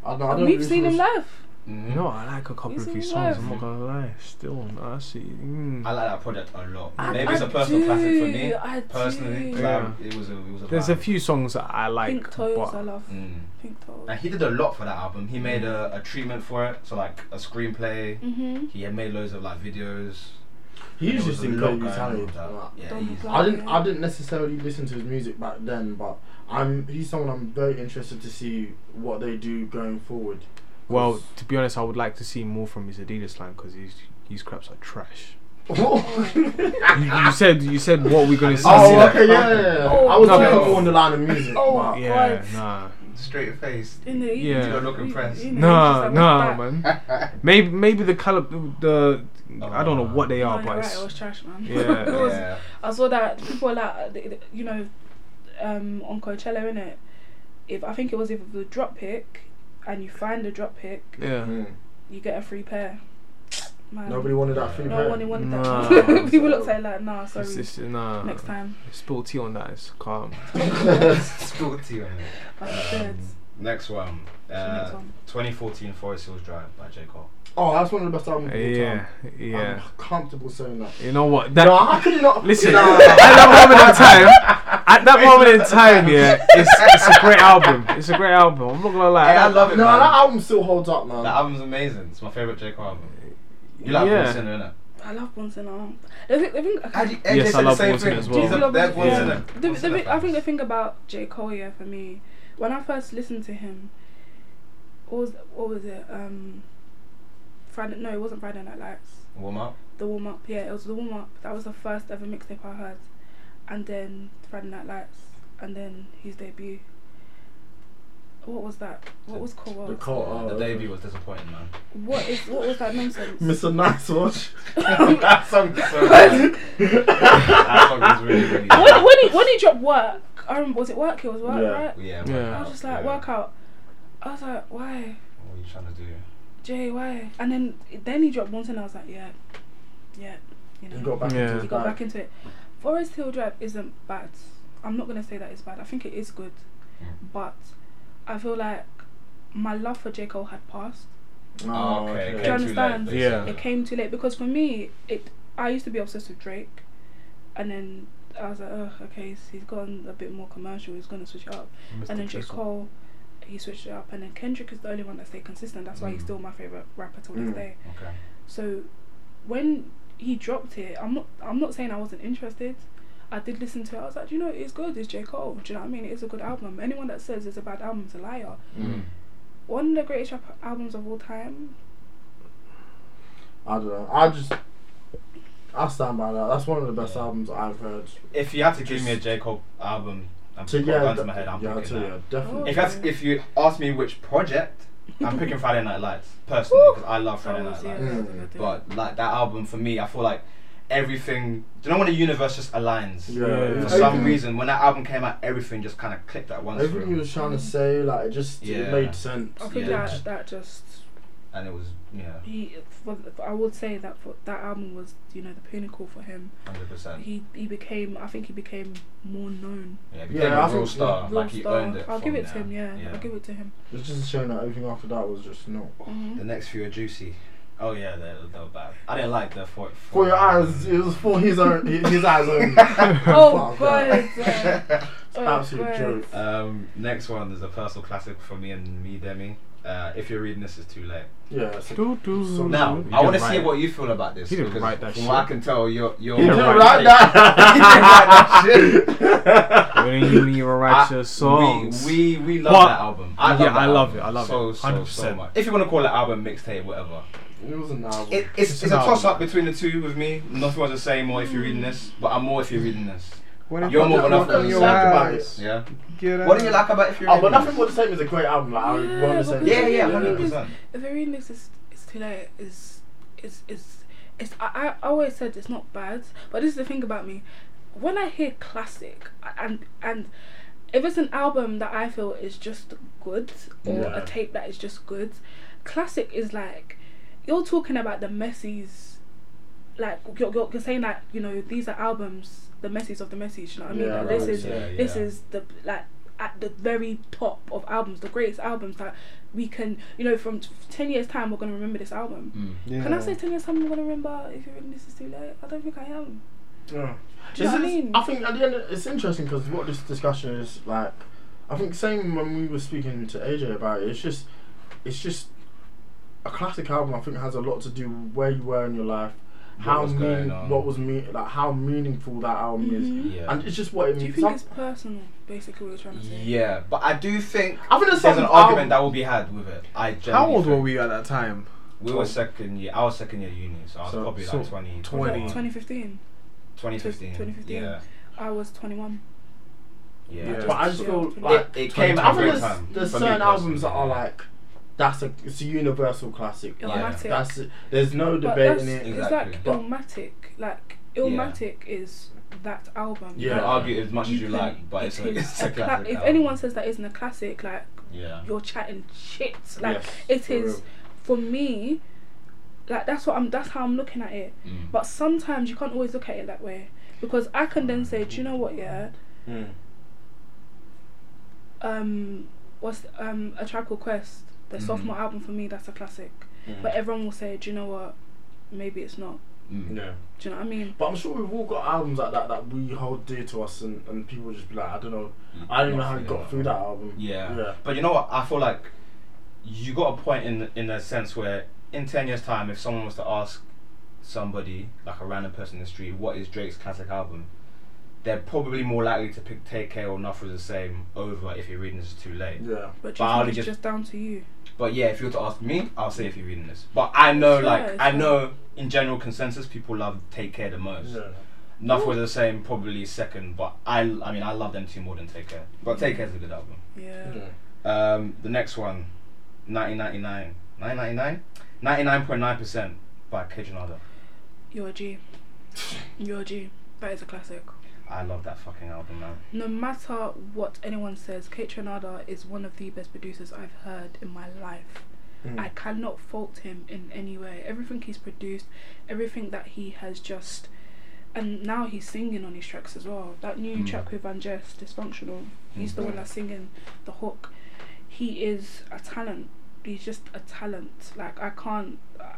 Speaker 3: I don't, I don't
Speaker 4: we've
Speaker 3: really
Speaker 4: seen him
Speaker 3: feel-
Speaker 4: live.
Speaker 2: You know, I like a couple
Speaker 4: He's
Speaker 2: of
Speaker 4: in
Speaker 2: his
Speaker 4: love.
Speaker 2: songs. I'm not gonna lie. Still, nah, I see. Mm.
Speaker 1: I like that project a lot.
Speaker 4: I-
Speaker 1: Maybe it's a
Speaker 4: I
Speaker 1: personal classic for me.
Speaker 4: do, I
Speaker 1: Personally,
Speaker 4: do.
Speaker 1: 'cause
Speaker 2: Yeah.
Speaker 1: I- it was a it was a.
Speaker 2: There's a
Speaker 1: vibe.
Speaker 2: few songs that I like,
Speaker 4: Pink toes, I
Speaker 2: but
Speaker 4: love
Speaker 1: Mm.
Speaker 4: pink toes.
Speaker 1: And he did a lot for that album. He made a, a treatment for it, so like a screenplay.
Speaker 4: Mm-hmm.
Speaker 1: He had made loads of like videos.
Speaker 3: He
Speaker 1: There
Speaker 3: used to
Speaker 1: was a
Speaker 3: sing
Speaker 1: lot
Speaker 3: incredibly
Speaker 1: going on with
Speaker 3: talented.
Speaker 1: that.
Speaker 3: like,
Speaker 1: Yeah,
Speaker 4: Don't
Speaker 1: he's,
Speaker 4: apply.
Speaker 3: I didn't I didn't necessarily listen to his music back then, but I'm he's someone I'm very interested to see what they do going forward.
Speaker 2: well, to be honest, I would like to see more from his Adidas line because his his craps are trash. you, you said you said what we're gonna see.
Speaker 1: see
Speaker 3: oh,
Speaker 1: that.
Speaker 3: okay, yeah, yeah, yeah.
Speaker 4: Oh,
Speaker 3: I was
Speaker 2: No,
Speaker 3: looking
Speaker 1: no.
Speaker 3: more on the line of music.
Speaker 4: Oh,
Speaker 3: but-
Speaker 2: Yeah,
Speaker 4: God.
Speaker 2: nah,
Speaker 1: straight face.
Speaker 4: In the
Speaker 2: Yeah. You don't
Speaker 1: look impressed.
Speaker 2: nah, nah, man. Maybe maybe the color, the I don't know what they
Speaker 4: Yeah,
Speaker 2: are, but
Speaker 4: no, you're right,
Speaker 2: it's-
Speaker 4: it was trash, man.
Speaker 2: Yeah.
Speaker 4: it was,
Speaker 1: Yeah.
Speaker 4: I saw that people are like, they- they- you know, um, on Coachella, innit? If I think it was if the drop pick, and you find the drop pick,
Speaker 2: yeah.
Speaker 3: Mm.
Speaker 4: you get a free pair. Man,
Speaker 3: Nobody wanted that free
Speaker 4: no
Speaker 3: pair.
Speaker 4: one wanted that.
Speaker 2: Nah.
Speaker 4: people looked at it like, nah, sorry.
Speaker 2: It's, it's, nah.
Speaker 4: Next time,
Speaker 2: Spill tea on that. It's calm.
Speaker 1: Spill tea on it.
Speaker 4: like
Speaker 1: Um,
Speaker 4: sheds.
Speaker 1: next one.
Speaker 4: So next
Speaker 1: Uh,
Speaker 4: one.
Speaker 1: 2014 Forest Hills Drive by J. Cole.
Speaker 3: Oh, that's one of the best albums of all
Speaker 2: Yeah,
Speaker 3: time.
Speaker 2: yeah.
Speaker 3: I'm
Speaker 4: Um,
Speaker 3: comfortable saying that.
Speaker 2: You know what? That,
Speaker 3: no, how could you not?
Speaker 2: Listen,
Speaker 3: Nah,
Speaker 2: at that moment in time, at that moment in time, yeah, it's, it's a great album. It's a great album. I'm not gonna lie.
Speaker 1: Hey, I love it,
Speaker 3: No,
Speaker 1: man.
Speaker 3: that album still holds up, man.
Speaker 1: That album's amazing. It's my favorite J. Cole album. You like
Speaker 2: Yeah.
Speaker 1: Born Sinner, innit?
Speaker 4: I love Bon Sinner. The thing, the thing, okay.
Speaker 1: I do-
Speaker 2: Yes,
Speaker 1: AJ said
Speaker 2: I love
Speaker 1: the same
Speaker 2: Born Sinner
Speaker 1: thing.
Speaker 2: as well.
Speaker 1: He's a, they're Born
Speaker 4: Yeah.
Speaker 1: Sinner.
Speaker 4: The,
Speaker 1: Born
Speaker 4: the,
Speaker 1: Sinner
Speaker 4: bit- I think the
Speaker 1: fans.
Speaker 4: thing about J. Cole, yeah, for me, when I first listened to him, what was, what was it? Um, Friday, no, it wasn't Friday Night Lights.
Speaker 1: Warm up.
Speaker 4: The Warm Up, yeah, it was The Warm Up. That was the first ever mixtape I heard. And then Friday Night Lights, and then his debut. What was that? What was Cole
Speaker 3: the
Speaker 4: World?
Speaker 3: cult,
Speaker 1: the debut was disappointing, man.
Speaker 4: What is what was that nonsense?
Speaker 3: Mr. Nice Watch.
Speaker 1: that song is so bad. That song is really, really
Speaker 4: when,
Speaker 1: bad.
Speaker 4: when he when he dropped work, I remember was it work? It was work,
Speaker 3: Yeah.
Speaker 4: right?
Speaker 1: Yeah,
Speaker 2: Yeah.
Speaker 4: I was just like
Speaker 1: yeah.
Speaker 4: workout. I was like, why?
Speaker 1: What are you trying to do?
Speaker 4: Jay, why? And then then he dropped one and I was like, yeah, yeah, you know.
Speaker 3: He got back
Speaker 2: Yeah.
Speaker 3: into his
Speaker 4: He got
Speaker 3: bag.
Speaker 4: back into it. Forest Hill Drive isn't bad. I'm not gonna say that it's bad. I think it is good,
Speaker 1: Mm.
Speaker 4: but I feel like my love for J Cole had passed.
Speaker 3: Oh,
Speaker 1: okay, came
Speaker 4: Do you
Speaker 1: too late.
Speaker 4: understand?
Speaker 2: Yeah.
Speaker 4: It came too late because for me, it I used to be obsessed with Drake, and then I was like, oh, okay, he's- he's gone a bit more commercial. He's gonna switch it up. And then J. Cole, he switched it up. And then Kendrick is the only one that stayed consistent. That's why he's
Speaker 1: Mm.
Speaker 4: still my favourite rapper till
Speaker 3: Mm.
Speaker 4: this day.
Speaker 1: Okay.
Speaker 4: So when he dropped it, I'm not I'm not saying I wasn't interested. I did listen to it. I was like, "Do you know, it's good. It's J. Cole. Do you know what I mean? It is a good album. Anyone that says it's a bad album is a liar.
Speaker 3: Mm.
Speaker 4: One of the greatest rap albums of all time.
Speaker 3: I don't know. I just. I stand by that. That's one of the best
Speaker 1: Yeah.
Speaker 3: albums I've heard.
Speaker 1: If you had to give me a
Speaker 3: Just-
Speaker 1: J Cole album, I'm
Speaker 3: So
Speaker 1: putting
Speaker 3: yeah,
Speaker 1: guns
Speaker 3: d-
Speaker 1: to my head. I'm
Speaker 3: yeah,
Speaker 1: picking
Speaker 3: so,
Speaker 1: that.
Speaker 3: yeah, definitely.
Speaker 1: If that's if you ask me which project, I'm picking Friday Night Lights personally because I love Friday Night
Speaker 4: Obviously,
Speaker 1: Lights.
Speaker 4: it was a
Speaker 3: Mm.
Speaker 4: good thing.
Speaker 1: But like that album for me, I feel like everything. Do you know when the universe just aligns?
Speaker 3: yeah,
Speaker 2: Yeah.
Speaker 1: For
Speaker 3: it's
Speaker 1: some
Speaker 3: everything-
Speaker 1: reason, when that album came out, everything just kind of clicked at once, for
Speaker 3: everything he
Speaker 1: him,
Speaker 3: was trying to say, like it just
Speaker 1: Yeah.
Speaker 3: it made sense.
Speaker 4: I think
Speaker 1: Yeah.
Speaker 4: that that just
Speaker 1: and it was yeah,
Speaker 4: he. For, for- I would say that for, that album was you know the pinnacle for him.
Speaker 1: hundred percent.
Speaker 4: He he became. I think he became more known.
Speaker 1: Yeah, he
Speaker 3: Yeah,
Speaker 1: became
Speaker 3: I
Speaker 1: a real
Speaker 3: think-
Speaker 1: star.
Speaker 4: Real
Speaker 1: Oh, like he
Speaker 4: star.
Speaker 1: earned it.
Speaker 4: I'll
Speaker 1: from
Speaker 4: give it to
Speaker 1: there.
Speaker 4: him. Yeah, I'll give it to him.
Speaker 3: It's just a shame that everything after that was just not.
Speaker 4: Mhm.
Speaker 1: The next few are juicy. Oh yeah, they they were bad. I didn't like the for
Speaker 3: For your eyes, it was for his own, his eyes own.
Speaker 4: Oh
Speaker 3: Fuck
Speaker 4: god.
Speaker 3: that.
Speaker 4: uh, oh,
Speaker 3: Absolute
Speaker 4: God.
Speaker 3: joke.
Speaker 1: Um, next one is a personal classic for me and me, Demi. Uh, if you're reading this, it's too late.
Speaker 3: Yeah. it's a-
Speaker 2: Doo-doo.
Speaker 1: Now,
Speaker 3: You
Speaker 1: I want to
Speaker 2: didn't
Speaker 1: see
Speaker 2: write-
Speaker 1: what you feel about this.
Speaker 2: He didn't
Speaker 1: because
Speaker 2: write that
Speaker 1: From what I
Speaker 2: shit.
Speaker 1: can tell, you're you're.
Speaker 3: You
Speaker 2: Yeah,
Speaker 3: didn't write
Speaker 2: right.
Speaker 3: that.
Speaker 1: You didn't write that shit.
Speaker 2: When you, when you write
Speaker 1: I-
Speaker 2: your songs,
Speaker 1: Ah, We, we, we love
Speaker 2: What?
Speaker 1: that album. I love
Speaker 2: Yeah,
Speaker 1: that
Speaker 2: I love
Speaker 1: album
Speaker 2: it, I love
Speaker 1: so,
Speaker 2: it.
Speaker 1: So, so
Speaker 2: 100%.
Speaker 1: much. If you want to call it album, mixtape, whatever.
Speaker 3: It was an album.
Speaker 1: It, it's
Speaker 2: It's
Speaker 1: it's,
Speaker 2: an
Speaker 1: a
Speaker 2: album.
Speaker 1: toss up between the two with me. Nothing was the same or if you're reading this, but I'm more if you're reading this.
Speaker 2: When
Speaker 1: You're
Speaker 2: I-
Speaker 1: more than
Speaker 2: Look
Speaker 1: enough
Speaker 2: at
Speaker 1: to
Speaker 2: your
Speaker 1: laugh
Speaker 3: about
Speaker 2: eyes.
Speaker 1: Yeah.
Speaker 2: Get
Speaker 1: What do
Speaker 2: out.
Speaker 1: you like about if you're
Speaker 3: Oh,
Speaker 1: reading
Speaker 3: but nothing
Speaker 1: this?
Speaker 3: was the same as a great album. Like, I want
Speaker 4: Yeah,
Speaker 3: to say.
Speaker 4: because-
Speaker 1: Yeah, yeah,
Speaker 4: Yeah.
Speaker 1: hundred percent.
Speaker 4: If you're reading this, it's, it's too late. It's it's it's it's. I, I always said it's not bad, but this is the thing about me. When I hear classic I- and and if it's an album that I feel is just good or
Speaker 3: Yeah.
Speaker 4: a tape that is just good, classic is like you're talking about the messies. Like you're, you're, you're saying that you know these are albums, the messies of the messies. You know what I mean?
Speaker 3: Yeah,
Speaker 4: Like,
Speaker 3: right,
Speaker 4: this is
Speaker 1: yeah,
Speaker 4: this
Speaker 1: yeah.
Speaker 4: is the like at the very top of albums, the greatest albums that we can, you know, from t- ten years time, we're gonna remember this album.
Speaker 1: Hmm.
Speaker 3: Yeah.
Speaker 4: Can I say ten years time, I'm gonna remember if you really this is too late? I don't think I am.
Speaker 3: Yeah.
Speaker 4: Do you know
Speaker 3: It's-
Speaker 4: what I mean?
Speaker 3: I think at the end, of, it's interesting because what this discussion is like. I think same when we were speaking to AJ about it. It's just, it's just a classic album. I think has a lot to do with where you were in your life, how
Speaker 1: was
Speaker 3: mean,
Speaker 1: going on.
Speaker 3: what was mean, like how meaningful that album is,
Speaker 4: Mhm.
Speaker 1: Yeah.
Speaker 3: and it's just what it
Speaker 4: Do you
Speaker 3: means.
Speaker 4: think
Speaker 3: Some-
Speaker 4: it's personal? Basically, what you're trying to say.
Speaker 1: Yeah, but I do think
Speaker 3: I think there's,
Speaker 1: there's
Speaker 3: some
Speaker 1: an argument
Speaker 3: album-
Speaker 1: that will be had with it. I
Speaker 2: How
Speaker 1: genuinely
Speaker 2: old were
Speaker 1: think.
Speaker 2: we at that time?
Speaker 1: We were second year. I was second year uni, so I was
Speaker 3: So-
Speaker 1: probably
Speaker 2: so
Speaker 1: like 20,
Speaker 4: Was that
Speaker 2: 20.
Speaker 4: 2015.
Speaker 1: 2015.
Speaker 4: 2015.
Speaker 1: Yeah.
Speaker 4: I was 21.
Speaker 1: Yeah.
Speaker 2: Yeah.
Speaker 3: But I just
Speaker 4: Yeah.
Speaker 3: feel
Speaker 4: It-
Speaker 3: like
Speaker 1: it came
Speaker 3: I
Speaker 1: at a
Speaker 3: think
Speaker 1: great
Speaker 3: there's,
Speaker 1: time.
Speaker 3: there's
Speaker 1: for me
Speaker 3: certain albums that
Speaker 1: personally,
Speaker 3: are
Speaker 1: yeah.
Speaker 3: like that's a it's a universal classic.
Speaker 1: Yeah.
Speaker 4: Illmatic.
Speaker 3: That's it. there's no
Speaker 4: But
Speaker 3: debate
Speaker 4: that's,
Speaker 3: in it.
Speaker 4: It's like
Speaker 1: Exactly.
Speaker 4: Illmatic. Like Illmatic is that album.
Speaker 1: You
Speaker 3: Yeah.
Speaker 1: can argue as much as you
Speaker 4: can-
Speaker 1: like, but
Speaker 4: it
Speaker 1: it's a,
Speaker 4: is
Speaker 1: it's a
Speaker 4: cla-
Speaker 1: classic.
Speaker 4: if
Speaker 1: album.
Speaker 4: anyone says that isn't a classic, like
Speaker 1: yeah,
Speaker 4: you're chatting shit. Like
Speaker 3: Yes,
Speaker 4: it
Speaker 3: for
Speaker 4: is
Speaker 3: real.
Speaker 4: for me. Like that's what I'm. That's how I'm looking at it.
Speaker 1: Mm.
Speaker 4: But sometimes you can't always look at it that way because I can then say, do you know what? Yeah.
Speaker 3: Mm.
Speaker 4: Um, what's um a track called Quest, the
Speaker 1: Mhm.
Speaker 4: sophomore album for me. That's a classic.
Speaker 3: mm.
Speaker 4: But everyone will say, do you know what? Maybe it's not.
Speaker 1: Mm.
Speaker 3: yeah.
Speaker 4: Do you know what I mean?
Speaker 3: But I'm sure we've all got albums like that that we hold dear to us, and, and people just be like, I don't know, I don't know how you got through that album.
Speaker 1: Yeah.
Speaker 3: Yeah.
Speaker 1: But you know what? I feel like you got a point in in a sense where in ten years' time, if someone was to ask somebody like a random person in the street, what is Drake's classic album? They're probably more likely to pick Take Care or Nothing the Same over If You're Reading This Is Too Late.
Speaker 3: Yeah.
Speaker 4: But
Speaker 1: But
Speaker 4: do you
Speaker 1: I
Speaker 4: think
Speaker 1: only
Speaker 4: it's
Speaker 1: just-
Speaker 4: just down to you.
Speaker 1: But yeah, if you were to ask me, I'll say If You're Reading This. But I know,
Speaker 4: It's
Speaker 1: like,
Speaker 4: fair, it's
Speaker 1: I
Speaker 4: fair.
Speaker 1: know in general consensus, people love Take Care the most.
Speaker 3: Yeah.
Speaker 1: Nuff was the same, probably second, but I, I mean, I love them two more than Take Care. But Take Care's a good album.
Speaker 4: Yeah.
Speaker 3: Yeah.
Speaker 1: Um, the next one, 1999. 999? 99.9% by Kijanada.
Speaker 4: You're a G. You're a G. That is a classic.
Speaker 1: I love that fucking album, man.
Speaker 4: No matter what anyone says, Kate Renada is one of the best producers I've heard in my life.
Speaker 3: Mm.
Speaker 4: I cannot fault him in any way. Everything he's produced, everything that he has just. And now he's singing on his tracks as well. That new
Speaker 1: Mm.
Speaker 4: track with Van Jess, Dysfunctional, he's the one that's singing the hook. He is a talent. He's just a talent. Like, I can't. uh,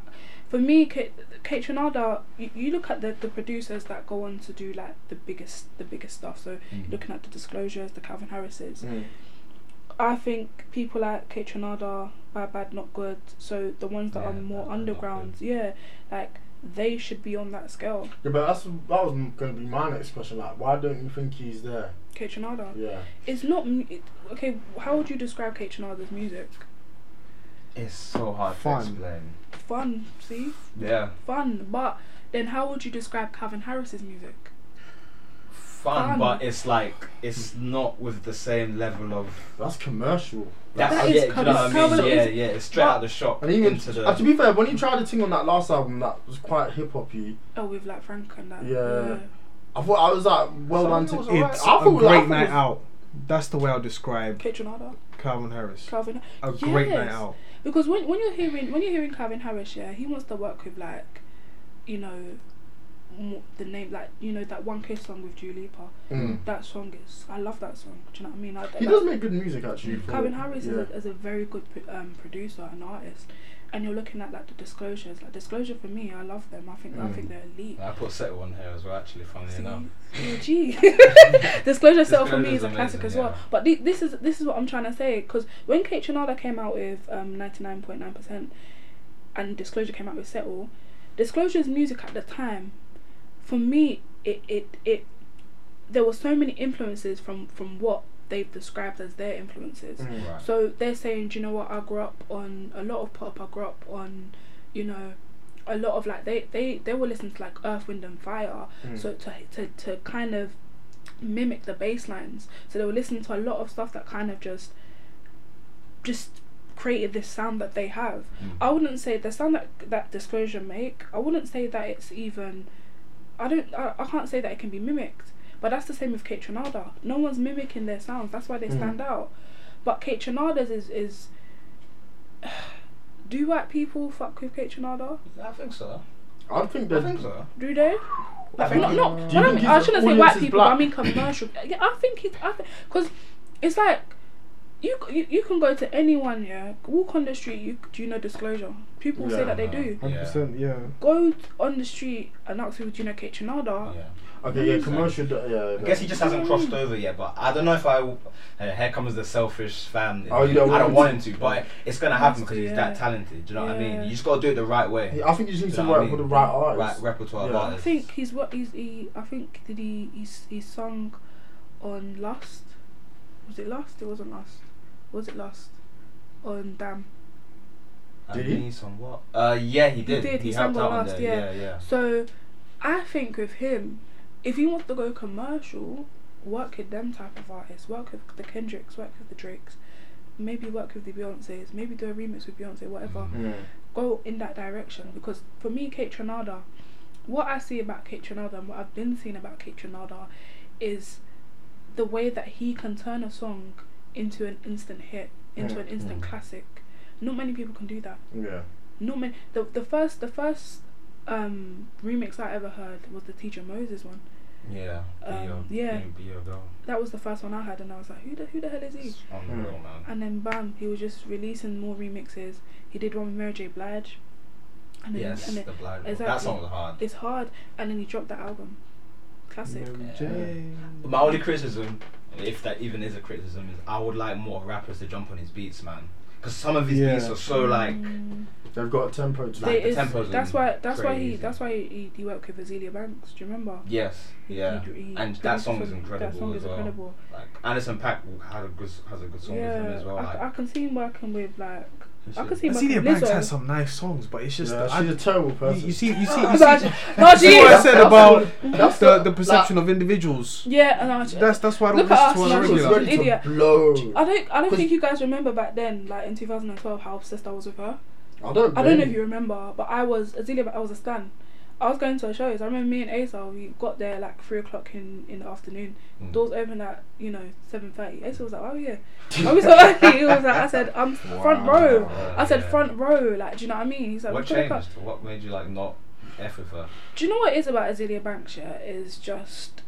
Speaker 4: For me, Kate, Kate Renada, you, you look at the, the producers that go on to do like the biggest the biggest stuff. So looking at the disclosures, the Calvin Harrises.
Speaker 3: Mm.
Speaker 4: I think people like Kate Trinada, Bad Bad Not Good, so the ones that
Speaker 1: Yeah,
Speaker 4: are more
Speaker 1: Bad Bad Not
Speaker 4: underground, yeah, like they should be on that scale.
Speaker 3: Yeah, but that's that was gonna be my next question. Like, why don't you think he's there?
Speaker 4: Kate Trinada.
Speaker 3: Yeah.
Speaker 4: It's not. mu- It, okay, how would you describe Kate Trinada's music?
Speaker 1: It's so hard
Speaker 2: Fun.
Speaker 1: to explain.
Speaker 4: Fun, see?
Speaker 1: Yeah.
Speaker 4: Fun. But then how would you describe Calvin Harris's music?
Speaker 1: Fun,
Speaker 4: Fun.
Speaker 1: but it's like, it's not with the same level of.
Speaker 3: That's commercial.
Speaker 1: That's,
Speaker 4: That
Speaker 1: yeah,
Speaker 4: is
Speaker 1: do you know what I
Speaker 4: commercial.
Speaker 1: mean? Yeah,
Speaker 4: It's-
Speaker 1: yeah, it's straight out the shop
Speaker 3: And even
Speaker 1: into the.
Speaker 3: uh, to be fair, when he tried to sing on that last album that was quite hip hoppy,
Speaker 4: Oh, with like Frank and that.
Speaker 3: Yeah. I thought I was like, well
Speaker 2: So
Speaker 3: done
Speaker 2: it
Speaker 3: to
Speaker 2: was
Speaker 3: I
Speaker 2: It's
Speaker 3: thought- I
Speaker 2: a
Speaker 3: thought
Speaker 2: great
Speaker 3: it
Speaker 2: night
Speaker 3: was-
Speaker 2: out. That's the way I'll describe
Speaker 4: Kate Trinada,
Speaker 2: Calvin Harris.
Speaker 4: Calvin.
Speaker 2: A great night
Speaker 4: Yes.
Speaker 2: out.
Speaker 4: Because when when you're hearing when you're hearing Calvin Harris, yeah, he wants to work with like, you know, mo- the name like you know that one kiss song with Dua Lipa.
Speaker 3: Mm.
Speaker 4: That song is I love that song. Do you know what I mean? I,
Speaker 3: He
Speaker 4: like,
Speaker 3: does make good music actually. for-
Speaker 4: Calvin Harris
Speaker 3: yeah.
Speaker 4: is, a, is a very good pro- um, producer and artist, and you're looking at like the disclosures. Like disclosure for me, I love them. I think I
Speaker 3: Mm.
Speaker 4: think they're elite.
Speaker 1: I put Settle on here as well, actually, funnily
Speaker 4: See?
Speaker 1: enough.
Speaker 4: Oh, Yeah, Gee, disclosure itself for me
Speaker 1: Disclosure's
Speaker 4: is a classic
Speaker 1: amazing,
Speaker 4: as well.
Speaker 1: yeah.
Speaker 4: But thi- this is this is what I'm trying to say because when Kate Trinada came out with um 99.9 percent, and Disclosure came out with Settle, Disclosure's music at the time, for me, it it it there were so many influences from from what they've described as their influences.
Speaker 3: Mm.
Speaker 1: Right.
Speaker 4: So they're saying, do you know what? I grew up on a lot of pop. I grew up on, you know, a lot of like they they they were listening to like Earth, Wind and Fire.
Speaker 3: Mm.
Speaker 4: So to to to kind of mimic the bass lines. So they were listening to a lot of stuff that kind of just just created this sound that they have.
Speaker 1: Mm.
Speaker 4: I wouldn't say the sound that that Disclosure make. I wouldn't say that it's even. I don't. I, I can't say that it can be mimicked. But that's the same with Kate Trinada. No one's mimicking their sounds. That's why they
Speaker 3: Mm.
Speaker 4: stand out. But Kate Trinada's is is. Do white people fuck with Kate Trinada?
Speaker 1: I think so.
Speaker 3: I think
Speaker 1: I
Speaker 3: there's
Speaker 1: think so.
Speaker 4: Do they?
Speaker 1: I
Speaker 4: Not,
Speaker 1: think
Speaker 4: not.
Speaker 3: Do you
Speaker 4: When I,
Speaker 3: think
Speaker 4: mean, I
Speaker 3: his
Speaker 4: shouldn't say
Speaker 3: audience
Speaker 4: white
Speaker 3: is
Speaker 4: people. but I
Speaker 3: black?
Speaker 4: mean commercial. yeah, I think he's. I because it's like you, c- you you can go to anyone, yeah. Walk on the street, you do you know disclosure. People say
Speaker 3: Yeah,
Speaker 4: that they
Speaker 1: no.
Speaker 4: do.
Speaker 3: Yeah.
Speaker 2: Hundred percent. Yeah.
Speaker 4: Go on the street and ask people, do you know Kate Chinada?
Speaker 1: Yeah.
Speaker 3: Okay, yeah, commercial. d- Yeah,
Speaker 1: I guess he just hasn't crossed over yet, but I don't know if I. w- Uh, here comes the selfish fan. in
Speaker 3: Oh, you
Speaker 1: me.
Speaker 3: don't
Speaker 1: I don't
Speaker 3: want
Speaker 1: want
Speaker 3: him
Speaker 1: him to, but it's gonna happen because he's
Speaker 4: Yeah.
Speaker 1: that talented. Do you know what I mean?
Speaker 4: Yeah.
Speaker 1: You just gotta do it the right way.
Speaker 3: I think you just need
Speaker 1: Do
Speaker 3: to
Speaker 1: you know what I
Speaker 3: work with the
Speaker 1: mean?
Speaker 3: right
Speaker 1: Right
Speaker 3: artist.
Speaker 1: repertoire of
Speaker 3: Yeah.
Speaker 4: I
Speaker 1: artists.
Speaker 4: think he's what he's he. I think did he he s- he sung on Lust? Was it Lust? It wasn't Lust. Was it Lust? On Damn.
Speaker 1: I
Speaker 3: Did he?
Speaker 1: need some what? Uh, yeah, he did.
Speaker 4: did, he
Speaker 1: helped
Speaker 4: sang
Speaker 1: out
Speaker 4: on
Speaker 1: on
Speaker 4: Last,
Speaker 1: there.
Speaker 4: yeah.
Speaker 1: Yeah, yeah.
Speaker 4: So, I think with him, if he wants to go commercial, work with them type of artists. Work with the Kendricks. Work with the Drakes. Maybe work with the Beyonces. Maybe do a remix with Beyonce. Whatever.
Speaker 1: Mhm.
Speaker 3: Mm.
Speaker 4: go in that direction because for me, Kate Trinada, what I see about Kate Trinada and what I've been seeing about Kate Trinada is the way that he can turn a song into an instant hit, into
Speaker 3: Mm,
Speaker 4: an instant
Speaker 1: mm.
Speaker 4: classic. Not many people can do that.
Speaker 3: Yeah.
Speaker 4: Not many. The, the first the first um, remix I ever heard was the Teacher Moses one.
Speaker 1: Yeah.
Speaker 4: Um,
Speaker 1: be your,
Speaker 4: yeah.
Speaker 1: Be your, be your girl.
Speaker 4: That was the first one I heard, and I was like, who the who the hell is he?
Speaker 1: It's
Speaker 3: Hmm.
Speaker 1: unreal, man.
Speaker 4: And then bam, he was just releasing more remixes. He did one with Mary J. Blige. And then,
Speaker 1: Yes,
Speaker 4: and
Speaker 1: the
Speaker 4: then
Speaker 1: blood. That
Speaker 4: exactly.
Speaker 1: song was hard.
Speaker 4: it's hard and then he dropped that album classic
Speaker 2: Mary
Speaker 1: Yeah.
Speaker 2: J.
Speaker 1: My only criticism, if that even is a criticism, is I would like more rappers to jump on his beats, man. Because some of his
Speaker 2: Yeah.
Speaker 1: beats are so like.
Speaker 4: Mm.
Speaker 3: They've got a tempo to
Speaker 1: Like,
Speaker 4: There
Speaker 1: the
Speaker 4: is-
Speaker 1: tempo's
Speaker 4: that's
Speaker 1: in
Speaker 4: why that's why he
Speaker 1: crazy.
Speaker 4: that's why he, he worked with Azealia Banks do you remember
Speaker 1: Yes. Yeah.
Speaker 4: He- he
Speaker 1: And that
Speaker 4: produced
Speaker 1: song
Speaker 4: a
Speaker 1: is incredible
Speaker 4: that song
Speaker 1: as
Speaker 4: is
Speaker 1: well.
Speaker 4: incredible
Speaker 1: Like Anderson Pack has a good has a good song with him
Speaker 4: yeah
Speaker 1: as well.
Speaker 4: I,
Speaker 1: Like,
Speaker 4: I can see him working with like I can see him working
Speaker 2: Azealia
Speaker 4: with
Speaker 2: Banks
Speaker 4: Lizzo
Speaker 2: has some nice songs, but it's just
Speaker 3: yeah,
Speaker 2: I,
Speaker 3: she's a terrible person.
Speaker 2: you, you see, you see, you
Speaker 4: Oh,
Speaker 2: see.
Speaker 4: God. No,
Speaker 2: That's
Speaker 4: she
Speaker 2: what I
Speaker 4: is.
Speaker 2: said
Speaker 3: That's
Speaker 2: about
Speaker 3: what-
Speaker 2: that's
Speaker 3: that's
Speaker 2: the,
Speaker 3: what-
Speaker 2: the perception of individuals.
Speaker 4: yeah and I,
Speaker 2: That's that's why I don't
Speaker 4: Look
Speaker 2: listen
Speaker 4: at
Speaker 2: to
Speaker 4: us,
Speaker 2: her
Speaker 4: man.
Speaker 3: She was
Speaker 4: She's
Speaker 2: regular.
Speaker 4: really-
Speaker 3: ready to
Speaker 4: Idiot.
Speaker 3: blow.
Speaker 4: I don't I don't
Speaker 3: Cause-
Speaker 4: think you guys remember back then like in 2012 how obsessed I was with her
Speaker 3: I don't.
Speaker 4: I don't know
Speaker 3: blame
Speaker 4: if you remember, but I was Azealia, but I was a stan. I was going to her shows. I remember me and Asa, we got there like three o'clock in, in the afternoon.
Speaker 1: Mm.
Speaker 4: Doors open at you know seven thirty. Asa was like, "Oh yeah," I was so early. He was like, "I said I'm front row." I said
Speaker 1: Yeah.
Speaker 4: front row. Like, do you know what I mean? He's like,
Speaker 1: What
Speaker 4: "We could've come."
Speaker 1: changed? What made you like not f with her?
Speaker 4: Do you know what it is about Azealia Banks? Yeah, is just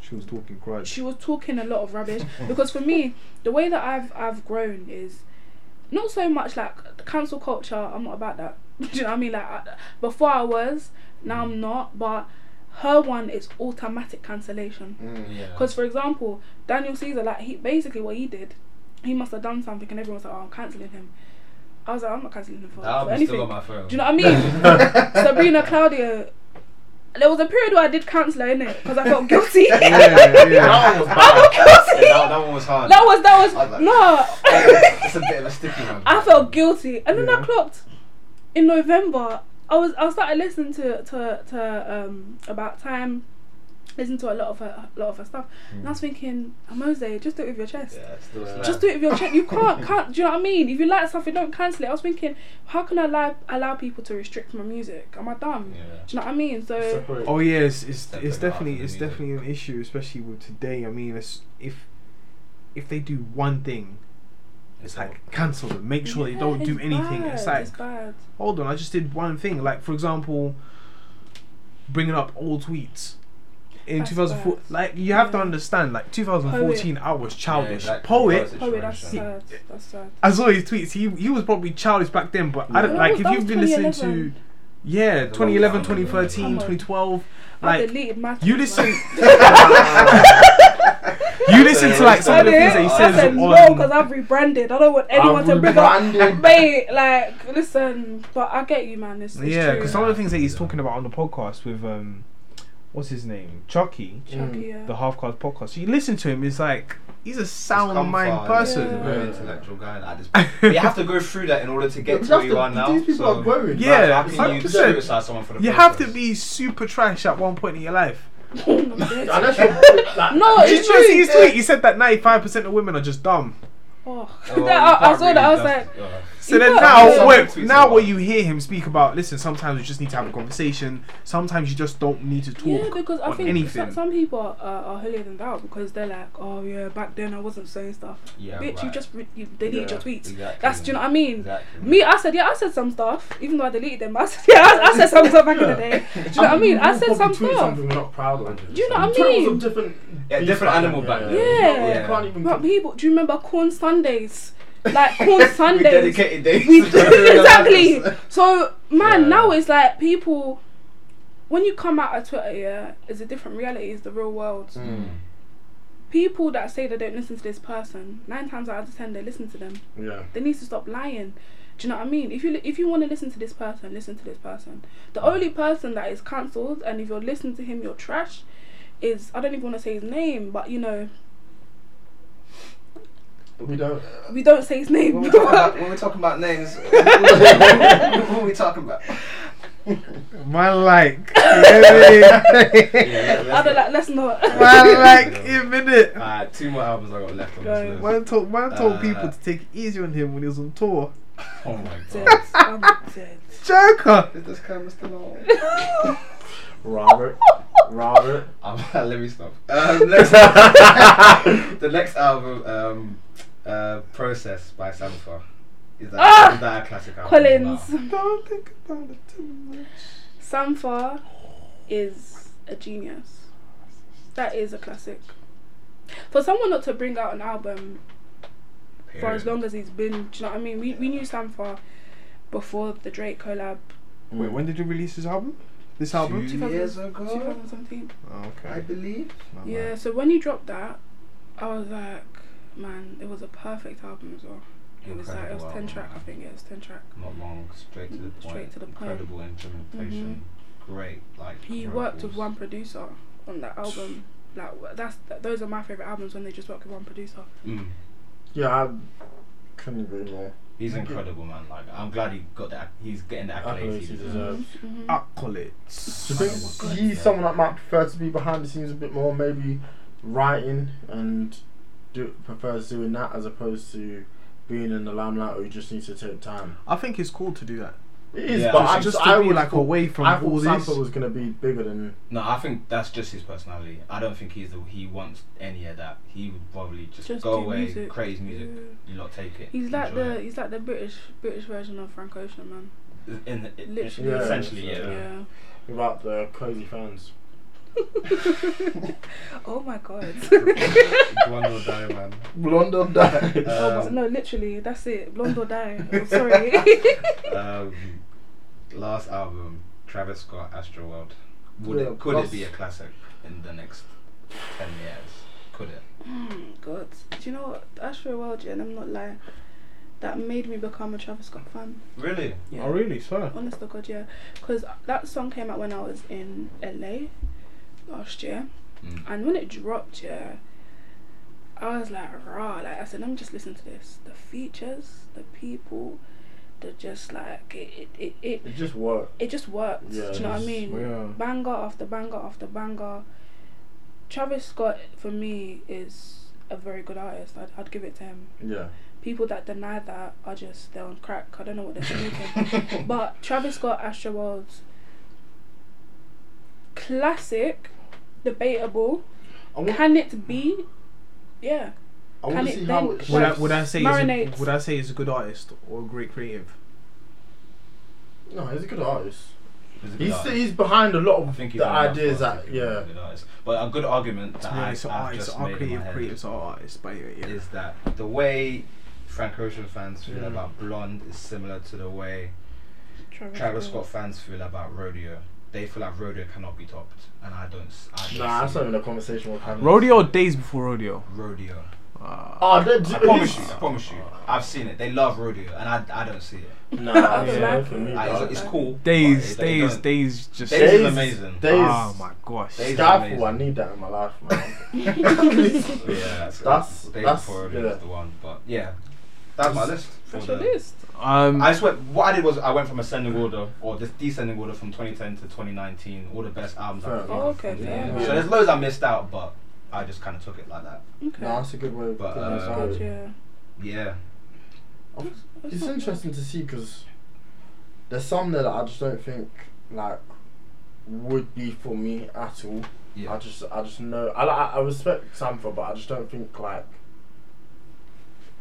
Speaker 2: She was talking crud.
Speaker 4: she was talking a lot of rubbish because for me the way that I've I've grown is not so much like cancel culture I'm not about that do you know what I mean like I, before I was now I'm not but her one is automatic cancellation
Speaker 3: Mm.
Speaker 1: Yeah.
Speaker 4: because for example Daniel Caesar like he basically what he did he must have done something and everyone's like oh I'm cancelling him I was like I'm not cancelling him for,
Speaker 1: that
Speaker 4: for
Speaker 1: album's still on
Speaker 4: anything
Speaker 1: my phone.
Speaker 4: do you know what I mean Sabrina Claudio there was a period where I did cancel her innit because I felt guilty
Speaker 2: yeah, yeah.
Speaker 1: That one was
Speaker 4: I felt
Speaker 1: bad.
Speaker 4: guilty
Speaker 1: Yeah, that, that one was hard.
Speaker 4: That was that was
Speaker 1: I was like-
Speaker 4: no.
Speaker 1: It's a bit of a sticky one.
Speaker 4: I felt guilty, and then I
Speaker 2: Yeah.
Speaker 4: clocked in November. I was I started listening to to to um about time, listened to a lot of her a lot of her stuff, and I was thinking, Mose, just do it with your chest.
Speaker 1: Mm. Yeah, it's still
Speaker 3: Just
Speaker 4: Just do it with your chest. You can't, can't. Do you know what I mean? If you like something, don't cancel it. I was thinking, how can I allow, allow people to restrict my music? Am I dumb?
Speaker 1: Yeah.
Speaker 4: Do you know what I mean? So
Speaker 3: Separate.
Speaker 2: Oh yeah, it's it's,
Speaker 1: Separate
Speaker 2: it's
Speaker 1: art
Speaker 2: definitely
Speaker 1: from
Speaker 2: it's
Speaker 1: the music.
Speaker 2: definitely an issue, especially with today. I mean, it's, if if they do one thing, it's like cancel them. Make sure
Speaker 4: Yeah,
Speaker 2: they don't do
Speaker 4: it's
Speaker 2: anything.
Speaker 4: Bad.
Speaker 2: It's like
Speaker 4: it's bad.
Speaker 2: hold on, I just did one thing. Like for example, bringing up old tweets. In
Speaker 4: That's
Speaker 2: 2004,
Speaker 4: bad.
Speaker 2: like you have to
Speaker 4: Yeah.
Speaker 2: understand, like 2014, I was childish.
Speaker 1: exactly.
Speaker 2: Poet,
Speaker 1: Poet.
Speaker 4: Poet, that's sad.
Speaker 1: Situation.
Speaker 4: That's sad.
Speaker 2: I saw his tweets. He he was probably childish back then, but I
Speaker 3: Yeah.
Speaker 2: don't
Speaker 4: That
Speaker 2: like
Speaker 4: was-
Speaker 2: if
Speaker 4: that
Speaker 2: you've
Speaker 4: was
Speaker 2: been listening
Speaker 4: 2011.
Speaker 2: to, yeah,
Speaker 1: That's a long
Speaker 2: 2011,
Speaker 1: time ago.
Speaker 2: 2013,
Speaker 4: Come on.
Speaker 2: 2012,
Speaker 4: I
Speaker 2: like
Speaker 4: deleted my.
Speaker 2: you
Speaker 4: tweets,
Speaker 2: listen.
Speaker 4: man.
Speaker 2: you listen to like some of the
Speaker 4: I
Speaker 2: things that he
Speaker 4: did.
Speaker 2: says
Speaker 4: I said
Speaker 2: on.
Speaker 4: no because I've rebranded. I don't want anyone to bring up.
Speaker 3: Branded.
Speaker 4: Mate, like, listen, but I get you, man. It's, it's
Speaker 2: yeah,
Speaker 4: true.
Speaker 2: because some of the things that he's talking about on the podcast with um, what's his name, Chucky,
Speaker 3: Hmm.
Speaker 4: Chucky, yeah.
Speaker 2: Mm, the Half Card podcast. You listen to him, it's like he's a sound
Speaker 1: Come
Speaker 2: mind
Speaker 1: far,
Speaker 2: person.
Speaker 1: yeah.
Speaker 4: Yeah.
Speaker 1: Very intellectual guy. Like this. But you have to go through that in order to get
Speaker 3: But
Speaker 1: to where
Speaker 3: that's
Speaker 1: you
Speaker 3: the-
Speaker 1: are now.
Speaker 3: These people
Speaker 1: so
Speaker 3: are growing.
Speaker 2: Yeah.
Speaker 1: How can you
Speaker 2: 100%.
Speaker 1: criticize someone for the
Speaker 2: You have to
Speaker 1: process?
Speaker 2: be super trash at one point in your life.
Speaker 3: Unless you're like,
Speaker 4: No,
Speaker 2: Did
Speaker 4: it's
Speaker 2: you see
Speaker 4: true.
Speaker 2: his tweet? He said that 95% of women are just dumb.
Speaker 4: Oh,
Speaker 1: Oh, you
Speaker 4: that, I, I
Speaker 1: can't
Speaker 4: saw that. I was
Speaker 1: really
Speaker 4: like,
Speaker 1: just- uh,
Speaker 2: So then
Speaker 4: Yeah.
Speaker 2: now,
Speaker 4: Yeah.
Speaker 2: what,
Speaker 1: Yeah.
Speaker 2: now what you hear him speak about, listen, sometimes you just need to have a conversation. Sometimes you just don't need to talk
Speaker 4: Yeah, because I
Speaker 2: on
Speaker 4: think
Speaker 2: anything.
Speaker 4: Some, some people are, are, are holier than thou because they're like, oh yeah, back then I wasn't saying stuff.
Speaker 1: Yeah,
Speaker 4: Bitch, you
Speaker 1: right.
Speaker 4: just re- you deleted your
Speaker 3: Yeah,
Speaker 4: tweets.
Speaker 1: Exactly.
Speaker 4: That's do you know what I mean?
Speaker 1: Exactly.
Speaker 4: Me, I said yeah, I said some stuff, even though I deleted them. I said yeah, I, I said some stuff back in the day. Do you know what I mean? I said some
Speaker 3: tweet
Speaker 4: stuff.
Speaker 3: something we're not proud of.
Speaker 4: Do you know what I
Speaker 3: Tweet was
Speaker 4: mean?
Speaker 3: a different,
Speaker 1: Yeah,
Speaker 3: beast
Speaker 1: different
Speaker 3: back
Speaker 1: animal
Speaker 3: then,
Speaker 1: back then.
Speaker 4: Yeah.
Speaker 3: You can't even.
Speaker 4: But people, do you remember corn Sundays? Like corn
Speaker 1: We
Speaker 4: Sundays.
Speaker 1: dedicated days.
Speaker 4: We-
Speaker 1: to Gabriel
Speaker 4: exactly.
Speaker 1: Adams.
Speaker 4: So man,
Speaker 3: Yeah.
Speaker 4: now it's like people. When you come out of Twitter, yeah, it's a different reality. It's the real world.
Speaker 1: Hmm.
Speaker 3: Mm,
Speaker 4: People that say they don't listen to this person, nine times out of ten, they listen to them.
Speaker 3: yeah.
Speaker 4: They need to stop lying. Do you know what I mean? If you li- if you want to listen to this person, listen to this person. The only person that is cancelled, and if you're listening to him, you're trash. Is I don't even want to say his name, but you know
Speaker 3: We don't.
Speaker 4: we don't say his name.
Speaker 1: When we talk about, when we talking about names, what are we talking about?
Speaker 2: My like. My
Speaker 1: Yeah,
Speaker 4: I don't like. Let's not.
Speaker 2: like, in a minute.
Speaker 1: Uh, two more albums I got left on
Speaker 4: Go.
Speaker 1: this list.
Speaker 2: Man told, man told
Speaker 1: Uh,
Speaker 2: people to take it easy on him when he was on tour.
Speaker 1: Oh my
Speaker 4: dead.
Speaker 1: god.
Speaker 4: I'm dead.
Speaker 2: Joker!
Speaker 1: Is this camera still on?
Speaker 3: Robert. Robert.
Speaker 1: Um, let me stop. Um, next, the next album, um, uh, Process by Sampha. Is that,
Speaker 4: Ah!
Speaker 1: is that a classic album?
Speaker 4: Collins.
Speaker 1: Wow.
Speaker 2: Don't think about it too much.
Speaker 4: Samfar is a genius. That is a classic. For someone not to bring out an album for as
Speaker 1: Period.
Speaker 4: long as he's been, do you know what I mean? We, we knew Samfar before the Drake collab,
Speaker 2: Wait, when did you release this album? This album?
Speaker 1: Two years ago,
Speaker 4: 2017.
Speaker 2: Oh,
Speaker 1: I
Speaker 2: okay.
Speaker 1: believe.
Speaker 2: My
Speaker 4: Yeah, so when he dropped that, I was like, man, it was a perfect album as well. It was like, it was
Speaker 1: Incredible
Speaker 4: 10
Speaker 1: album,
Speaker 4: track, I
Speaker 1: man.
Speaker 4: think, yeah, it was 10 track.
Speaker 1: Not long, straight to the point.
Speaker 4: Straight to the point. Mm-hmm.
Speaker 1: Incredible implementation. Great, like.
Speaker 4: He worked with one producer on that album. Like wh- that's th- those are my favorite albums when they just work with one producer.
Speaker 1: Mm.
Speaker 3: Yeah, I couldn't agree more.
Speaker 1: He's incredible, man. Like, I'm glad he got that. He's getting the accolades
Speaker 3: Accolades
Speaker 1: he
Speaker 3: he
Speaker 1: deserves. Mm-hmm.
Speaker 3: deserves. Do
Speaker 4: Mhm.
Speaker 3: you
Speaker 1: Oh my
Speaker 3: think
Speaker 1: God.
Speaker 3: he's someone that might prefer to be behind the scenes a bit more, maybe writing and do prefers doing that as opposed to being in the limelight or you just need to take time?
Speaker 2: I think it's cool to do that.
Speaker 3: It is,
Speaker 1: Yeah.
Speaker 3: but
Speaker 1: Just-
Speaker 3: I
Speaker 2: just
Speaker 3: just
Speaker 2: to
Speaker 3: I
Speaker 2: be
Speaker 3: would
Speaker 2: like away from
Speaker 3: I thought
Speaker 2: all this.
Speaker 3: Sampa was gonna be bigger than
Speaker 1: No, I think that's just his personality. I don't think he's the he wants any of that. He would probably just,
Speaker 4: Just
Speaker 1: go
Speaker 4: do
Speaker 1: away,
Speaker 4: music.
Speaker 1: create his music. You lot take it.
Speaker 4: He's like
Speaker 1: enjoy
Speaker 4: the
Speaker 1: it.
Speaker 4: he's like the British British version of Frank Ocean, man.
Speaker 1: in the, in-
Speaker 4: Literally.
Speaker 3: Yeah.
Speaker 1: essentially yeah.
Speaker 3: Yeah.
Speaker 4: Yeah.
Speaker 3: without the crazy fans.
Speaker 4: Oh my god.
Speaker 1: Blonde or die, man.
Speaker 3: Blonde or die.
Speaker 4: oh, my-
Speaker 1: Um,
Speaker 4: no, literally, that's it. Blonde or die. I'm sorry.
Speaker 1: um, last album, Travis Scott, Astroworld. Would
Speaker 3: Yeah,
Speaker 1: it could it
Speaker 3: plus-
Speaker 1: be a classic in the next ten years? Could it?
Speaker 4: Mm, god, do you know what? Astro World, yeah, and I'm not lying. That made me become a Travis Scott fan.
Speaker 1: Really?
Speaker 4: Yeah.
Speaker 2: Oh, really? Sir?
Speaker 4: Honest to God, yeah. Because that song came out when I was in LA last year.
Speaker 1: Mm.
Speaker 4: And when it dropped, yeah, I was like, rah. Like, I said, let me just listen to this. The features, the people, the just like, it, it, it, it,
Speaker 3: It just worked.
Speaker 4: it just worked.
Speaker 3: Yeah,
Speaker 4: do you know what I
Speaker 3: it's-
Speaker 4: mean?
Speaker 2: Yeah.
Speaker 4: Banger after banger after banger. Travis Scott, for me, is a very good artist. I'd, I'd give it to him.
Speaker 3: Yeah.
Speaker 4: People that deny that are just, they're on crack. I don't know what they're thinking. But Travis Scott, Astro World's classic, debatable.
Speaker 3: I want,
Speaker 4: Can it be? Yeah.
Speaker 3: I want
Speaker 4: can
Speaker 3: to
Speaker 4: it
Speaker 3: see how
Speaker 4: then-
Speaker 3: it
Speaker 2: Would I,
Speaker 3: shapes-
Speaker 2: would I say he's a,
Speaker 4: Marinate.
Speaker 2: would I say he's a good artist or a great creative?
Speaker 3: No, he's a good artist.
Speaker 1: He's a good
Speaker 3: He's
Speaker 1: artist.
Speaker 3: he's behind a lot
Speaker 1: I
Speaker 3: of
Speaker 1: think he's
Speaker 3: the
Speaker 1: a lot
Speaker 3: ideas
Speaker 1: smarter
Speaker 3: that
Speaker 1: than a
Speaker 3: yeah.
Speaker 1: good artist. But a good argument
Speaker 2: To
Speaker 1: that
Speaker 2: be
Speaker 1: I,
Speaker 2: honest,
Speaker 1: I've
Speaker 2: artists
Speaker 1: just
Speaker 2: are
Speaker 1: made in
Speaker 2: creative,
Speaker 1: my head
Speaker 2: creatives are artists, but yeah, yeah.
Speaker 1: is that the way Frank Ocean fans feel
Speaker 3: Mm.
Speaker 1: about Blonde is similar to the way Travis Scott fans feel about Rodeo. They feel like Rodeo cannot be topped, and I don't. s- I don't
Speaker 3: Nah, that's
Speaker 1: see
Speaker 3: not even a conversation we're having.
Speaker 2: Rodeo or Days Before Rodeo?
Speaker 1: Rodeo.
Speaker 2: Uh,
Speaker 3: Oh, they're
Speaker 1: I promise you. I promise you. I've seen it. They love Rodeo, and I, I don't see it.
Speaker 3: Nah,
Speaker 4: I
Speaker 3: it's
Speaker 4: don't
Speaker 3: not
Speaker 4: like
Speaker 3: for
Speaker 4: it.
Speaker 3: me.
Speaker 1: Like,
Speaker 3: dog.
Speaker 1: Ah, it's, it's cool.
Speaker 5: Days,
Speaker 1: but it- they
Speaker 5: days,
Speaker 1: don't-
Speaker 5: days, just.
Speaker 1: Days is amazing.
Speaker 3: Days.
Speaker 5: Oh my gosh.
Speaker 1: Days is amazing.
Speaker 3: Skyfall, I need that in my life, man.
Speaker 1: Yeah, that's
Speaker 3: That's-
Speaker 1: Days
Speaker 3: that's-
Speaker 1: before Rodeo
Speaker 3: yeah.
Speaker 1: is the one. But yeah, that's my list. for
Speaker 4: That's your
Speaker 1: the-
Speaker 4: list.
Speaker 5: Um,
Speaker 1: I just went. What I did was I went from ascending order or this descending order from 2010 to 2019. All the best albums. I
Speaker 3: Fair
Speaker 1: could think
Speaker 4: enough.
Speaker 1: of
Speaker 4: Okay,
Speaker 1: from
Speaker 4: fair
Speaker 1: there.
Speaker 3: enough.
Speaker 1: So there's loads I missed out, but I just kind of took it like that.
Speaker 4: Okay.
Speaker 3: Nah, that's a good way. of
Speaker 1: But,
Speaker 3: putting it,
Speaker 1: uh,
Speaker 3: sorry.
Speaker 4: God, yeah.
Speaker 1: Yeah.
Speaker 3: It's interesting to see because there's some there that I just don't think like would be for me at all.
Speaker 1: Yeah.
Speaker 3: I just, I just know. I, I, I respect Samford, but I just don't think like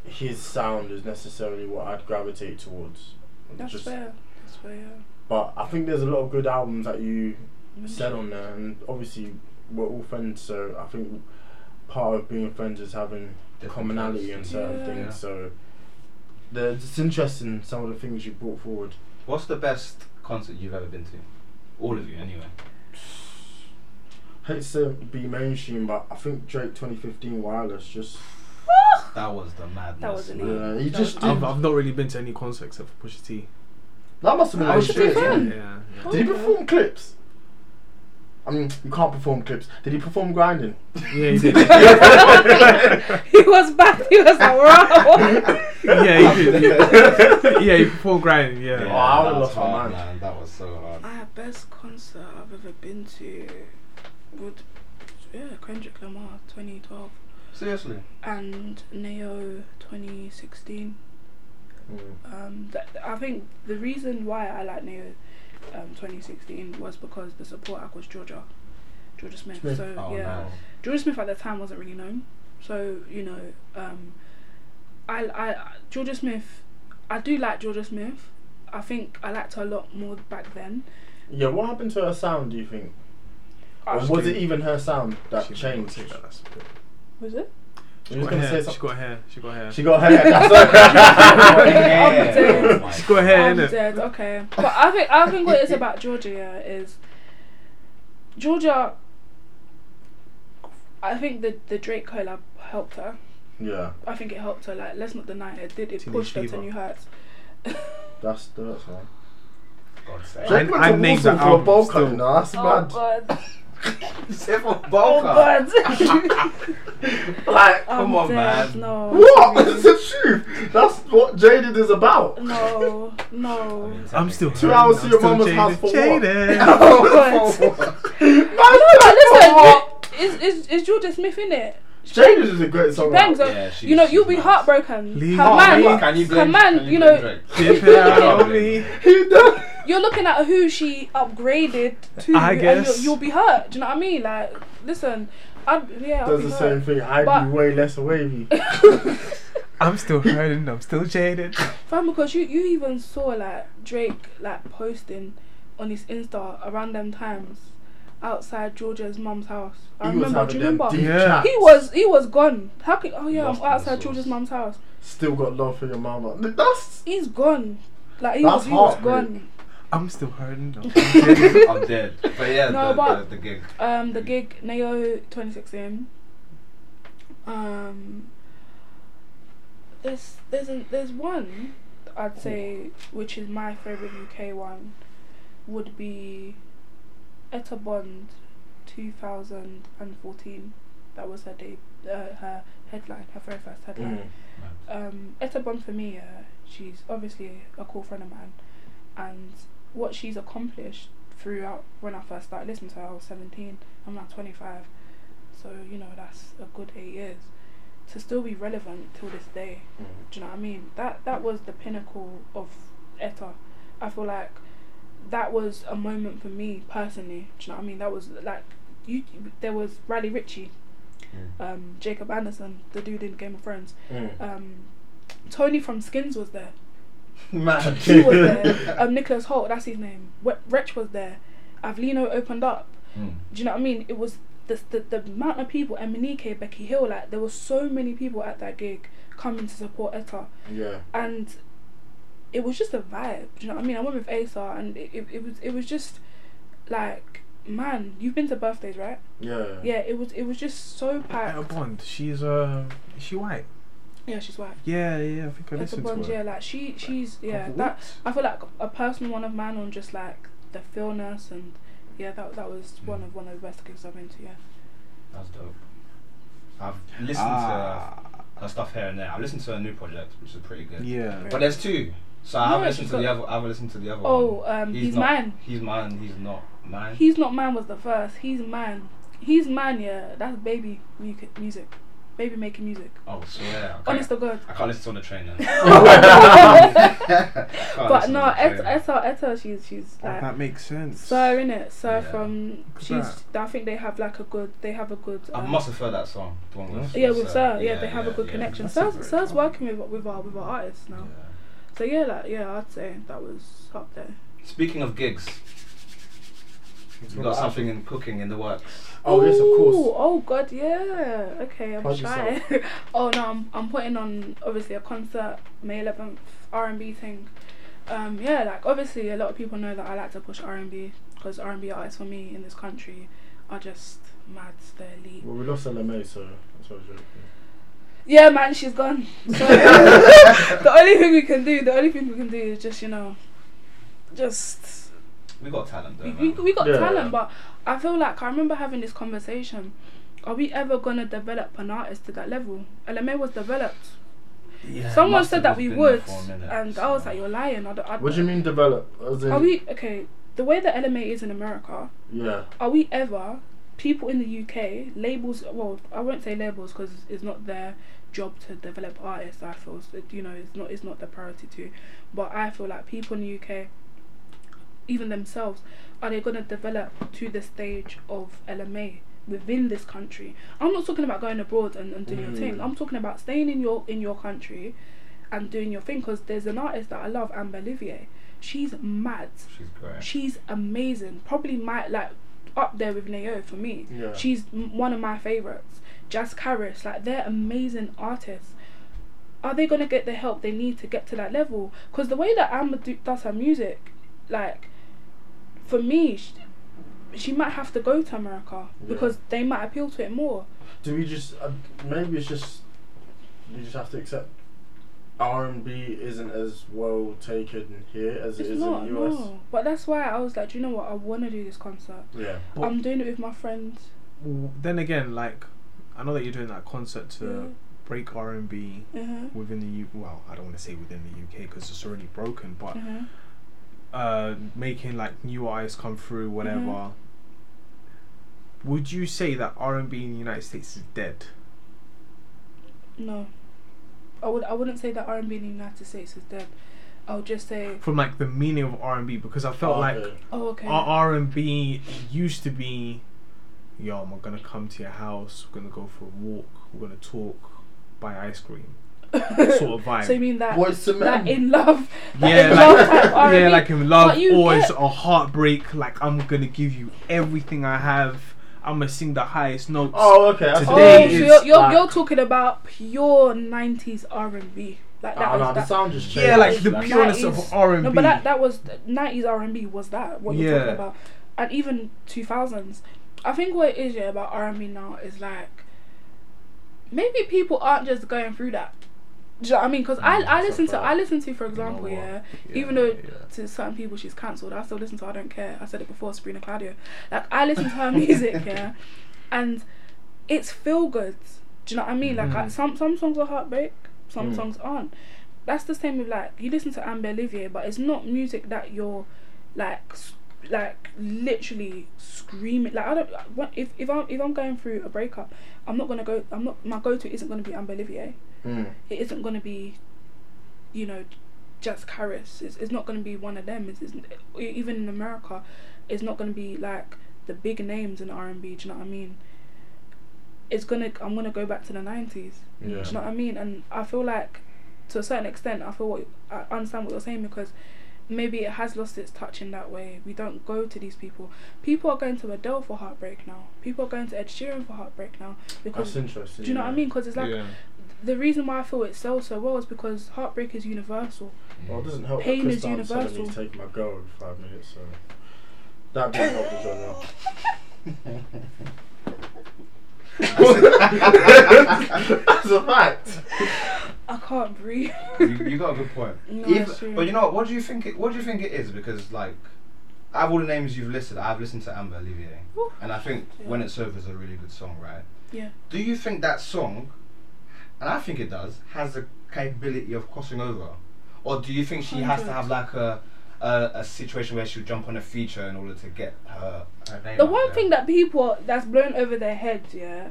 Speaker 3: his sound is necessarily what I'd gravitate towards.
Speaker 4: That's
Speaker 3: Just-
Speaker 4: fair. That's fair. Yeah.
Speaker 3: But I think there's a lot of good albums that you
Speaker 4: Mm.
Speaker 3: said on there, and obviously we're all friends, so I think part of being friends is having
Speaker 1: Different
Speaker 3: commonality
Speaker 1: tastes.
Speaker 3: and certain
Speaker 4: Yeah.
Speaker 3: things.
Speaker 1: Yeah.
Speaker 3: So the, it's interesting some of the things you brought forward.
Speaker 1: What's the best concert you've ever been to? All of you, anyway.
Speaker 3: hate to be mainstream, but I think Drake 2015 Wireless just
Speaker 1: That was the madness.
Speaker 4: wasn't
Speaker 1: man.
Speaker 4: it.
Speaker 3: yeah, he
Speaker 4: That
Speaker 3: just
Speaker 4: was
Speaker 3: did.
Speaker 2: I've, I've not really been to any concert except for Pusha T.
Speaker 3: That must have been
Speaker 1: I
Speaker 3: a
Speaker 1: was
Speaker 3: shit.
Speaker 4: surprised.
Speaker 3: yeah.
Speaker 2: Yeah. yeah.
Speaker 3: Did he perform clips? I mean, you can't perform clips. Did he perform grinding?
Speaker 2: Yeah, he did.
Speaker 4: he was back. He was like, wow.
Speaker 2: yeah, he did.
Speaker 3: Mm.
Speaker 2: Yeah, he performed grinding. Yeah.
Speaker 1: Yeah,
Speaker 3: Oh, I would've
Speaker 1: that was
Speaker 3: lost my
Speaker 1: hard,
Speaker 3: mind.
Speaker 1: man. That was so hard.
Speaker 4: Ah, best concert I've ever been to would yeah Kendrick Lamar 2012
Speaker 1: Seriously.
Speaker 4: and Neo 2016.
Speaker 3: Mm.
Speaker 4: Um, th- th- I think the reason why I like Neo um 2016 was because the support act was Georgia, Georgia Smith.
Speaker 3: Smith.
Speaker 4: So
Speaker 1: Oh
Speaker 4: yeah.
Speaker 1: no.
Speaker 4: George Smith at the time wasn't really known. So you know, um, I I Georgia Smith, I do like Georgia Smith. I think I liked her a lot more back then.
Speaker 3: Yeah, what happened to her sound? Do you think? Or
Speaker 4: I
Speaker 3: was it even her sound that
Speaker 2: She
Speaker 3: changed?
Speaker 2: Take that, that's a bit-
Speaker 4: Was it?
Speaker 3: You
Speaker 2: She
Speaker 3: was
Speaker 2: got,
Speaker 3: gonna say
Speaker 2: hair. she
Speaker 3: something.
Speaker 2: got hair. She got hair.
Speaker 3: She got hair. That's
Speaker 1: Yeah,
Speaker 4: I'm dead.
Speaker 1: oh my
Speaker 2: She got
Speaker 1: God.
Speaker 2: hair
Speaker 4: I'm
Speaker 2: in it.
Speaker 4: dead. Okay, but I think I think what it is about Georgia yeah, is Georgia. I think the the Drake collab helped her.
Speaker 3: yeah,
Speaker 4: I think it helped her. Like let's not deny it. it did it
Speaker 2: Teenage
Speaker 4: pushed her to
Speaker 2: Fever.
Speaker 4: new heights?
Speaker 3: that's that's right.
Speaker 1: God's sake.
Speaker 2: I- I named that
Speaker 3: for a
Speaker 2: album
Speaker 3: bowl
Speaker 2: still.
Speaker 3: cut, nah, that's
Speaker 4: Oh
Speaker 3: mad.
Speaker 4: god! Oh
Speaker 1: Boca.
Speaker 4: god!
Speaker 3: Like,
Speaker 1: Come
Speaker 4: I'm
Speaker 1: on,
Speaker 4: dead.
Speaker 1: man.
Speaker 4: No.
Speaker 3: What?
Speaker 4: sorry.
Speaker 3: It's the truth. That's what Jaded is about.
Speaker 4: No, no.
Speaker 2: I'm still
Speaker 3: Two
Speaker 2: hurting,
Speaker 3: hours
Speaker 2: I'm
Speaker 3: to your
Speaker 2: still
Speaker 3: mama's house for what?
Speaker 2: jaded.
Speaker 4: Oh,
Speaker 3: Jaded
Speaker 4: But listen, it's, it's, it's Georgia Smith in it.
Speaker 3: is a great song.
Speaker 4: Bangs, uh,
Speaker 3: man.
Speaker 1: Yeah, she-
Speaker 4: you know,
Speaker 1: she's
Speaker 4: you'll be
Speaker 1: nice.
Speaker 4: heartbroken.
Speaker 2: Leave
Speaker 4: Her
Speaker 2: me.
Speaker 4: man,
Speaker 3: Leave
Speaker 1: Can you
Speaker 4: her
Speaker 1: blame?
Speaker 4: man,
Speaker 1: can
Speaker 4: you know,
Speaker 1: blame Drake?
Speaker 2: Dip it out on me.
Speaker 3: He does.
Speaker 4: you're looking at who she upgraded to,
Speaker 2: I
Speaker 4: and
Speaker 2: guess.
Speaker 4: you'll, you'll be hurt. Do you know what I mean? Like, listen, I yeah, I'll
Speaker 3: Does
Speaker 4: be
Speaker 3: the
Speaker 4: hurt.
Speaker 3: same thing. I'd
Speaker 4: But-
Speaker 3: be way less wavy.
Speaker 2: I'm still hurting. I'm still jaded.
Speaker 4: Fam, because you you even saw like Drake like posting on his Insta around them times outside Georgia's mum's house. I
Speaker 3: He was
Speaker 4: remember.
Speaker 3: having
Speaker 4: Do you
Speaker 3: them
Speaker 4: remember?
Speaker 3: deep
Speaker 2: Yeah.
Speaker 3: chats.
Speaker 4: He was he was gone. How could oh yeah,
Speaker 1: Lost
Speaker 4: I'm
Speaker 1: in the
Speaker 4: outside
Speaker 1: sauce.
Speaker 4: George's mum's house.
Speaker 3: still got love for your mama. That's
Speaker 4: He's gone. Like he
Speaker 3: That's
Speaker 4: was he was
Speaker 3: heartbreak.
Speaker 4: gone.
Speaker 2: I'm still hurting. I'm still jaded.
Speaker 1: I'm dead. But yeah,
Speaker 4: No,
Speaker 1: the,
Speaker 4: but-
Speaker 1: the, the gig.
Speaker 4: Um the gig Neo twenty sixteen. Um there's there's a, there's one I'd say which is my favourite UK one would be Etta Bond two thousand and fourteen. That was her day uh, her headline, her very first headline.
Speaker 3: Mm,
Speaker 4: um, Etta Bond for me, uh, she's obviously a cool friend of mine, and what she's accomplished throughout when I first started listening to her, I was 17, I'm now 25, so you know, that's a good eight years to still be relevant till this day.
Speaker 3: mm.
Speaker 4: Do you know what I mean? That that was the pinnacle of Etta. I feel like that was a moment for me personally. Do you know what I mean? That was like you. There was Riley Ritchie, um, Jacob Anderson, the dude in Game of Thrones um, Tony from Skins was there.
Speaker 1: Man.
Speaker 4: He was there. um, Nicholas Holt, that's his name. Wet Wretch was there. Avlino opened up.
Speaker 1: Hmm,
Speaker 4: Do you know what I mean? It was the the, the amount of people. Emenike, Becky Hill, like there were so many people at that gig coming to support Etta,
Speaker 3: Yeah.
Speaker 4: and it was just a vibe. Do you know what I mean? I went with Asa, and it, it, it was it was just like man, you've been to birthdays, right?
Speaker 3: Yeah.
Speaker 4: Yeah, it was it was just so
Speaker 2: Etta
Speaker 4: packed.
Speaker 2: Bond. She's uh, is she white.
Speaker 4: Yeah, she's white.
Speaker 2: Yeah, yeah. I think I
Speaker 4: Etta
Speaker 2: listened to
Speaker 4: Bond, yeah,
Speaker 2: her.
Speaker 4: like she she's yeah
Speaker 2: Couple
Speaker 4: that
Speaker 2: weeks.
Speaker 4: I feel like a personal one of mine on just like the feelness and yeah, that that was one of one of the best gigs I've been to. Yeah,
Speaker 1: That's dope. I've listened
Speaker 2: Ah,
Speaker 1: to her stuff here and there. I've listened to her new project, which is pretty good.
Speaker 2: yeah.
Speaker 1: But there's two. So I
Speaker 4: No,
Speaker 1: haven't listened
Speaker 4: she's
Speaker 1: to the
Speaker 4: got-
Speaker 1: other. I haven't listened to the other
Speaker 4: Oh,
Speaker 1: one.
Speaker 4: um, He's
Speaker 1: not,
Speaker 4: Mine.
Speaker 1: He's mine. He's not mine.
Speaker 4: he's not man was the first. He's man. He's man. Yeah, that's baby mu- music. baby making music.
Speaker 1: Oh, swear. I
Speaker 4: Honest
Speaker 1: can't,
Speaker 4: to God.
Speaker 1: I can't listen to on the train then.
Speaker 4: But
Speaker 1: but
Speaker 4: no, Etta, Etta, Etta, she's she's like
Speaker 2: that makes sense.
Speaker 4: Sir in it, Sir
Speaker 1: Yeah.
Speaker 4: from
Speaker 2: Look at
Speaker 4: she's. I think they have like a good. They have a good.
Speaker 1: I
Speaker 4: um,
Speaker 1: must have heard that song. The one with
Speaker 4: Yeah, with Sir. Yeah, they have a
Speaker 1: yeah,
Speaker 4: good
Speaker 1: yeah.
Speaker 4: connection.
Speaker 2: That's a
Speaker 4: Sir's,
Speaker 2: great
Speaker 4: Sir's
Speaker 2: album.
Speaker 4: working with with our with our artists now.
Speaker 1: Yeah.
Speaker 4: So yeah, like yeah, I'd say that was up there.
Speaker 1: Speaking of gigs, you got something in cooking in the works.
Speaker 3: Oh yes, of
Speaker 4: Ooh,
Speaker 3: course.
Speaker 4: Oh god, yeah. Okay, I'm
Speaker 3: Plug
Speaker 4: shy. oh no, I'm I'm putting on obviously a concert May 11th R and B thing. Um, yeah, like obviously a lot of people know that I like to push R and B because R and B artists for me in this country are just mad. They're elite.
Speaker 3: Well, we lost LMA, so that's what I was joking.
Speaker 4: Yeah, man, she's gone. So, the only thing we can do, the only thing we can do is just you know, just
Speaker 1: We got talent though.
Speaker 4: we, we,
Speaker 1: man.
Speaker 4: we got
Speaker 3: Yeah.
Speaker 4: talent, but I feel like I remember having this conversation. Are we ever gonna develop an artist to that level? LMA was developed.
Speaker 1: Yeah,
Speaker 4: Someone
Speaker 1: must
Speaker 4: said
Speaker 1: have
Speaker 4: that we
Speaker 1: been there
Speaker 4: would,
Speaker 1: for a minute,
Speaker 4: and I
Speaker 1: so-
Speaker 4: was like, "You're lying." I don't, I,
Speaker 3: What do you mean develop? As in,
Speaker 4: Are we okay? The way that LMA is in America,
Speaker 3: Yeah.
Speaker 4: are we ever people in the UK labels? Well, I won't say labels because it's not their job to develop artists. I feel so, you know it's not it's not their priority to, but I feel like people in the UK, even themselves, are they gonna develop to the stage of LMA? within this country i'm not talking about going abroad and, and doing your thing
Speaker 3: Mm.
Speaker 4: i'm talking about staying in your in your country and doing your thing because there's an artist that i love amber olivier she's mad
Speaker 1: She's great.
Speaker 4: she's amazing. Probably my like up there with Nayo for me.
Speaker 3: Yeah.
Speaker 4: She's m- one of my favorites. Jazz Karis, like they're amazing artists. Are they gonna get the help they need to get to that level? Because the way that Amma do- does her music, like for me, she, she might have to go to America
Speaker 3: Yeah.
Speaker 4: because they might appeal to it more.
Speaker 3: Do we just uh, maybe it's just we just have to accept R and B isn't as well taken here as
Speaker 4: It's
Speaker 3: it is
Speaker 4: not,
Speaker 3: in the US.
Speaker 4: no. But that's why I was like, do you know what? I wanna do this concert.
Speaker 3: Yeah.
Speaker 2: But-
Speaker 4: I'm doing it with my friends.
Speaker 2: W- Then again, like I know that you're doing that concert to break R and B
Speaker 4: Yeah. Uh-huh.
Speaker 2: within the U. Well, I don't want to say within the UK because it's already broken, but
Speaker 4: Uh-huh. Uh-huh.
Speaker 2: uh, making like new artists come through, whatever. Would you say that R and B in the United States is dead?
Speaker 4: No. I would I wouldn't say that R and B in the United States is dead. I would just say
Speaker 2: From like the meaning of R and B, because I felt like
Speaker 3: Okay.
Speaker 4: Oh okay.
Speaker 2: our R and B used to be, yo, I'm gonna come to your house, we're gonna go for a walk, we're gonna talk, buy ice cream, sort of vibe.
Speaker 4: so you mean that
Speaker 3: Boys to
Speaker 4: that
Speaker 3: men.
Speaker 4: in love that
Speaker 2: yeah,
Speaker 4: in love
Speaker 2: like
Speaker 4: type R&B?
Speaker 2: yeah, like in love
Speaker 4: But you
Speaker 2: or it's
Speaker 4: get-
Speaker 2: a heartbreak. Like I'm gonna give you everything I have. I'm gonna sing the highest notes.
Speaker 3: Oh, okay. I see.
Speaker 2: Today
Speaker 4: Oh, so
Speaker 2: is
Speaker 4: you're, you're,
Speaker 3: like-
Speaker 4: you're talking about pure nineties R and B. Like that
Speaker 3: Ah,
Speaker 4: was
Speaker 3: nah, the
Speaker 4: that.
Speaker 3: sound just changed.
Speaker 2: yeah, like the
Speaker 4: Like
Speaker 2: pureness
Speaker 4: 90s.
Speaker 2: of R and
Speaker 4: No,
Speaker 2: B.
Speaker 4: but that that was nineties R and B was that what you're
Speaker 2: Yeah.
Speaker 4: talking about, and even two thousands. I think what it is yeah about R and B now is like maybe people aren't just going through that. Do you know what I mean? Because
Speaker 2: Mm,
Speaker 4: I, I
Speaker 3: that's
Speaker 4: listen
Speaker 3: not
Speaker 4: to
Speaker 3: bad.
Speaker 4: I listen to for
Speaker 2: know
Speaker 4: example
Speaker 2: what?
Speaker 4: yeah,
Speaker 2: Yeah,
Speaker 4: even though
Speaker 2: yeah.
Speaker 4: to certain people she's cancelled I still listen to I don't care I said it before Sabrina Claudio like I listen to her music yeah, and it's feel good. Do you know what I mean? Like I,
Speaker 2: Mhm.
Speaker 4: some some songs are heartbreak, some
Speaker 3: Mm.
Speaker 4: songs aren't. That's the same with like you listen to Amber Olivier, but it's not music that you're like s- like literally screaming. Like I don't what- if if I'm if I'm going through a breakup, I'm not gonna go. I'm not my go to isn't gonna be Amber Olivier.
Speaker 3: Mm.
Speaker 4: It isn't gonna be, you know, Jazz Karis. It's it's not gonna be one of them. It's, it's even in America, it's not gonna be like the big names in R and B. Do you know what I mean? It's gonna. I'm gonna go back to the nineties.
Speaker 3: Yeah.
Speaker 4: Do you know what I mean? And I feel like, to a certain extent, I feel what I understand what you're saying because maybe it has lost its touch in that way. We don't go to these people. People are going to Adele for heartbreak now. People are going to Ed Sheeran for heartbreak now
Speaker 3: That's
Speaker 4: because do
Speaker 3: interesting.
Speaker 4: you know what I
Speaker 3: yeah.
Speaker 4: mean? Because it's like
Speaker 2: yeah.
Speaker 4: the reason why I feel it sells so well is because heartbreak is universal.
Speaker 3: Well, it doesn't help.
Speaker 4: Pain
Speaker 3: that
Speaker 4: is
Speaker 3: Chris Brown's telling me
Speaker 4: universal.
Speaker 3: to Take my girl in five minutes, so that didn't help the genre. That's a fact.
Speaker 4: I can't breathe.
Speaker 1: you, you got a good point.
Speaker 4: No,
Speaker 1: If-
Speaker 4: that's true.
Speaker 1: but you know what? What do you think? It, what do you think it is? Because like, out of all the names you've listed, I've listened to Amber Olivier,
Speaker 4: Woo.
Speaker 1: and I think
Speaker 4: Yeah.
Speaker 1: When It's Over is a really good song, right?
Speaker 4: Yeah.
Speaker 1: Do you think that song, and I think it does, has the capability of crossing over, or do you think she has to have like a a, a situation where she'll jump on a feature in order to get her, her name?
Speaker 4: the
Speaker 1: out
Speaker 4: one
Speaker 1: there?
Speaker 4: thing that people that's blown over their heads, yeah,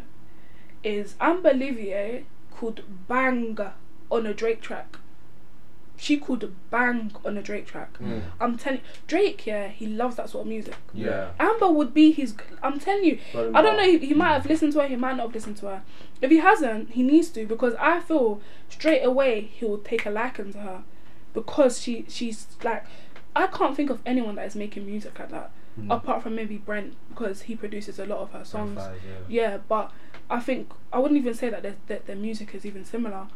Speaker 4: is Amber Olivier could bang on a Drake track. She could bang on a Drake track. I'm telling Drake, yeah, he loves that sort of music.
Speaker 3: Yeah.
Speaker 4: Amber would be his. I'm telling you,
Speaker 3: But
Speaker 4: I don't
Speaker 3: no.
Speaker 4: know. He, he might have listened to her. He might not have listened to her. If he hasn't, he needs to because I feel straight away he'll take a liking to her because she she's like I can't think of anyone that is making music like that
Speaker 3: Hmm.
Speaker 4: apart from maybe Brent because he produces a lot of her songs.
Speaker 1: Five, yeah.
Speaker 4: Yeah, but I think I wouldn't even say that their, that their music is even similar,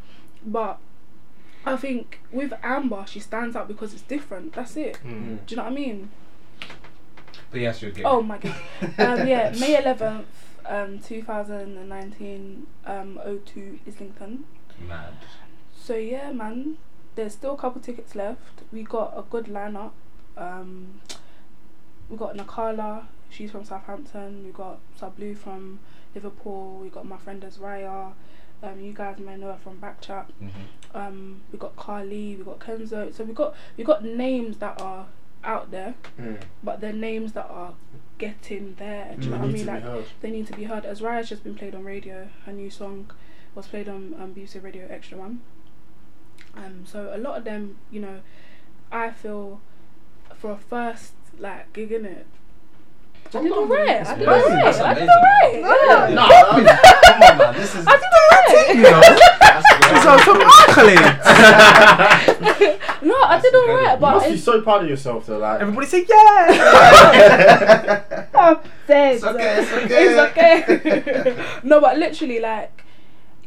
Speaker 4: but I think with Amber she stands out because it's different. That's it.
Speaker 3: Hmm.
Speaker 2: Mm.
Speaker 4: Do you know what I mean?
Speaker 1: But yes, you're gay.
Speaker 4: Oh my god. Um, yeah, May 11th, um, 2019, um, 02 Islington.
Speaker 1: Mad.
Speaker 4: So yeah, man, there's still a couple tickets left. We got a good lineup. Um, we got Nakala, she's from Southampton. We got Sablu from Liverpool. We got my friend Azraya. Um, you guys may know her from Backchat.
Speaker 1: Mm-hmm.
Speaker 4: Um, we got Carly. We got Kenzo. So we got we got names that are out there
Speaker 3: Mm.
Speaker 4: but they're names that are getting there. Do you know
Speaker 1: Mm.
Speaker 3: They
Speaker 4: what I
Speaker 3: need
Speaker 4: mean?
Speaker 3: to be
Speaker 4: Like
Speaker 3: heard.
Speaker 4: they need to be heard. As Raya's just been played on radio, her new song was played on um, BBC Radio Extra One. Um, so a lot of them, you know, I feel for a first like gig in it. I did alright. I did
Speaker 1: That's-
Speaker 4: alright.
Speaker 1: that's
Speaker 4: I did
Speaker 1: amazing.
Speaker 4: alright.
Speaker 1: No,
Speaker 4: Yeah.
Speaker 1: come on, man. This is.
Speaker 4: I did alright.
Speaker 2: You know,
Speaker 1: That's
Speaker 2: these are some accolades.
Speaker 4: No, I
Speaker 1: That's
Speaker 4: did
Speaker 1: incredible.
Speaker 4: alright,
Speaker 3: You
Speaker 4: but
Speaker 3: must be
Speaker 4: it's
Speaker 3: so proud of yourself though, like
Speaker 2: Everybody say yeah.
Speaker 4: I'm dead.
Speaker 1: It's okay, it's
Speaker 4: It's okay. no, but literally, like,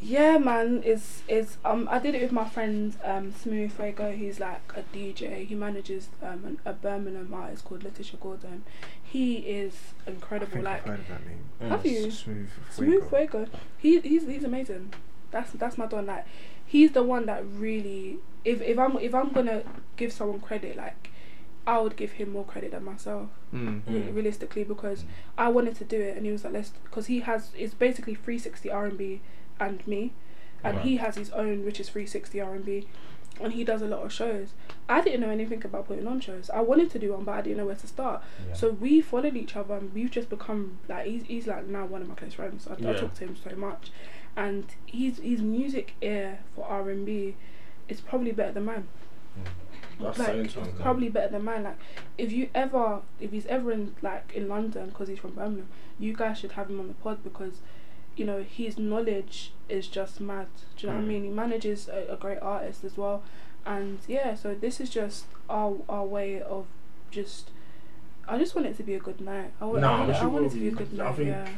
Speaker 4: yeah, man, is is um, I did it with my friend um, Smooth Fuego. He's like a DJ. He manages um an, a Birmingham artist called Letitia Gordon. He is
Speaker 2: I
Speaker 4: incredible.
Speaker 2: think I've
Speaker 4: Like,
Speaker 2: heard of that name.
Speaker 4: have you?
Speaker 2: Smooth.
Speaker 4: Smooth
Speaker 2: Fuego.
Speaker 4: Fuego. He he's he's amazing. That's that's my don. Like he's the one that really if if I'm if I'm gonna give someone credit, like I would give him more credit than myself
Speaker 2: Mm.
Speaker 4: re-
Speaker 3: Mm.
Speaker 4: realistically because I wanted to do it and he was like let's because he has it's basically 360 R&B and me and he has his own which is 360 R&B and he does a lot of shows I didn't know anything about putting on shows I wanted to do one but I didn't know where to start
Speaker 1: Yeah.
Speaker 4: so we followed each other and we've just become like he's, he's like now one of my close friends I, I
Speaker 3: Yeah.
Speaker 4: talk to him so much and his his music ear for R&B is probably better than mine
Speaker 3: that's
Speaker 4: like,
Speaker 3: so interesting.
Speaker 4: probably better than mine. Like, if you ever, if he's ever in like in London because he's from Birmingham, you guys should have him on the pod because, you know, his knowledge is just mad. Do
Speaker 3: Hmm.
Speaker 4: you know what I mean? He manages a, a great artist as well, and yeah. So this is just our our way of just. I just want it to be a good night. I want,
Speaker 3: Nah,
Speaker 4: I want,
Speaker 3: it
Speaker 4: it- I
Speaker 3: should
Speaker 4: want it
Speaker 3: will
Speaker 4: to be a
Speaker 3: be.
Speaker 4: good
Speaker 3: I
Speaker 4: night.
Speaker 3: think-
Speaker 4: yeah.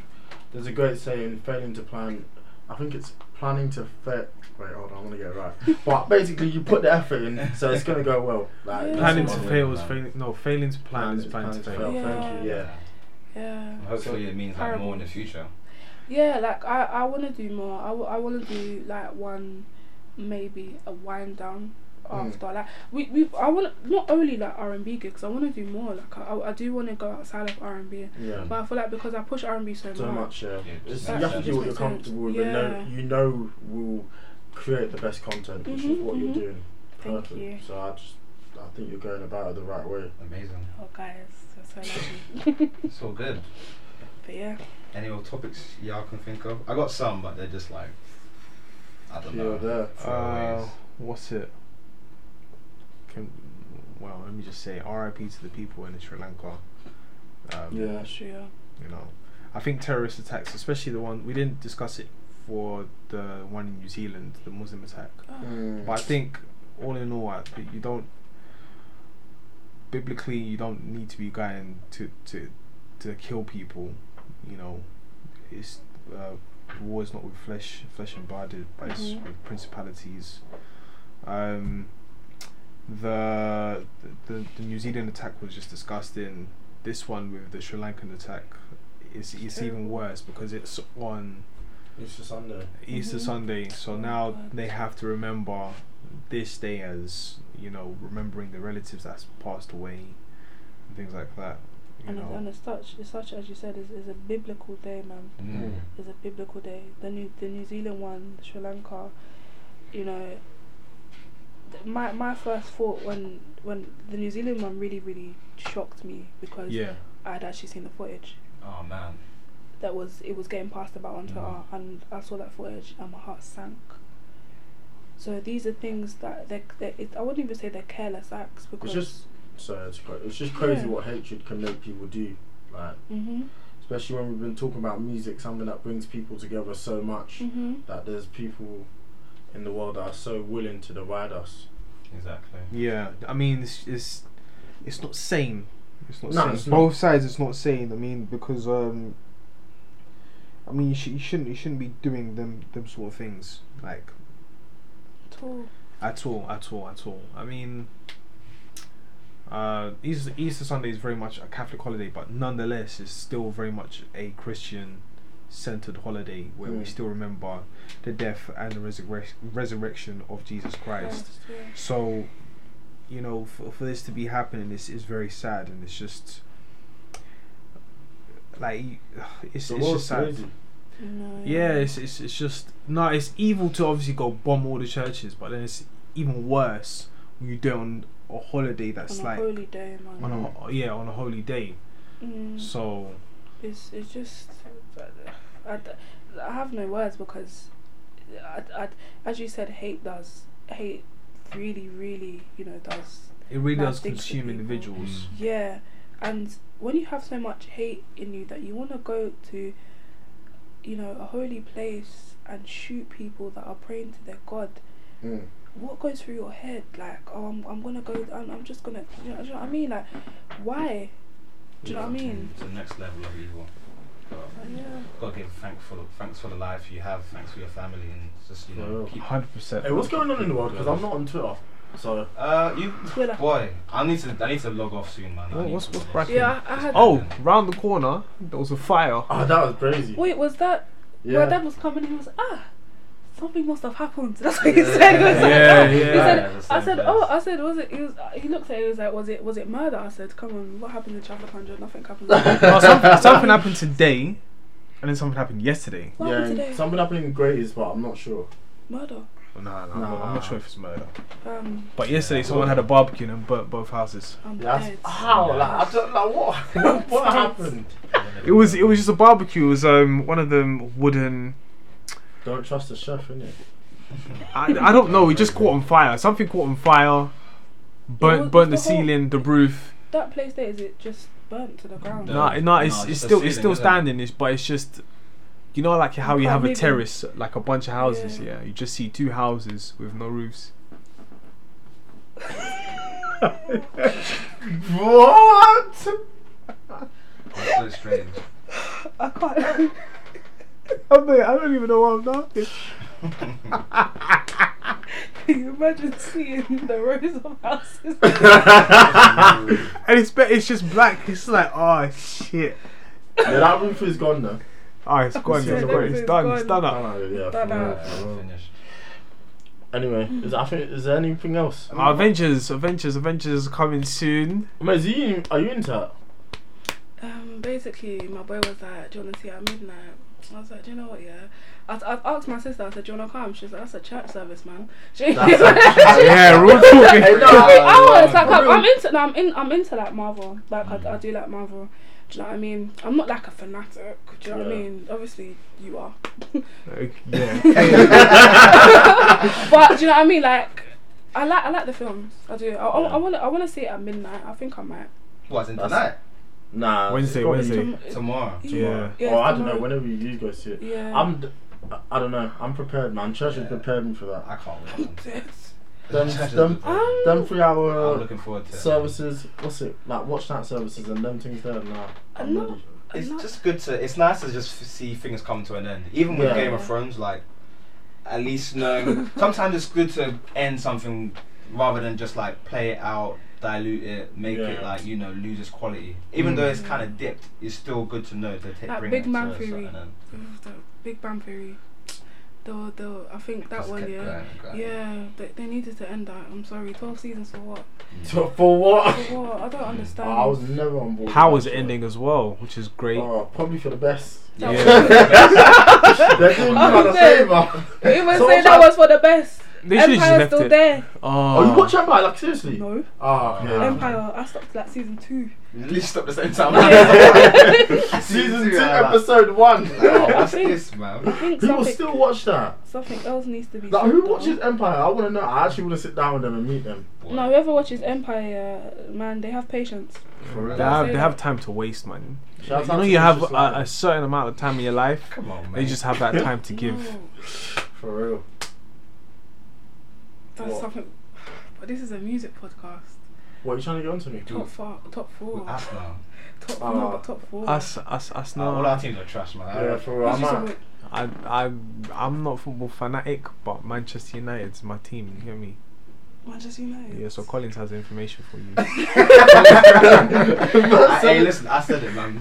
Speaker 3: There's a great saying, failing to plan. I think it's planning to fail. Wait, hold on, I'm gonna get it right. but basically, you put the effort in, so it's gonna go well. Like,
Speaker 4: Yeah.
Speaker 2: Planning
Speaker 3: that's
Speaker 2: to
Speaker 3: what
Speaker 2: fail is
Speaker 1: Yeah.
Speaker 2: failing. No, failing to
Speaker 3: I
Speaker 2: plan
Speaker 3: want.
Speaker 2: is planning to fail.
Speaker 3: Thank you. Yeah.
Speaker 4: Yeah.
Speaker 1: Hopefully, it means like more in the future.
Speaker 4: Yeah, like I, I want to do more. I, w- I want to do like one, maybe a wind down
Speaker 3: Mm.
Speaker 4: after. Like we, we I want not only like R and B gigs. I want to do more. Like I, I- I do want to go outside of R and B.
Speaker 3: Yeah.
Speaker 4: But I feel like because I push R and B so,
Speaker 3: So
Speaker 4: much.
Speaker 3: much. Yeah.
Speaker 1: Yeah,
Speaker 3: It's,
Speaker 1: just
Speaker 3: you have
Speaker 4: makes
Speaker 3: to
Speaker 4: sense.
Speaker 3: do what you're
Speaker 4: Makes sense.
Speaker 3: comfortable with. and
Speaker 4: Yeah.
Speaker 3: Know, you know will create the best content, which is
Speaker 4: Mhm,
Speaker 3: what
Speaker 4: mhm.
Speaker 3: you're doing.
Speaker 4: Thank
Speaker 3: Perfect.
Speaker 4: you.
Speaker 3: So I just, I think you're going about it the right way.
Speaker 1: Amazing.
Speaker 4: Oh guys, you're so lucky.
Speaker 1: It's all good.
Speaker 4: but yeah,
Speaker 1: Any other topics y'all can think of? I got some, but they're just like I don't
Speaker 3: Here
Speaker 1: know.
Speaker 3: or there.
Speaker 2: Uh,
Speaker 1: Throwaways.
Speaker 2: what's it? Can, well, let me just say RIP to the people in Sri Lanka. Um,
Speaker 3: Yeah.
Speaker 4: that's true. yeah.
Speaker 2: You know, I think terrorist attacks, especially the one we didn't discuss it for the one in New Zealand, the Muslim attack.
Speaker 3: Mm.
Speaker 4: Hmm.
Speaker 2: But I think all in all, I- you don't biblically you don't need to be going to to to kill people. You know, it's uh, war is not with flesh flesh and blood, it- but it's
Speaker 4: Mhm.
Speaker 2: with principalities. Um, the, the the New Zealand attack was just disgusting. This one with the Sri Lankan attack, is it's even
Speaker 4: Terrible.
Speaker 2: worse because it's on.
Speaker 3: It's just under.
Speaker 2: Easter
Speaker 4: Mhm.
Speaker 2: Sunday, so
Speaker 4: Oh,
Speaker 2: now
Speaker 4: God.
Speaker 2: they have to remember this day as you know, remembering the relatives that's passed away and things like that. You
Speaker 4: And, it's, and
Speaker 2: know,
Speaker 4: it's such, it's such as you said, is is a biblical day, man.
Speaker 1: Mm.
Speaker 4: is a biblical day. The New the New Zealand one, Sri Lanka, you know. th- My my first thought when when the New Zealand one really really shocked me because
Speaker 2: yeah,
Speaker 4: I'd actually seen the footage.
Speaker 1: Oh man.
Speaker 4: that was it was getting passed about
Speaker 2: Mm.
Speaker 4: on Twitter, and I saw that footage, and my heart sank. So these are things that they they it, I wouldn't even say they're careless acts because
Speaker 3: just- Sorry, it's, cra- it's just crazy
Speaker 4: Yeah.
Speaker 3: what hatred can make people do. Like,
Speaker 4: hmm
Speaker 3: especially when we've been talking about music, something that brings people together so much
Speaker 4: hmm
Speaker 3: that there's people in the world that are so willing to divide us.
Speaker 1: Exactly.
Speaker 2: Yeah, I mean, it's it's, it's not sane. It's not
Speaker 3: No,
Speaker 2: sane.
Speaker 3: it's not.
Speaker 2: Both sides, it's not sane. I mean, because um, I mean, you, sh- you shouldn't you shouldn't be doing them them sort of things like
Speaker 4: at all.
Speaker 2: at all, at all, at all. I mean, uh, Easter, Easter Sunday is very much a Catholic holiday, but nonetheless, it's still very much a Christian centered holiday where we
Speaker 3: Mm.
Speaker 2: still remember the death and the resurre- resurrection of Jesus Christ.
Speaker 4: Christ, yeah.
Speaker 2: So, you know, for, for this to be happening is, is very sad, and it's just like you- it's,
Speaker 3: The
Speaker 2: it's
Speaker 3: world's
Speaker 2: just sad.
Speaker 3: crazy.
Speaker 4: No.
Speaker 2: Yeah, it's, it's it's just no. It's evil to obviously go bomb all the churches, but then it's even worse when you do it on a holiday that's
Speaker 4: on
Speaker 2: like
Speaker 4: a holy day, man.
Speaker 2: on a ho- yeah on a holy day.
Speaker 4: Mm.
Speaker 2: So
Speaker 4: It's it's just I, I have no words because I, I, as you said, hate does hate really really you know does
Speaker 2: it really
Speaker 4: Bad
Speaker 2: does
Speaker 4: things to
Speaker 2: consume
Speaker 4: people.
Speaker 1: Mm.
Speaker 2: individuals.
Speaker 4: yeah, and when you have so much hate in you that you want to go to you know a holy place and shoot people that are praying to their god
Speaker 3: Mm.
Speaker 4: what goes through your head like oh i'm, I'm gonna go I'm, I'm just gonna you know, do you know what i mean like why do you know what i mean
Speaker 1: It's the next level of evil. But
Speaker 4: yeah
Speaker 1: gotta give thankful, thanks for the life you have, thanks for your family, and just you know.
Speaker 3: Yeah.
Speaker 1: Keep,
Speaker 2: Mm. Hundred percent.
Speaker 3: Hey, what's going on in the world? Because I'm not on Twitter. So,
Speaker 1: uh, you
Speaker 4: Twitter.
Speaker 1: boy, I need to I need to log off soon, man. I
Speaker 2: What-
Speaker 1: need
Speaker 2: Oh, what's-
Speaker 1: to
Speaker 2: what's
Speaker 1: log off.
Speaker 2: bracket?
Speaker 4: yeah i, I had
Speaker 2: Oh, round the corner there was a fire.
Speaker 3: oh, that was crazy.
Speaker 4: Wait, was that
Speaker 3: yeah.
Speaker 4: my dad was coming? He was ah, something must have happened. That's what he said. He was like,
Speaker 2: Yeah, yeah.
Speaker 4: "Ah." He
Speaker 1: Yeah,
Speaker 4: said,
Speaker 1: the
Speaker 4: I
Speaker 1: same
Speaker 4: said,
Speaker 1: place.
Speaker 4: oh, I said, was it? He was. He looked at it. He was like, was it? Was it murder? I said, come on, what happened in Chaplakanja? Nothing happened.
Speaker 2: Oh, something, something happened today, and then something happened yesterday.
Speaker 4: What
Speaker 3: yeah,
Speaker 4: happened today?
Speaker 3: something happened in Greatest, but I'm not sure.
Speaker 4: murder.
Speaker 2: No, no, I'm not- I'm
Speaker 3: Nah.
Speaker 2: not sure if it's murder.
Speaker 4: Um,
Speaker 2: But yesterday, someone had a barbecue in both both houses.
Speaker 4: I'm
Speaker 3: Yeah,
Speaker 4: dead.
Speaker 3: that's, how? Like, I don't, like what? what happened?
Speaker 4: uh,
Speaker 2: It was it was just a barbecue. It was um one of them wooden.
Speaker 3: Don't trust the chef, innit?
Speaker 2: I, I don't know. It just caught on fire. Something caught on fire. Burnt
Speaker 4: was
Speaker 2: burnt the
Speaker 4: the whole-
Speaker 2: ceiling, the roof.
Speaker 4: That place there is it just burnt to the ground?
Speaker 1: No.
Speaker 2: Nah, it- nah.
Speaker 1: nah,
Speaker 2: It's,
Speaker 1: it's
Speaker 2: it's
Speaker 1: the
Speaker 2: still it's
Speaker 1: ceiling,
Speaker 2: still
Speaker 1: isn't it?
Speaker 2: standing. It's but it's just, you know, like how
Speaker 4: You
Speaker 2: you
Speaker 4: can't
Speaker 2: have a
Speaker 4: live in-
Speaker 2: terrace, like a bunch of houses.
Speaker 4: Yeah.
Speaker 2: Yeah, you just see two houses with no roofs.
Speaker 3: What?
Speaker 1: That's so strange.
Speaker 4: I can't.
Speaker 2: I mean, I don't even know what I'm laughing.
Speaker 4: Can you imagine seeing the rows of houses?
Speaker 3: yeah,
Speaker 2: And it's be- it's just black. It's like oh shit.
Speaker 3: that roof is gone now.
Speaker 2: Oh, it's gone.
Speaker 3: Yeah,
Speaker 2: It's gone. It's done. It's done up.
Speaker 3: Oh, yeah.
Speaker 4: Done
Speaker 3: for
Speaker 4: out.
Speaker 3: real,
Speaker 1: Yeah,
Speaker 3: for real.
Speaker 1: finished.
Speaker 3: Anyway, is, I think, is there anything else?
Speaker 2: Our Avengers, Avengers, Avengers is coming soon.
Speaker 3: Mate, is you, are you into that?
Speaker 4: Um, basically, my boy was like, "Do you want to see at midnight?" I was like, "Do you know what? Yeah." I, I asked my sister. I said, "Do you want to come?" She was like, "That's a church service, man." She,
Speaker 3: That's
Speaker 2: yeah, we're all
Speaker 3: Hey,
Speaker 2: talking.
Speaker 3: no,
Speaker 4: Three
Speaker 3: I-
Speaker 4: hours. Like
Speaker 3: For
Speaker 4: I'm,
Speaker 3: real.
Speaker 4: I'm into. No, I'm in. I'm into like Marvel. Like I,
Speaker 3: Mm.
Speaker 4: I do like Marvel. Do you know what I mean? I'm not like a fanatic. Do you know what I
Speaker 3: Yeah.
Speaker 4: mean? Obviously, you are.
Speaker 2: Okay, yeah.
Speaker 4: But do you know what I mean? Like, I like. I like the films. I do. I, I want. to I want to see it at midnight. I think I might.
Speaker 1: What's in
Speaker 3: That's-
Speaker 1: tonight?
Speaker 3: Nah.
Speaker 2: Wednesday,
Speaker 3: it's gotta be
Speaker 2: Wednesday.
Speaker 3: tom-
Speaker 1: Tomorrow.
Speaker 2: Yeah.
Speaker 4: Yeah,
Speaker 3: oh, I don't
Speaker 4: tomorrow.
Speaker 3: know. Whenever you guys see it,
Speaker 4: Yeah.
Speaker 3: I'm. D- I- I don't know. I'm prepared, man. Church has
Speaker 1: Yeah.
Speaker 3: prepared me for that.
Speaker 1: I can't wait. man.
Speaker 4: Yes.
Speaker 3: Them,
Speaker 1: Church is
Speaker 3: them,
Speaker 4: Um,
Speaker 3: them
Speaker 1: I'm
Speaker 3: three-hour
Speaker 1: looking forward to it.
Speaker 3: services. What's it like? Watch night services and them things there. Nah, I'm
Speaker 4: No.
Speaker 3: ready.
Speaker 4: I'm
Speaker 1: It's
Speaker 4: not-
Speaker 1: just good to. It's nice to just f- see things come to an end. Even with
Speaker 3: Yeah.
Speaker 1: Game of Thrones, like at least knowing. sometimes it's good to end something rather than just like play it out, dilute it, make it
Speaker 3: Yeah.
Speaker 1: like you know lose its quality. Even
Speaker 2: Mm.
Speaker 1: though it's kind of dipped, it's still good to know to take
Speaker 4: Like
Speaker 1: bring
Speaker 4: Big
Speaker 1: it
Speaker 4: Bang
Speaker 1: to
Speaker 4: Theory.
Speaker 1: a certain end.
Speaker 4: Ooh, the Big Bang Theory. The the I think that
Speaker 1: Just
Speaker 4: one
Speaker 1: kept
Speaker 4: yeah.
Speaker 1: going and going.
Speaker 4: Yeah, they, they needed to end that. I'm sorry, twelve seasons for what?
Speaker 3: So for what?
Speaker 4: For what? I don't understand.
Speaker 3: Oh, I was never on board.
Speaker 2: How
Speaker 3: with
Speaker 2: is
Speaker 3: that
Speaker 2: it
Speaker 3: shit.
Speaker 2: ending as well, which is great.
Speaker 3: Oh, probably for the best.
Speaker 1: Yeah.
Speaker 2: Yeah.
Speaker 3: They're doing me
Speaker 4: Oh,
Speaker 3: a
Speaker 4: man.
Speaker 3: favour.
Speaker 4: You even
Speaker 3: So
Speaker 4: say
Speaker 3: much-
Speaker 4: that was for the best.
Speaker 2: They should have just
Speaker 4: Empire's
Speaker 2: left
Speaker 4: still
Speaker 2: it.
Speaker 4: there.
Speaker 2: Oh,
Speaker 3: Oh, you watch Empire? Like seriously?
Speaker 4: No,
Speaker 3: Ah, okay.
Speaker 4: Empire. I stopped at like season two.
Speaker 1: At least stop the same
Speaker 4: I
Speaker 1: time.
Speaker 3: Season two, episode one.
Speaker 1: Oh,
Speaker 4: I
Speaker 1: what's
Speaker 4: think-
Speaker 1: this, man?
Speaker 4: think
Speaker 3: People
Speaker 4: something,
Speaker 3: still watch that.
Speaker 4: something else needs to be.
Speaker 3: Like, who
Speaker 4: sorted out.
Speaker 3: watches Empire? I want to know. I actually want to sit down with them and meet them.
Speaker 4: No, whoever watches Empire, uh, man, they have patience.
Speaker 3: For real.
Speaker 2: They have, they have time to waste, man.
Speaker 3: Shout out
Speaker 2: you know,
Speaker 3: to
Speaker 2: you have
Speaker 3: Lucius
Speaker 2: a,
Speaker 3: Lyon.
Speaker 2: a certain amount of time in your life.
Speaker 1: Come on, man.
Speaker 2: They just have that time to give.
Speaker 4: No,
Speaker 3: For real.
Speaker 4: that's
Speaker 3: What?
Speaker 4: something. But this is a music podcast.
Speaker 3: What are you trying to get onto me?
Speaker 4: Top four, top four,
Speaker 1: Us now.
Speaker 4: top
Speaker 3: Ah.
Speaker 4: no, but top four.
Speaker 2: Us, us, us.
Speaker 1: No, all our
Speaker 2: No,
Speaker 1: teams are trash, man.
Speaker 3: Yeah, for real.
Speaker 4: Who's
Speaker 3: I'm
Speaker 4: your
Speaker 3: out.
Speaker 4: support?
Speaker 2: I, I, I'm not a football fanatic, but Manchester United's my team. You hear me?
Speaker 4: Manchester United.
Speaker 2: Yeah. So Collins has information for you.
Speaker 1: I, hey, listen, I said it, man.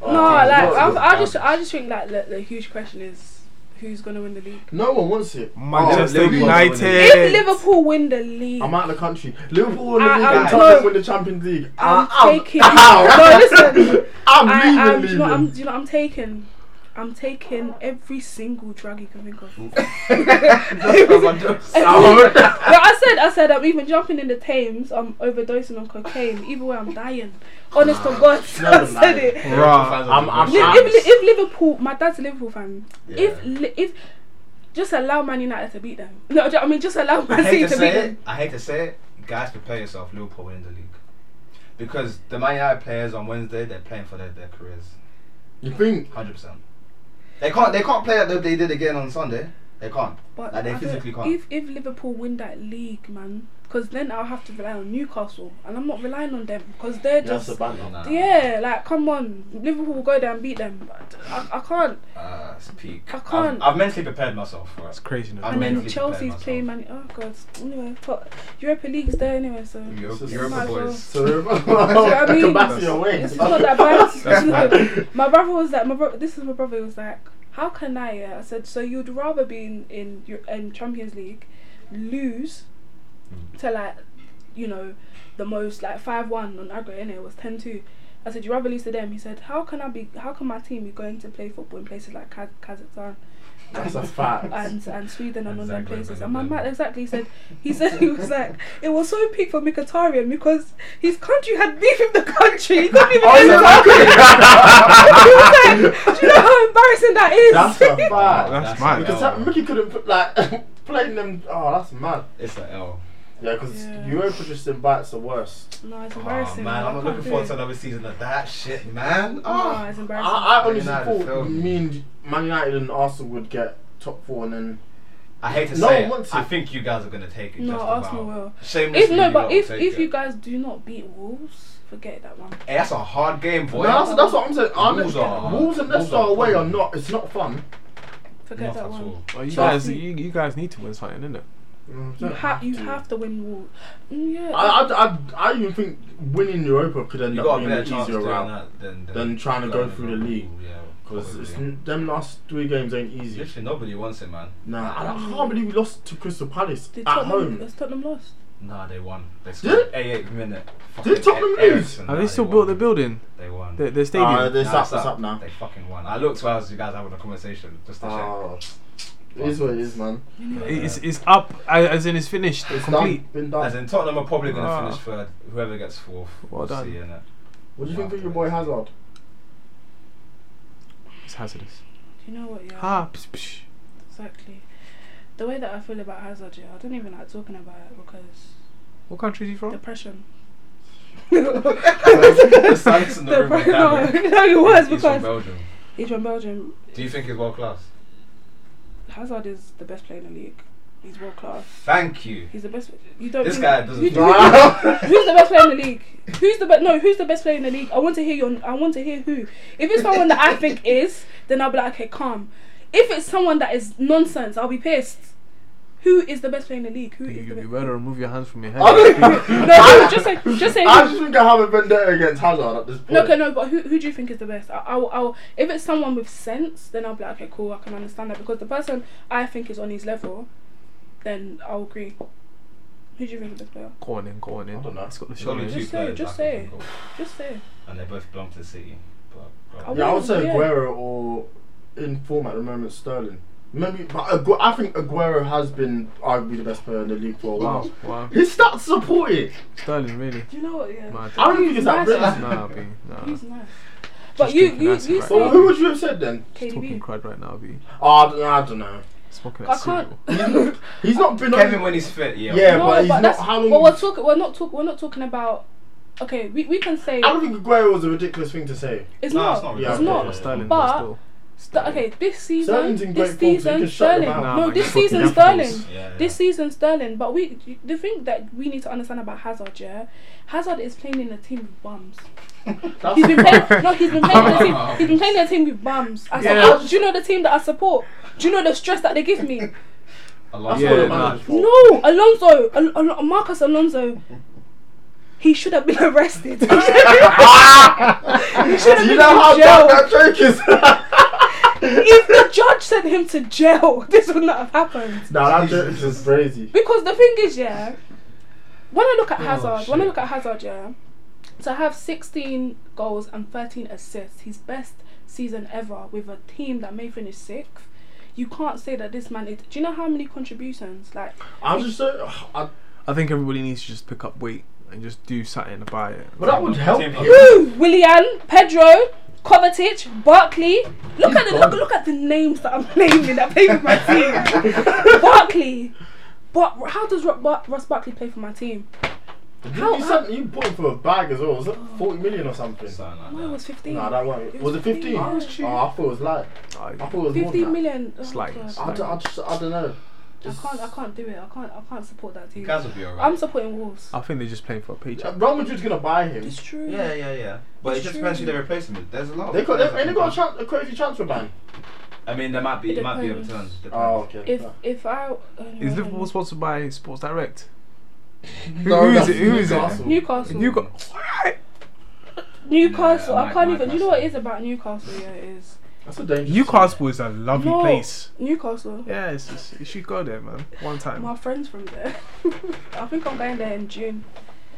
Speaker 4: No,
Speaker 3: Oh,
Speaker 4: like
Speaker 3: no,
Speaker 4: I,
Speaker 3: no.
Speaker 4: I just, I just think like the, the huge question is who's gonna win the league.
Speaker 3: No one wants it.
Speaker 2: Manchester
Speaker 1: Liverpool.
Speaker 4: If
Speaker 2: United.
Speaker 4: Liverpool win the league,
Speaker 3: I'm out of the country. Liverpool will win the
Speaker 4: I-
Speaker 3: league
Speaker 4: I'm
Speaker 3: and
Speaker 4: close.
Speaker 3: Tottenham win the Champions League.
Speaker 4: I'm
Speaker 3: I- I'm
Speaker 4: taking-
Speaker 3: out.
Speaker 4: No, listen.
Speaker 3: I'm
Speaker 4: I,
Speaker 3: leaving.
Speaker 4: I'm, do you
Speaker 3: leaving.
Speaker 4: know, what I'm, do you know, what I'm taking, I'm taking every single drug you can think of. no,
Speaker 3: Sour.
Speaker 4: I said, I said, I'm even jumping in the Thames. I'm overdosing on cocaine. Either way, I'm dying. Honest to God, I said it.
Speaker 2: Bruh.
Speaker 3: I'm- I'm-
Speaker 4: Li-
Speaker 3: I'm-
Speaker 4: if, Li- if Liverpool, my dad's a Liverpool fan. If
Speaker 1: Yeah.
Speaker 4: Li- if just allow Man United to beat them. No, do you know what I mean just allow
Speaker 1: I
Speaker 4: Man City
Speaker 1: hate to
Speaker 4: to, beat
Speaker 1: say it.
Speaker 4: them.
Speaker 1: I hate to say it. Guys, prepare yourself. Liverpool winning the league because the Man United players on Wednesday they're playing for their, their careers.
Speaker 3: You think?
Speaker 1: Hundred percent. They can't. They can't play like they did again on Sunday. They can't.
Speaker 4: But
Speaker 1: Like, they
Speaker 4: I don't-
Speaker 1: physically can't.
Speaker 4: If if Liverpool win that league, man, because then I'll have to rely on Newcastle, and I'm not relying on them because they're
Speaker 3: That's
Speaker 4: just
Speaker 3: a bad one.
Speaker 1: Nah.
Speaker 4: yeah. Like come on, Liverpool will go there and beat them. But I, I can't.
Speaker 1: Uh, it's peak.
Speaker 4: I can't.
Speaker 1: I've, I've mentally prepared myself for
Speaker 2: It's
Speaker 1: it.
Speaker 2: crazy. No?
Speaker 1: I'm
Speaker 4: and then
Speaker 1: mentally prepared
Speaker 4: Chelsea's
Speaker 1: myself.
Speaker 4: playing Man. Oh God. Anyway, but Europa League's there anyway, so.
Speaker 1: Europe,
Speaker 3: So-
Speaker 1: Europa
Speaker 4: Might as well.
Speaker 1: boys.
Speaker 3: So
Speaker 4: I mean,
Speaker 3: Kabasi away.
Speaker 4: It's not that bad. my brother was like, my bro- this is my brother was like, how can I? Yeah? I said, so you'd rather be in in, your, in Champions League, lose to like, you know, the most like five one on aggregate and it was 10-2. I said, you rather lose to them. He said, how can I be? How can my team be going to play football in places like Kaz- Kazakhstan
Speaker 3: That's a fact.
Speaker 4: and and Sweden and all them
Speaker 1: Zagreb
Speaker 4: places.
Speaker 1: and
Speaker 4: And my
Speaker 1: them.
Speaker 4: man exactly said he said he was like it was so peak for Mikatarian because his country had beef with the country. He couldn't even
Speaker 3: Oh,
Speaker 4: get
Speaker 3: yeah,
Speaker 4: it
Speaker 3: okay.
Speaker 4: out. He was like, Do you know how embarrassing that is?
Speaker 3: That's a
Speaker 1: Oh,
Speaker 3: fact.
Speaker 2: That's mad.
Speaker 1: a
Speaker 3: Because
Speaker 1: L.
Speaker 3: that Mickey couldn't put like playing them. Oh, that's mad.
Speaker 1: It's an L. Ah,
Speaker 3: Yeah, because
Speaker 4: Yeah.
Speaker 3: Europa just invites the worst.
Speaker 4: no, it's
Speaker 1: Oh,
Speaker 4: embarrassing.
Speaker 1: man,
Speaker 4: I
Speaker 1: I'm not
Speaker 4: can't
Speaker 1: looking
Speaker 4: do
Speaker 1: forward
Speaker 4: it.
Speaker 1: to another season of that shit, man.
Speaker 4: No,
Speaker 1: Oh.
Speaker 4: it's
Speaker 3: I,
Speaker 4: embarrassing.
Speaker 3: I
Speaker 1: Man
Speaker 3: honestly
Speaker 1: United
Speaker 3: thought
Speaker 1: film.
Speaker 3: me and Man United and Arsenal would get top four and then.
Speaker 1: I hate to
Speaker 3: No
Speaker 1: say
Speaker 3: one wants
Speaker 1: it. I
Speaker 3: it.
Speaker 1: think you guys are gonna take it.
Speaker 4: no,
Speaker 1: just
Speaker 4: Arsenal
Speaker 1: about.
Speaker 4: will.
Speaker 1: Shamelessly,
Speaker 4: If no,
Speaker 1: lot
Speaker 4: but
Speaker 1: will
Speaker 4: if
Speaker 1: take
Speaker 4: if
Speaker 1: it.
Speaker 4: you guys do not beat Wolves, forget that one.
Speaker 1: hey, that's a hard game, boy.
Speaker 3: no, that's, that's what I'm saying. I'm
Speaker 1: Wolves are-
Speaker 3: Wolves and
Speaker 1: Wolves
Speaker 3: Leicester
Speaker 1: are
Speaker 3: away are
Speaker 1: problem.
Speaker 3: not. It's not fun.
Speaker 4: Forget
Speaker 1: Not
Speaker 4: that
Speaker 1: at
Speaker 4: one.
Speaker 1: all.
Speaker 2: Well, you
Speaker 3: Chelsea.
Speaker 2: guys, you, you guys need to win something, innit?
Speaker 3: Mm,
Speaker 4: You have you have to win Wolves. Mm, yeah.
Speaker 3: I, I, I, I even think winning Europa could end
Speaker 1: You
Speaker 3: up
Speaker 1: got a
Speaker 3: being
Speaker 1: better
Speaker 3: an
Speaker 1: chance
Speaker 3: easier
Speaker 1: doing
Speaker 3: route
Speaker 1: that than, than,
Speaker 3: than trying to go through the league.
Speaker 1: Yeah,
Speaker 3: Because
Speaker 1: probably.
Speaker 3: them last three games ain't easy.
Speaker 1: literally nobody wants it, man.
Speaker 3: Nah, and I can't believe we lost to Crystal Palace
Speaker 4: Did
Speaker 3: at
Speaker 4: Tottenham,
Speaker 3: home.
Speaker 4: has Tottenham lost?
Speaker 1: Nah, they won. They scored eighth minute. Fucking
Speaker 3: Tottenham
Speaker 1: E-
Speaker 3: lose?
Speaker 1: Eriksen,
Speaker 2: Have
Speaker 1: nah,
Speaker 2: they still
Speaker 1: won.
Speaker 2: built the building?
Speaker 1: They won.
Speaker 2: The, the stadium?
Speaker 3: Uh, this
Speaker 1: Nah,
Speaker 3: up, it's up now.
Speaker 1: They fucking won. I looked while you guys having a conversation just to
Speaker 3: Oh,
Speaker 1: check.
Speaker 3: it is what it is, man.
Speaker 2: it's, it's up, a- as in it's finished,
Speaker 3: It's
Speaker 2: complete.
Speaker 3: done. Been
Speaker 1: As
Speaker 3: done.
Speaker 1: in Tottenham are probably gonna
Speaker 2: Ah.
Speaker 1: finish third. Whoever gets fourth,
Speaker 2: Well
Speaker 1: we'll
Speaker 2: done.
Speaker 1: see innit?
Speaker 3: What do you think of your boy Hazard?
Speaker 2: It's hazardous.
Speaker 4: You know what? Yeah.
Speaker 2: Ah, psh, psh.
Speaker 4: Exactly. The way that I feel about Hazard, yeah, I don't even like talking about it because
Speaker 2: What country is he from?
Speaker 4: depression.
Speaker 1: the silence in the room went
Speaker 4: Depre- no,
Speaker 1: down.
Speaker 4: no, it was
Speaker 1: He's from
Speaker 4: because
Speaker 1: Belgium.
Speaker 4: he's from Belgium.
Speaker 1: Do you think he's world class?
Speaker 4: Hazard is the best player in the league. He's world class.
Speaker 1: Thank you.
Speaker 4: He's the best. You don't.
Speaker 1: This
Speaker 4: think-
Speaker 1: guy doesn't-
Speaker 4: you- you- who's the best player in the league? Who's the best? No, who's the best player in the league? I want to hear your. I want to hear who. If it's someone that I think is, then I'll be like, okay, calm. If it's someone that is nonsense, I'll be pissed. Who is the best player in the league? Who
Speaker 2: You,
Speaker 4: is the
Speaker 2: you
Speaker 4: best?
Speaker 2: better remove your hands from your
Speaker 3: I
Speaker 2: head.
Speaker 3: don't-
Speaker 4: No, no, just say, just say.
Speaker 3: I
Speaker 4: who-
Speaker 3: just think I have a vendetta against Hazard at this point.
Speaker 4: No, okay, no, but who, who do you think is the best? I, I'll, I'll, if it's someone with sense, then I'll be like, okay, cool, I can understand that. Because the person I think is on his level, then I'll agree. Who do you think is the best player?
Speaker 2: Go on in, go on in.
Speaker 3: I don't know.
Speaker 2: It's got the
Speaker 1: There's
Speaker 2: shot.
Speaker 1: only
Speaker 2: in.
Speaker 1: two
Speaker 4: Just say,
Speaker 1: players
Speaker 4: just
Speaker 1: that I can
Speaker 4: say.
Speaker 1: think of.
Speaker 4: Just say.
Speaker 1: and they both belong to the city. But,
Speaker 4: I
Speaker 1: but
Speaker 3: Yeah, I would say
Speaker 4: Yeah.
Speaker 3: Aguero or in form at the moment Sterling. Maybe, but Agu- I think Aguero has been arguably the best player in the league for a while.
Speaker 5: Wow.
Speaker 3: His stats support it.
Speaker 5: Sterling, really?
Speaker 4: Do you know what? Yeah.
Speaker 5: Mad.
Speaker 3: I don't think it's that
Speaker 4: He's
Speaker 3: brilliant.
Speaker 4: massive.
Speaker 5: Nah, B. Nah.
Speaker 4: He's
Speaker 5: Just
Speaker 4: nice. But you,
Speaker 5: talking
Speaker 4: you, you
Speaker 5: nice right
Speaker 3: Well,
Speaker 4: say
Speaker 3: who would you have said then?
Speaker 5: Talking
Speaker 4: KDB.
Speaker 5: crud right now, B.
Speaker 3: Oh, I don't, I don't know.
Speaker 5: Smoking
Speaker 4: I
Speaker 5: that cereal.
Speaker 4: can't.
Speaker 3: He's not been
Speaker 1: Kevin
Speaker 3: on.
Speaker 1: when he's fit, yeah.
Speaker 3: Yeah,
Speaker 4: no,
Speaker 3: but he's not.
Speaker 4: that's,
Speaker 3: How long?
Speaker 4: But we're talking. We're not talking. We're not talking about. Okay, we, we can say
Speaker 3: I don't think Aguero was a ridiculous thing to say.
Speaker 4: it's
Speaker 1: No,
Speaker 4: not.
Speaker 1: it's not
Speaker 3: Yeah,
Speaker 4: It's
Speaker 3: okay.
Speaker 4: not.
Speaker 5: But Sterling,
Speaker 4: But-
Speaker 5: but still.
Speaker 4: Th- okay, this season,
Speaker 3: Sterling's in great form,
Speaker 4: this
Speaker 3: so you
Speaker 4: season,
Speaker 3: can shut him
Speaker 4: Sterling.
Speaker 3: out.
Speaker 5: Nah,
Speaker 4: no,
Speaker 5: man,
Speaker 4: this
Speaker 5: he's fucking
Speaker 4: season,
Speaker 5: apples.
Speaker 4: Sterling.
Speaker 1: Yeah, yeah.
Speaker 4: This season, Sterling. But we, the thing that we need to understand about Hazard, yeah, Hazard is playing in a team with bums.
Speaker 3: That's
Speaker 4: He's been playing. no, he's been playing in a team. He's been playing in a team with bums. I
Speaker 5: Yeah.
Speaker 4: support. Do you know the team that I support? Do you know the stress that they give me?
Speaker 1: I
Speaker 3: that's
Speaker 1: like
Speaker 5: Yeah,
Speaker 3: not the
Speaker 1: it.
Speaker 5: nah.
Speaker 3: manager's fault.
Speaker 4: No, Alonso, Al- Al- Marcus Alonso. He should have been arrested. He should have
Speaker 3: Do
Speaker 4: been
Speaker 3: you know how
Speaker 4: in
Speaker 3: dark
Speaker 4: jail.
Speaker 3: that joke is?
Speaker 4: if the judge sent him to jail, this would not have happened.
Speaker 3: nah, that joke is just crazy.
Speaker 4: Because the thing is, yeah, when I look at Hazard, when I
Speaker 3: Oh, shit.
Speaker 4: look at Hazard, yeah, to have 16 goals and 13 assists, his best season ever with a team that may finish sixth, you can't say that this man is. Do you know how many contributions? Like,
Speaker 3: I'm just so. I,
Speaker 5: I think everybody needs to just pick up weight and just do something about it.
Speaker 3: but that would help
Speaker 1: Team
Speaker 3: him.
Speaker 4: Woo! Willian, Pedro, Kovacic, Barkley. Look at the look,
Speaker 3: gone.
Speaker 4: look at the names that I'm naming that play for my team. Barkley. But how does Ro- Bar- Ross Barkley play for my team?
Speaker 3: You, you, sent, you bought him for a bag as well. Was it 40 million or something?
Speaker 1: Something like
Speaker 4: No, it
Speaker 1: that.
Speaker 4: was 15.
Speaker 3: Nah, that wasn't.
Speaker 4: Oh. It
Speaker 3: Was it 15? Oh,
Speaker 4: I
Speaker 3: I
Speaker 4: was cheating.
Speaker 3: thought it was like.
Speaker 5: Like,
Speaker 3: I thought it was more than
Speaker 4: 15
Speaker 3: that.
Speaker 4: million. Oh,
Speaker 5: Slight,
Speaker 4: God.
Speaker 5: slight.
Speaker 3: I, d- I just, I don't know.
Speaker 4: I can't, I can't do it. I can't, I can't support that
Speaker 1: You
Speaker 4: team.
Speaker 1: guys will be alright.
Speaker 4: I'm supporting Wolves.
Speaker 5: I think they're just playing for a paycheck.
Speaker 3: Real Madrid's gonna buy him.
Speaker 4: It's true.
Speaker 1: Yeah, yeah, yeah. But it
Speaker 4: It's
Speaker 1: just
Speaker 4: true.
Speaker 1: depends who they replace him with. There's a lot. of
Speaker 3: They got,
Speaker 1: players
Speaker 3: they, and they
Speaker 1: that
Speaker 3: got a,
Speaker 1: can-
Speaker 3: tran- a crazy transfer ban.
Speaker 1: I mean, there might be.
Speaker 4: It
Speaker 1: It might be
Speaker 4: depends.
Speaker 1: overturned.
Speaker 3: Oh,
Speaker 1: Depends.
Speaker 3: okay.
Speaker 4: If if I oh, no, I
Speaker 5: Is
Speaker 4: don't
Speaker 5: Liverpool
Speaker 4: know.
Speaker 5: sponsored by Sports Direct?
Speaker 3: No,
Speaker 5: who is
Speaker 3: that's
Speaker 5: it? Who is it?
Speaker 3: Newcastle.
Speaker 4: Newcastle.
Speaker 5: You got
Speaker 4: Newcastle.
Speaker 1: Yeah, I
Speaker 4: I can't
Speaker 1: might-
Speaker 4: even.
Speaker 1: might
Speaker 4: You know what
Speaker 1: pass
Speaker 4: it is about Newcastle? Yeah, it is.
Speaker 3: That's a dangerous.
Speaker 5: Newcastle is a lovely
Speaker 4: No.
Speaker 5: place.
Speaker 4: Newcastle.
Speaker 5: Yeah, it's just, you should go there, man. One time.
Speaker 4: My friends from there. I think I'm going there in June.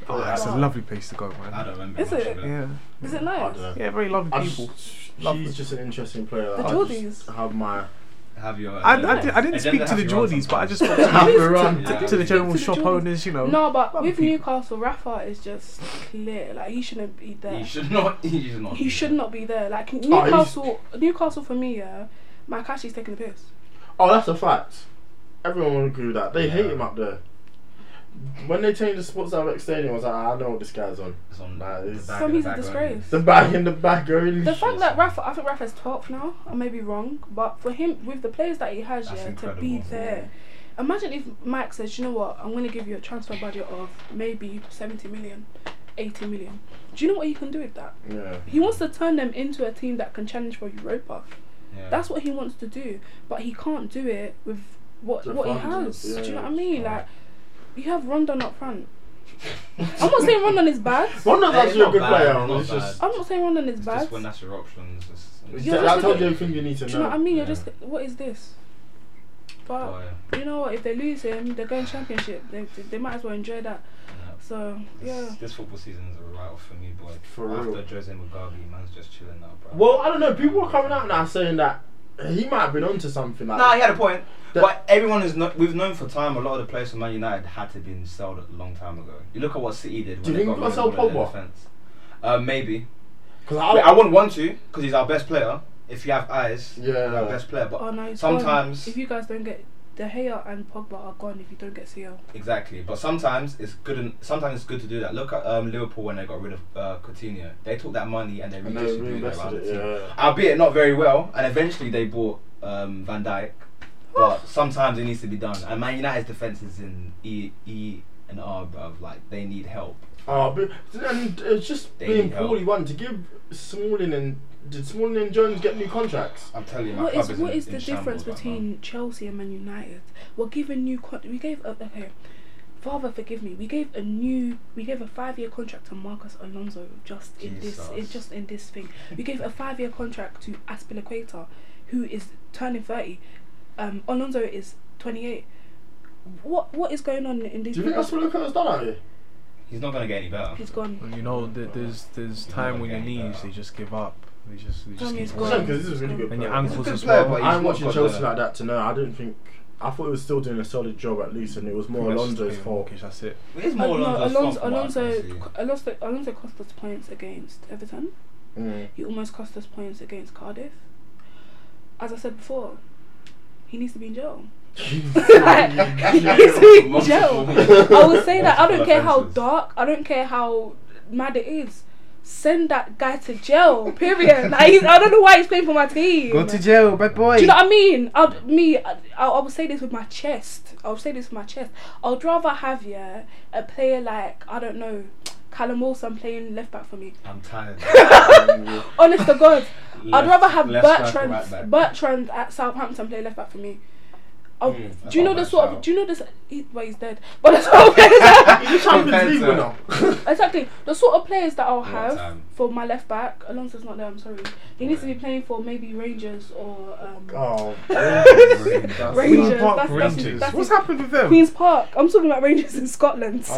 Speaker 5: Oh, that's a
Speaker 4: wow.
Speaker 5: lovely place to go, man.
Speaker 1: I don't remember.
Speaker 4: Is
Speaker 1: much
Speaker 4: it?
Speaker 1: of it.
Speaker 5: Yeah,
Speaker 4: Is it
Speaker 3: I
Speaker 4: nice?
Speaker 3: don't know.
Speaker 5: yeah, very lovely
Speaker 3: I
Speaker 5: people.
Speaker 3: just,
Speaker 5: Lovely.
Speaker 3: she's just an interesting player.
Speaker 4: The
Speaker 3: I just
Speaker 4: Geordies.
Speaker 3: have my.
Speaker 1: Have your.
Speaker 5: I,
Speaker 1: agenda.
Speaker 5: I, did, I didn't speak
Speaker 1: Agenda
Speaker 5: to the
Speaker 1: have your own
Speaker 5: Geordies, but I
Speaker 1: sometimes.
Speaker 5: just spoke to,
Speaker 3: have a
Speaker 5: to,
Speaker 3: run.
Speaker 1: Yeah.
Speaker 5: to the general
Speaker 4: Speak to the
Speaker 5: shop
Speaker 4: Geordies.
Speaker 5: owners, you know.
Speaker 4: No, but
Speaker 5: Lovely
Speaker 4: with
Speaker 5: people.
Speaker 4: Newcastle, Rafa is just clear. Like he shouldn't be there.
Speaker 1: He should not. He should not. Oh,
Speaker 4: He should not be there. Like
Speaker 3: he's-
Speaker 4: Newcastle, Newcastle for me, yeah. Makashi's taking the piss.
Speaker 3: Oh, that's a fact. Everyone will agree with that. They hate him up there. When they changed the Sports Direct Stadium, I was like, "Ah, I know what this guy's on.
Speaker 1: It's on
Speaker 3: Nah,
Speaker 1: the
Speaker 3: it's-
Speaker 1: back
Speaker 4: For
Speaker 1: of
Speaker 4: me, he's
Speaker 1: the
Speaker 4: a
Speaker 1: background.
Speaker 4: disgrace.
Speaker 3: The bag in the back early.
Speaker 4: The fact that Rafa, I think Rafa's 12th now. I may be wrong, but for him, with the players that he has,
Speaker 1: That's
Speaker 4: yeah, to
Speaker 1: incredible.
Speaker 4: be there. Imagine if Mike says, you know what, I'm going to give you a transfer budget of maybe 70 million, 80 million. Do you know what he can do with that?
Speaker 3: Yeah.
Speaker 4: He wants to turn them into a team that can challenge for Europa.
Speaker 1: Yeah.
Speaker 4: That's what he wants to do, but he can't do it with what
Speaker 3: The
Speaker 4: what he
Speaker 3: funds,
Speaker 4: has. Do you know what I
Speaker 3: yeah.
Speaker 4: mean? Like, you have Rondon up front. I'm not saying Rondon is bad.
Speaker 3: Rondo's
Speaker 1: Yeah,
Speaker 3: actually a
Speaker 1: he's
Speaker 3: good
Speaker 1: not
Speaker 3: player.
Speaker 1: bad, he's not
Speaker 3: it's just,
Speaker 4: I'm not saying Rondon is
Speaker 1: It's
Speaker 4: bad.
Speaker 1: just when that's your options. It's, it's
Speaker 3: it's
Speaker 4: You're
Speaker 3: just-
Speaker 4: just
Speaker 3: I told you
Speaker 4: gonna-
Speaker 3: everything you need to
Speaker 4: Do
Speaker 3: know.
Speaker 4: you know what I mean? You're
Speaker 1: Yeah.
Speaker 4: just what is this?
Speaker 1: oh,
Speaker 4: But
Speaker 1: yeah.
Speaker 4: you know what? If they lose him, they're going championship. They, they, they might as well enjoy that.
Speaker 1: No.
Speaker 4: So
Speaker 1: This,
Speaker 4: yeah.
Speaker 1: this football season is a write-off for me, boy.
Speaker 3: For
Speaker 1: After
Speaker 3: real.
Speaker 1: Jose Mugabe, man's just chilling out, bro.
Speaker 3: Well, I don't know. People are coming out now saying that he might have been onto something. Like,
Speaker 1: No, he had a point.
Speaker 3: That-
Speaker 1: but everyone is not. We've known for time a lot of the players from Man United had to been sold a long time ago. You look at what City did. When
Speaker 3: Do you
Speaker 1: they
Speaker 3: think
Speaker 1: got
Speaker 3: we've got
Speaker 1: rid of all
Speaker 3: Saul
Speaker 1: their
Speaker 3: Pogba? Oh.
Speaker 1: defence. Uh, maybe.
Speaker 3: Because
Speaker 1: I,
Speaker 3: I,
Speaker 1: mean, I wouldn't want to because he's our best player. If you have eyes,
Speaker 3: Yeah.
Speaker 1: he's our best player. But
Speaker 4: Oh no. he's gone.
Speaker 1: sometimes,
Speaker 4: if you guys don't get De Gea and Pogba are gone, if you don't get CL.
Speaker 1: exactly. But sometimes it's good. And, sometimes it's good to do that. Look at um, Liverpool when they got rid of uh, Coutinho. They took that money and they
Speaker 3: and they
Speaker 1: redistributed it around
Speaker 3: reinvested
Speaker 1: the
Speaker 3: it.
Speaker 1: team.
Speaker 3: Yeah.
Speaker 1: albeit not very well, and eventually they bought um, Van Dijk. But sometimes it needs to be done. And Man United's defense is in E E and R, bruv. Like they need help.
Speaker 3: Oh, but and it's just
Speaker 1: They
Speaker 3: being
Speaker 1: need help.
Speaker 3: poorly run to give Smalling and did Smalling and Jones get new contracts?
Speaker 1: I'm telling you, my
Speaker 4: What
Speaker 1: club
Speaker 4: is
Speaker 1: is
Speaker 4: what
Speaker 1: in-
Speaker 4: is
Speaker 1: in
Speaker 4: the
Speaker 1: shambles
Speaker 4: difference
Speaker 1: right
Speaker 4: between Chelsea and Man United? We're giving new con- we gave a, okay. Father, forgive me. We gave a new, we gave a five-year contract to Marcus Alonso just in this, in,
Speaker 1: Jesus.
Speaker 4: just in this thing. We gave a five-year contract to Aspilicueta, who is turning thirty. Um, Alonso is twenty-eight. What what is going on in
Speaker 3: Do
Speaker 4: these?
Speaker 3: you think that's what Lukaku's done out here?
Speaker 1: He's not gonna get any better.
Speaker 4: He's gone.
Speaker 5: You know, th- there's there's time when your
Speaker 1: Okay,
Speaker 5: knees
Speaker 1: uh,
Speaker 5: they just give up. They just they just
Speaker 4: Tommy's
Speaker 5: keep
Speaker 4: gone.
Speaker 3: No, because this is a really good.
Speaker 5: And your
Speaker 3: player.
Speaker 5: ankles
Speaker 1: He's a
Speaker 5: as
Speaker 1: good player,
Speaker 5: well.
Speaker 1: but he's
Speaker 3: I'm
Speaker 1: not
Speaker 3: watching
Speaker 1: got
Speaker 3: Chelsea
Speaker 1: the-
Speaker 3: like that to know. I didn't think. I thought it was still doing a solid job at least, and it was more
Speaker 5: That's just
Speaker 3: Alonso's
Speaker 5: Taylor
Speaker 3: fault.
Speaker 5: Hawkins, That's it.
Speaker 1: It is
Speaker 4: Uh,
Speaker 1: more
Speaker 4: no,
Speaker 1: Alonso's
Speaker 4: Alonso,
Speaker 1: fault, Mark,
Speaker 4: Alonso,
Speaker 1: honestly.
Speaker 4: Alonso, Alonso cost us points against Everton.
Speaker 3: Mm.
Speaker 4: He almost cost us points against Cardiff. As I said before, he needs to be in jail. he needs to be in jail. I would say that I don't care how dark, I don't care how mad it is. Send that guy to jail. Period. like he's, I don't know why he's playing for my team.
Speaker 2: jail, bad boy.
Speaker 4: Do you know what I mean? I'd, me, I, I would say this with my chest. I would say this with my chest. I'd rather have yeah a player like I don't know, Callum Wilson playing left back for me.
Speaker 1: I'm tired.
Speaker 4: Honest to God, I'd
Speaker 1: Left-
Speaker 4: rather have
Speaker 1: left back or
Speaker 4: Bertrand
Speaker 1: right back?
Speaker 4: Bertrand at Southampton play left back for me. I-
Speaker 1: Mm, that's
Speaker 4: do you know
Speaker 1: not
Speaker 4: the
Speaker 1: bad
Speaker 4: sort of?
Speaker 1: shout.
Speaker 4: Do you know this? He, well, he's dead. But the sort of players,
Speaker 3: He's a Champions League winner.
Speaker 1: Defensive.
Speaker 4: exactly the sort of players that I'll
Speaker 1: What
Speaker 4: have
Speaker 1: time?
Speaker 4: for my left back. Alonso's not there. I'm sorry. He needs to be playing for maybe Rangers or um,
Speaker 3: Oh,
Speaker 4: Rangers.
Speaker 2: Queen's Park
Speaker 4: that's, that's,
Speaker 2: Rangers.
Speaker 4: that's
Speaker 2: What's happened with them?
Speaker 4: Queen's Park. I'm talking about Rangers in Scotland.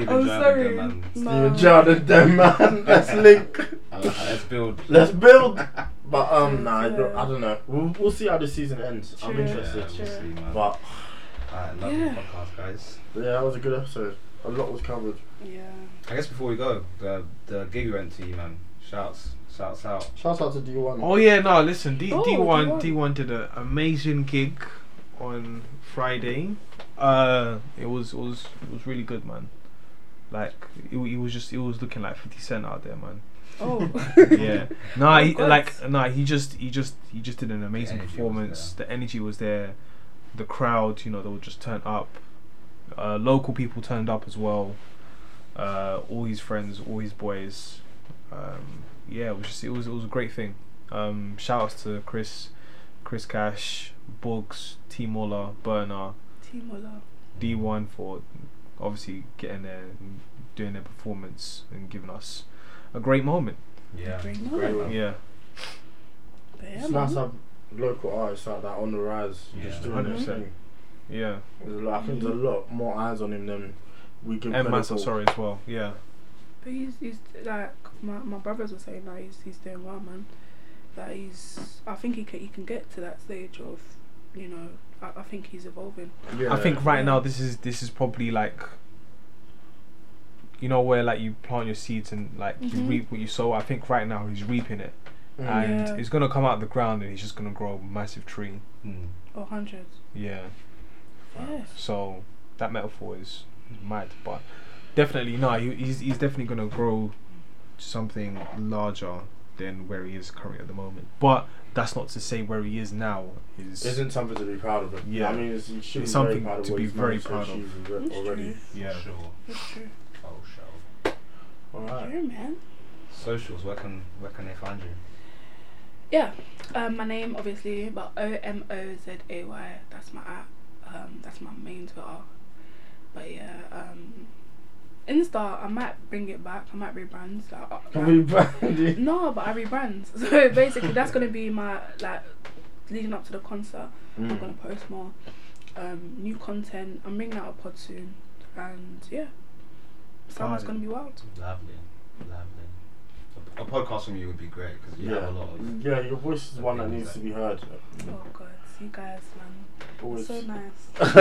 Speaker 2: Oh.
Speaker 1: Steven
Speaker 4: I'm
Speaker 1: Gerrard,
Speaker 4: sorry.
Speaker 1: good man. Uh,
Speaker 4: No.
Speaker 3: Steven Gerrard, then man, let's link,
Speaker 1: I like that. Let's build.
Speaker 3: let's build. But um, nah, I don't
Speaker 4: Yeah.
Speaker 3: I don't know. We'll, we'll see how the season ends. I'm
Speaker 4: True.
Speaker 1: Yeah,
Speaker 3: interested.
Speaker 1: we'll see, man. Alright,
Speaker 3: But
Speaker 1: love
Speaker 4: Yeah.
Speaker 1: the podcast, guys.
Speaker 3: yeah, that was a good episode. A lot was covered.
Speaker 4: Yeah.
Speaker 1: I guess before we go, the the gig we went to, man. Shouts, shouts out.
Speaker 3: Shout out to D1.
Speaker 2: oh yeah, no, listen, D
Speaker 4: Oh,
Speaker 2: D one
Speaker 4: D1.
Speaker 2: D one did an amazing gig on Friday. Uh, it was it was it was really good, man. Like it, wa- it was just it was looking like Fifty Cent out there, man.
Speaker 4: Oh.
Speaker 2: yeah. Nah,
Speaker 4: Of
Speaker 2: he,
Speaker 4: course.
Speaker 2: like nah, he just he just he just did an amazing
Speaker 1: energy was
Speaker 2: performance. The energy was there. The crowd, you know, they were just turned up. Uh, local people turned up as well. Uh, all his friends, all his boys. Um, yeah, it was just it was it was a great thing. Um, shout outs to Chris, Chris Cash, Bugs, T Muller, Burner,
Speaker 4: Team Ola.
Speaker 2: D one for obviously getting there, and doing their performance and giving us a great moment.
Speaker 1: Yeah.
Speaker 4: Great
Speaker 1: Great,
Speaker 4: moment.
Speaker 1: man.
Speaker 2: Yeah.
Speaker 4: But yeah,
Speaker 3: It's nice to
Speaker 4: man.
Speaker 3: have local artists like that on the rise,
Speaker 1: Yeah.
Speaker 3: just doing
Speaker 4: Mm-hmm.
Speaker 3: their
Speaker 2: 100%.
Speaker 3: thing.
Speaker 2: Yeah,
Speaker 3: There's a lot, I think there's a lot more eyes on him than we give
Speaker 2: and
Speaker 3: credit
Speaker 2: Mansa,
Speaker 3: for.
Speaker 2: sorry as well. Yeah,
Speaker 4: But he's, he's like my, my brothers were saying like he's, he's doing well, man. That he's I think he can he can get to that stage of, you know, I, I think he's evolving.
Speaker 3: Yeah.
Speaker 2: I think right
Speaker 4: Yeah.
Speaker 2: now this is this is probably like, you know, where like you plant your seeds and like you
Speaker 4: Mhm.
Speaker 2: reap what you sow. I think right now he's reaping it,
Speaker 3: Mm.
Speaker 2: and
Speaker 4: Yeah.
Speaker 2: it's gonna come out of the ground and he's just gonna grow a massive tree.
Speaker 1: Mm.
Speaker 4: Oh, hundreds.
Speaker 2: Yeah,
Speaker 4: Yeah.
Speaker 2: so that metaphor is mad, but definitely no, he, he's he's definitely gonna grow something larger than where he is currently at the moment. But that's not to say where he is now is
Speaker 3: Isn't something to be proud of. It.
Speaker 2: Yeah.
Speaker 3: I mean, it's, you should
Speaker 2: It's
Speaker 3: be
Speaker 2: something
Speaker 3: very proud of
Speaker 2: to
Speaker 3: what
Speaker 2: be
Speaker 3: he's
Speaker 2: very
Speaker 3: managed to
Speaker 2: proud of.
Speaker 3: achieve
Speaker 4: That's
Speaker 3: already.
Speaker 4: true.
Speaker 2: yeah.
Speaker 1: Sure.
Speaker 4: That's true.
Speaker 1: Oh, sure.
Speaker 3: All
Speaker 4: Yeah,
Speaker 3: right.
Speaker 4: man.
Speaker 1: Socials. Where can where can they find you?
Speaker 4: Yeah, um, my name obviously, but O M O Z A Y. That's my app. Um, that's my main Twitter. But yeah, um, Insta. I might bring it back. I might rebrand. Like, uh,
Speaker 3: Can
Speaker 4: like-
Speaker 3: we brandy?
Speaker 4: no, but I rebrand. So basically, that's gonna be my like leading up to the concert. I'm
Speaker 3: Mm.
Speaker 4: gonna post more um, new content. I'm bringing out a pod soon, and yeah, summer's
Speaker 2: Garden.
Speaker 4: gonna be wild.
Speaker 1: Lovely, lovely. A, a podcast from you would be great because you have a lot of.
Speaker 3: Yeah, your voice is one that needs to be heard.
Speaker 4: Oh god, you guys, man,
Speaker 3: Always.
Speaker 4: so nice.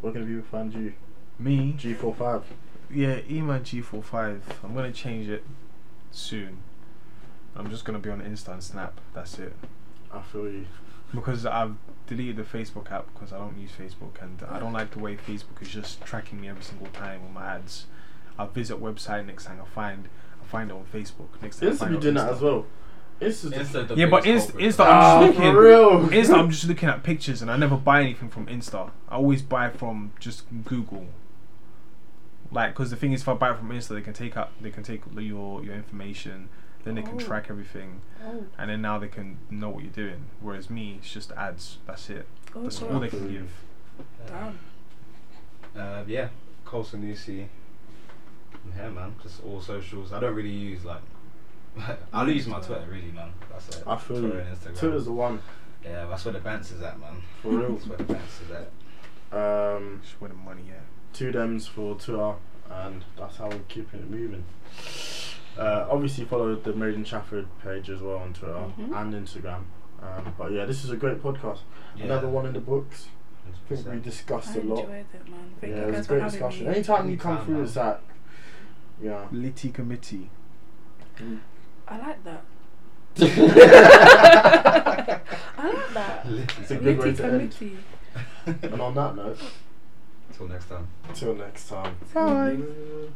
Speaker 3: Where can people find you?
Speaker 2: Me
Speaker 3: G45.
Speaker 2: Yeah, Eman G45. I'm gonna change it soon. I'm just gonna be on Insta and Snap. That's it.
Speaker 3: I feel you.
Speaker 2: Because I've deleted the Facebook app because I don't use Facebook and I don't like the way Facebook is just tracking me every single time with my ads. I visit website next time I find I find it on Facebook. Next time I
Speaker 3: Insta
Speaker 2: find
Speaker 3: be
Speaker 2: it
Speaker 3: doing
Speaker 2: on
Speaker 3: that
Speaker 2: Insta.
Speaker 3: as well. Insta.
Speaker 1: Insta, the
Speaker 2: Yeah, but
Speaker 1: biggest
Speaker 2: Insta,
Speaker 1: culprit,
Speaker 2: Insta
Speaker 1: man.
Speaker 3: Ah,
Speaker 2: I'm just
Speaker 3: for
Speaker 2: looking.
Speaker 3: real.
Speaker 2: Insta, I'm just looking at pictures and I never buy anything from Insta. I always buy from just Google. Like, because the thing is, if I buy from Insta, they can take up, they can take your your information, then they can
Speaker 4: Oh.
Speaker 2: track everything,
Speaker 4: Oh,
Speaker 2: and then now they can know what you're doing. Whereas me, it's just ads. That's it.
Speaker 4: oh
Speaker 2: That's all
Speaker 4: god,
Speaker 2: they can give.
Speaker 4: damn.
Speaker 1: Uh, yeah, Colson Nusi. I'm here, man. Just all socials. I don't really use like. I don't use my Twitter really, man. That's it.
Speaker 3: I feel
Speaker 1: Twitter
Speaker 3: you.
Speaker 1: and Instagram.
Speaker 3: Twitter's the one.
Speaker 1: Yeah, that's where the bounce is at, man.
Speaker 3: For real.
Speaker 1: That's where the bounce is at.
Speaker 3: Um,
Speaker 2: Just where the money at.
Speaker 3: two dems for two hour, and that's how we're keeping it moving. Uh, obviously, follow the Made in Trafford page as well on Twitter
Speaker 1: Mm-hmm.
Speaker 4: Mhm.
Speaker 3: and Instagram. Um, but yeah, this is a great podcast.
Speaker 1: Yeah.
Speaker 3: Another one in the books. I think we
Speaker 1: 100%.
Speaker 3: discussed
Speaker 4: I
Speaker 3: a lot.
Speaker 4: enjoyed it, man. Thank
Speaker 3: yeah,
Speaker 4: you
Speaker 3: it
Speaker 4: guys
Speaker 3: was a
Speaker 4: for
Speaker 3: great
Speaker 4: having
Speaker 3: discussion. eh?
Speaker 4: me.
Speaker 3: Anytime you
Speaker 1: Anytime,
Speaker 3: come through,
Speaker 1: man.
Speaker 3: it's like, yeah.
Speaker 2: Litty committee.
Speaker 4: I like that. I like that.
Speaker 1: Literally.
Speaker 3: It's a good way
Speaker 4: Litty
Speaker 3: to end.
Speaker 4: committee.
Speaker 3: And on that note,
Speaker 1: Till next time.
Speaker 3: till next time.
Speaker 4: Bye.
Speaker 3: Mm.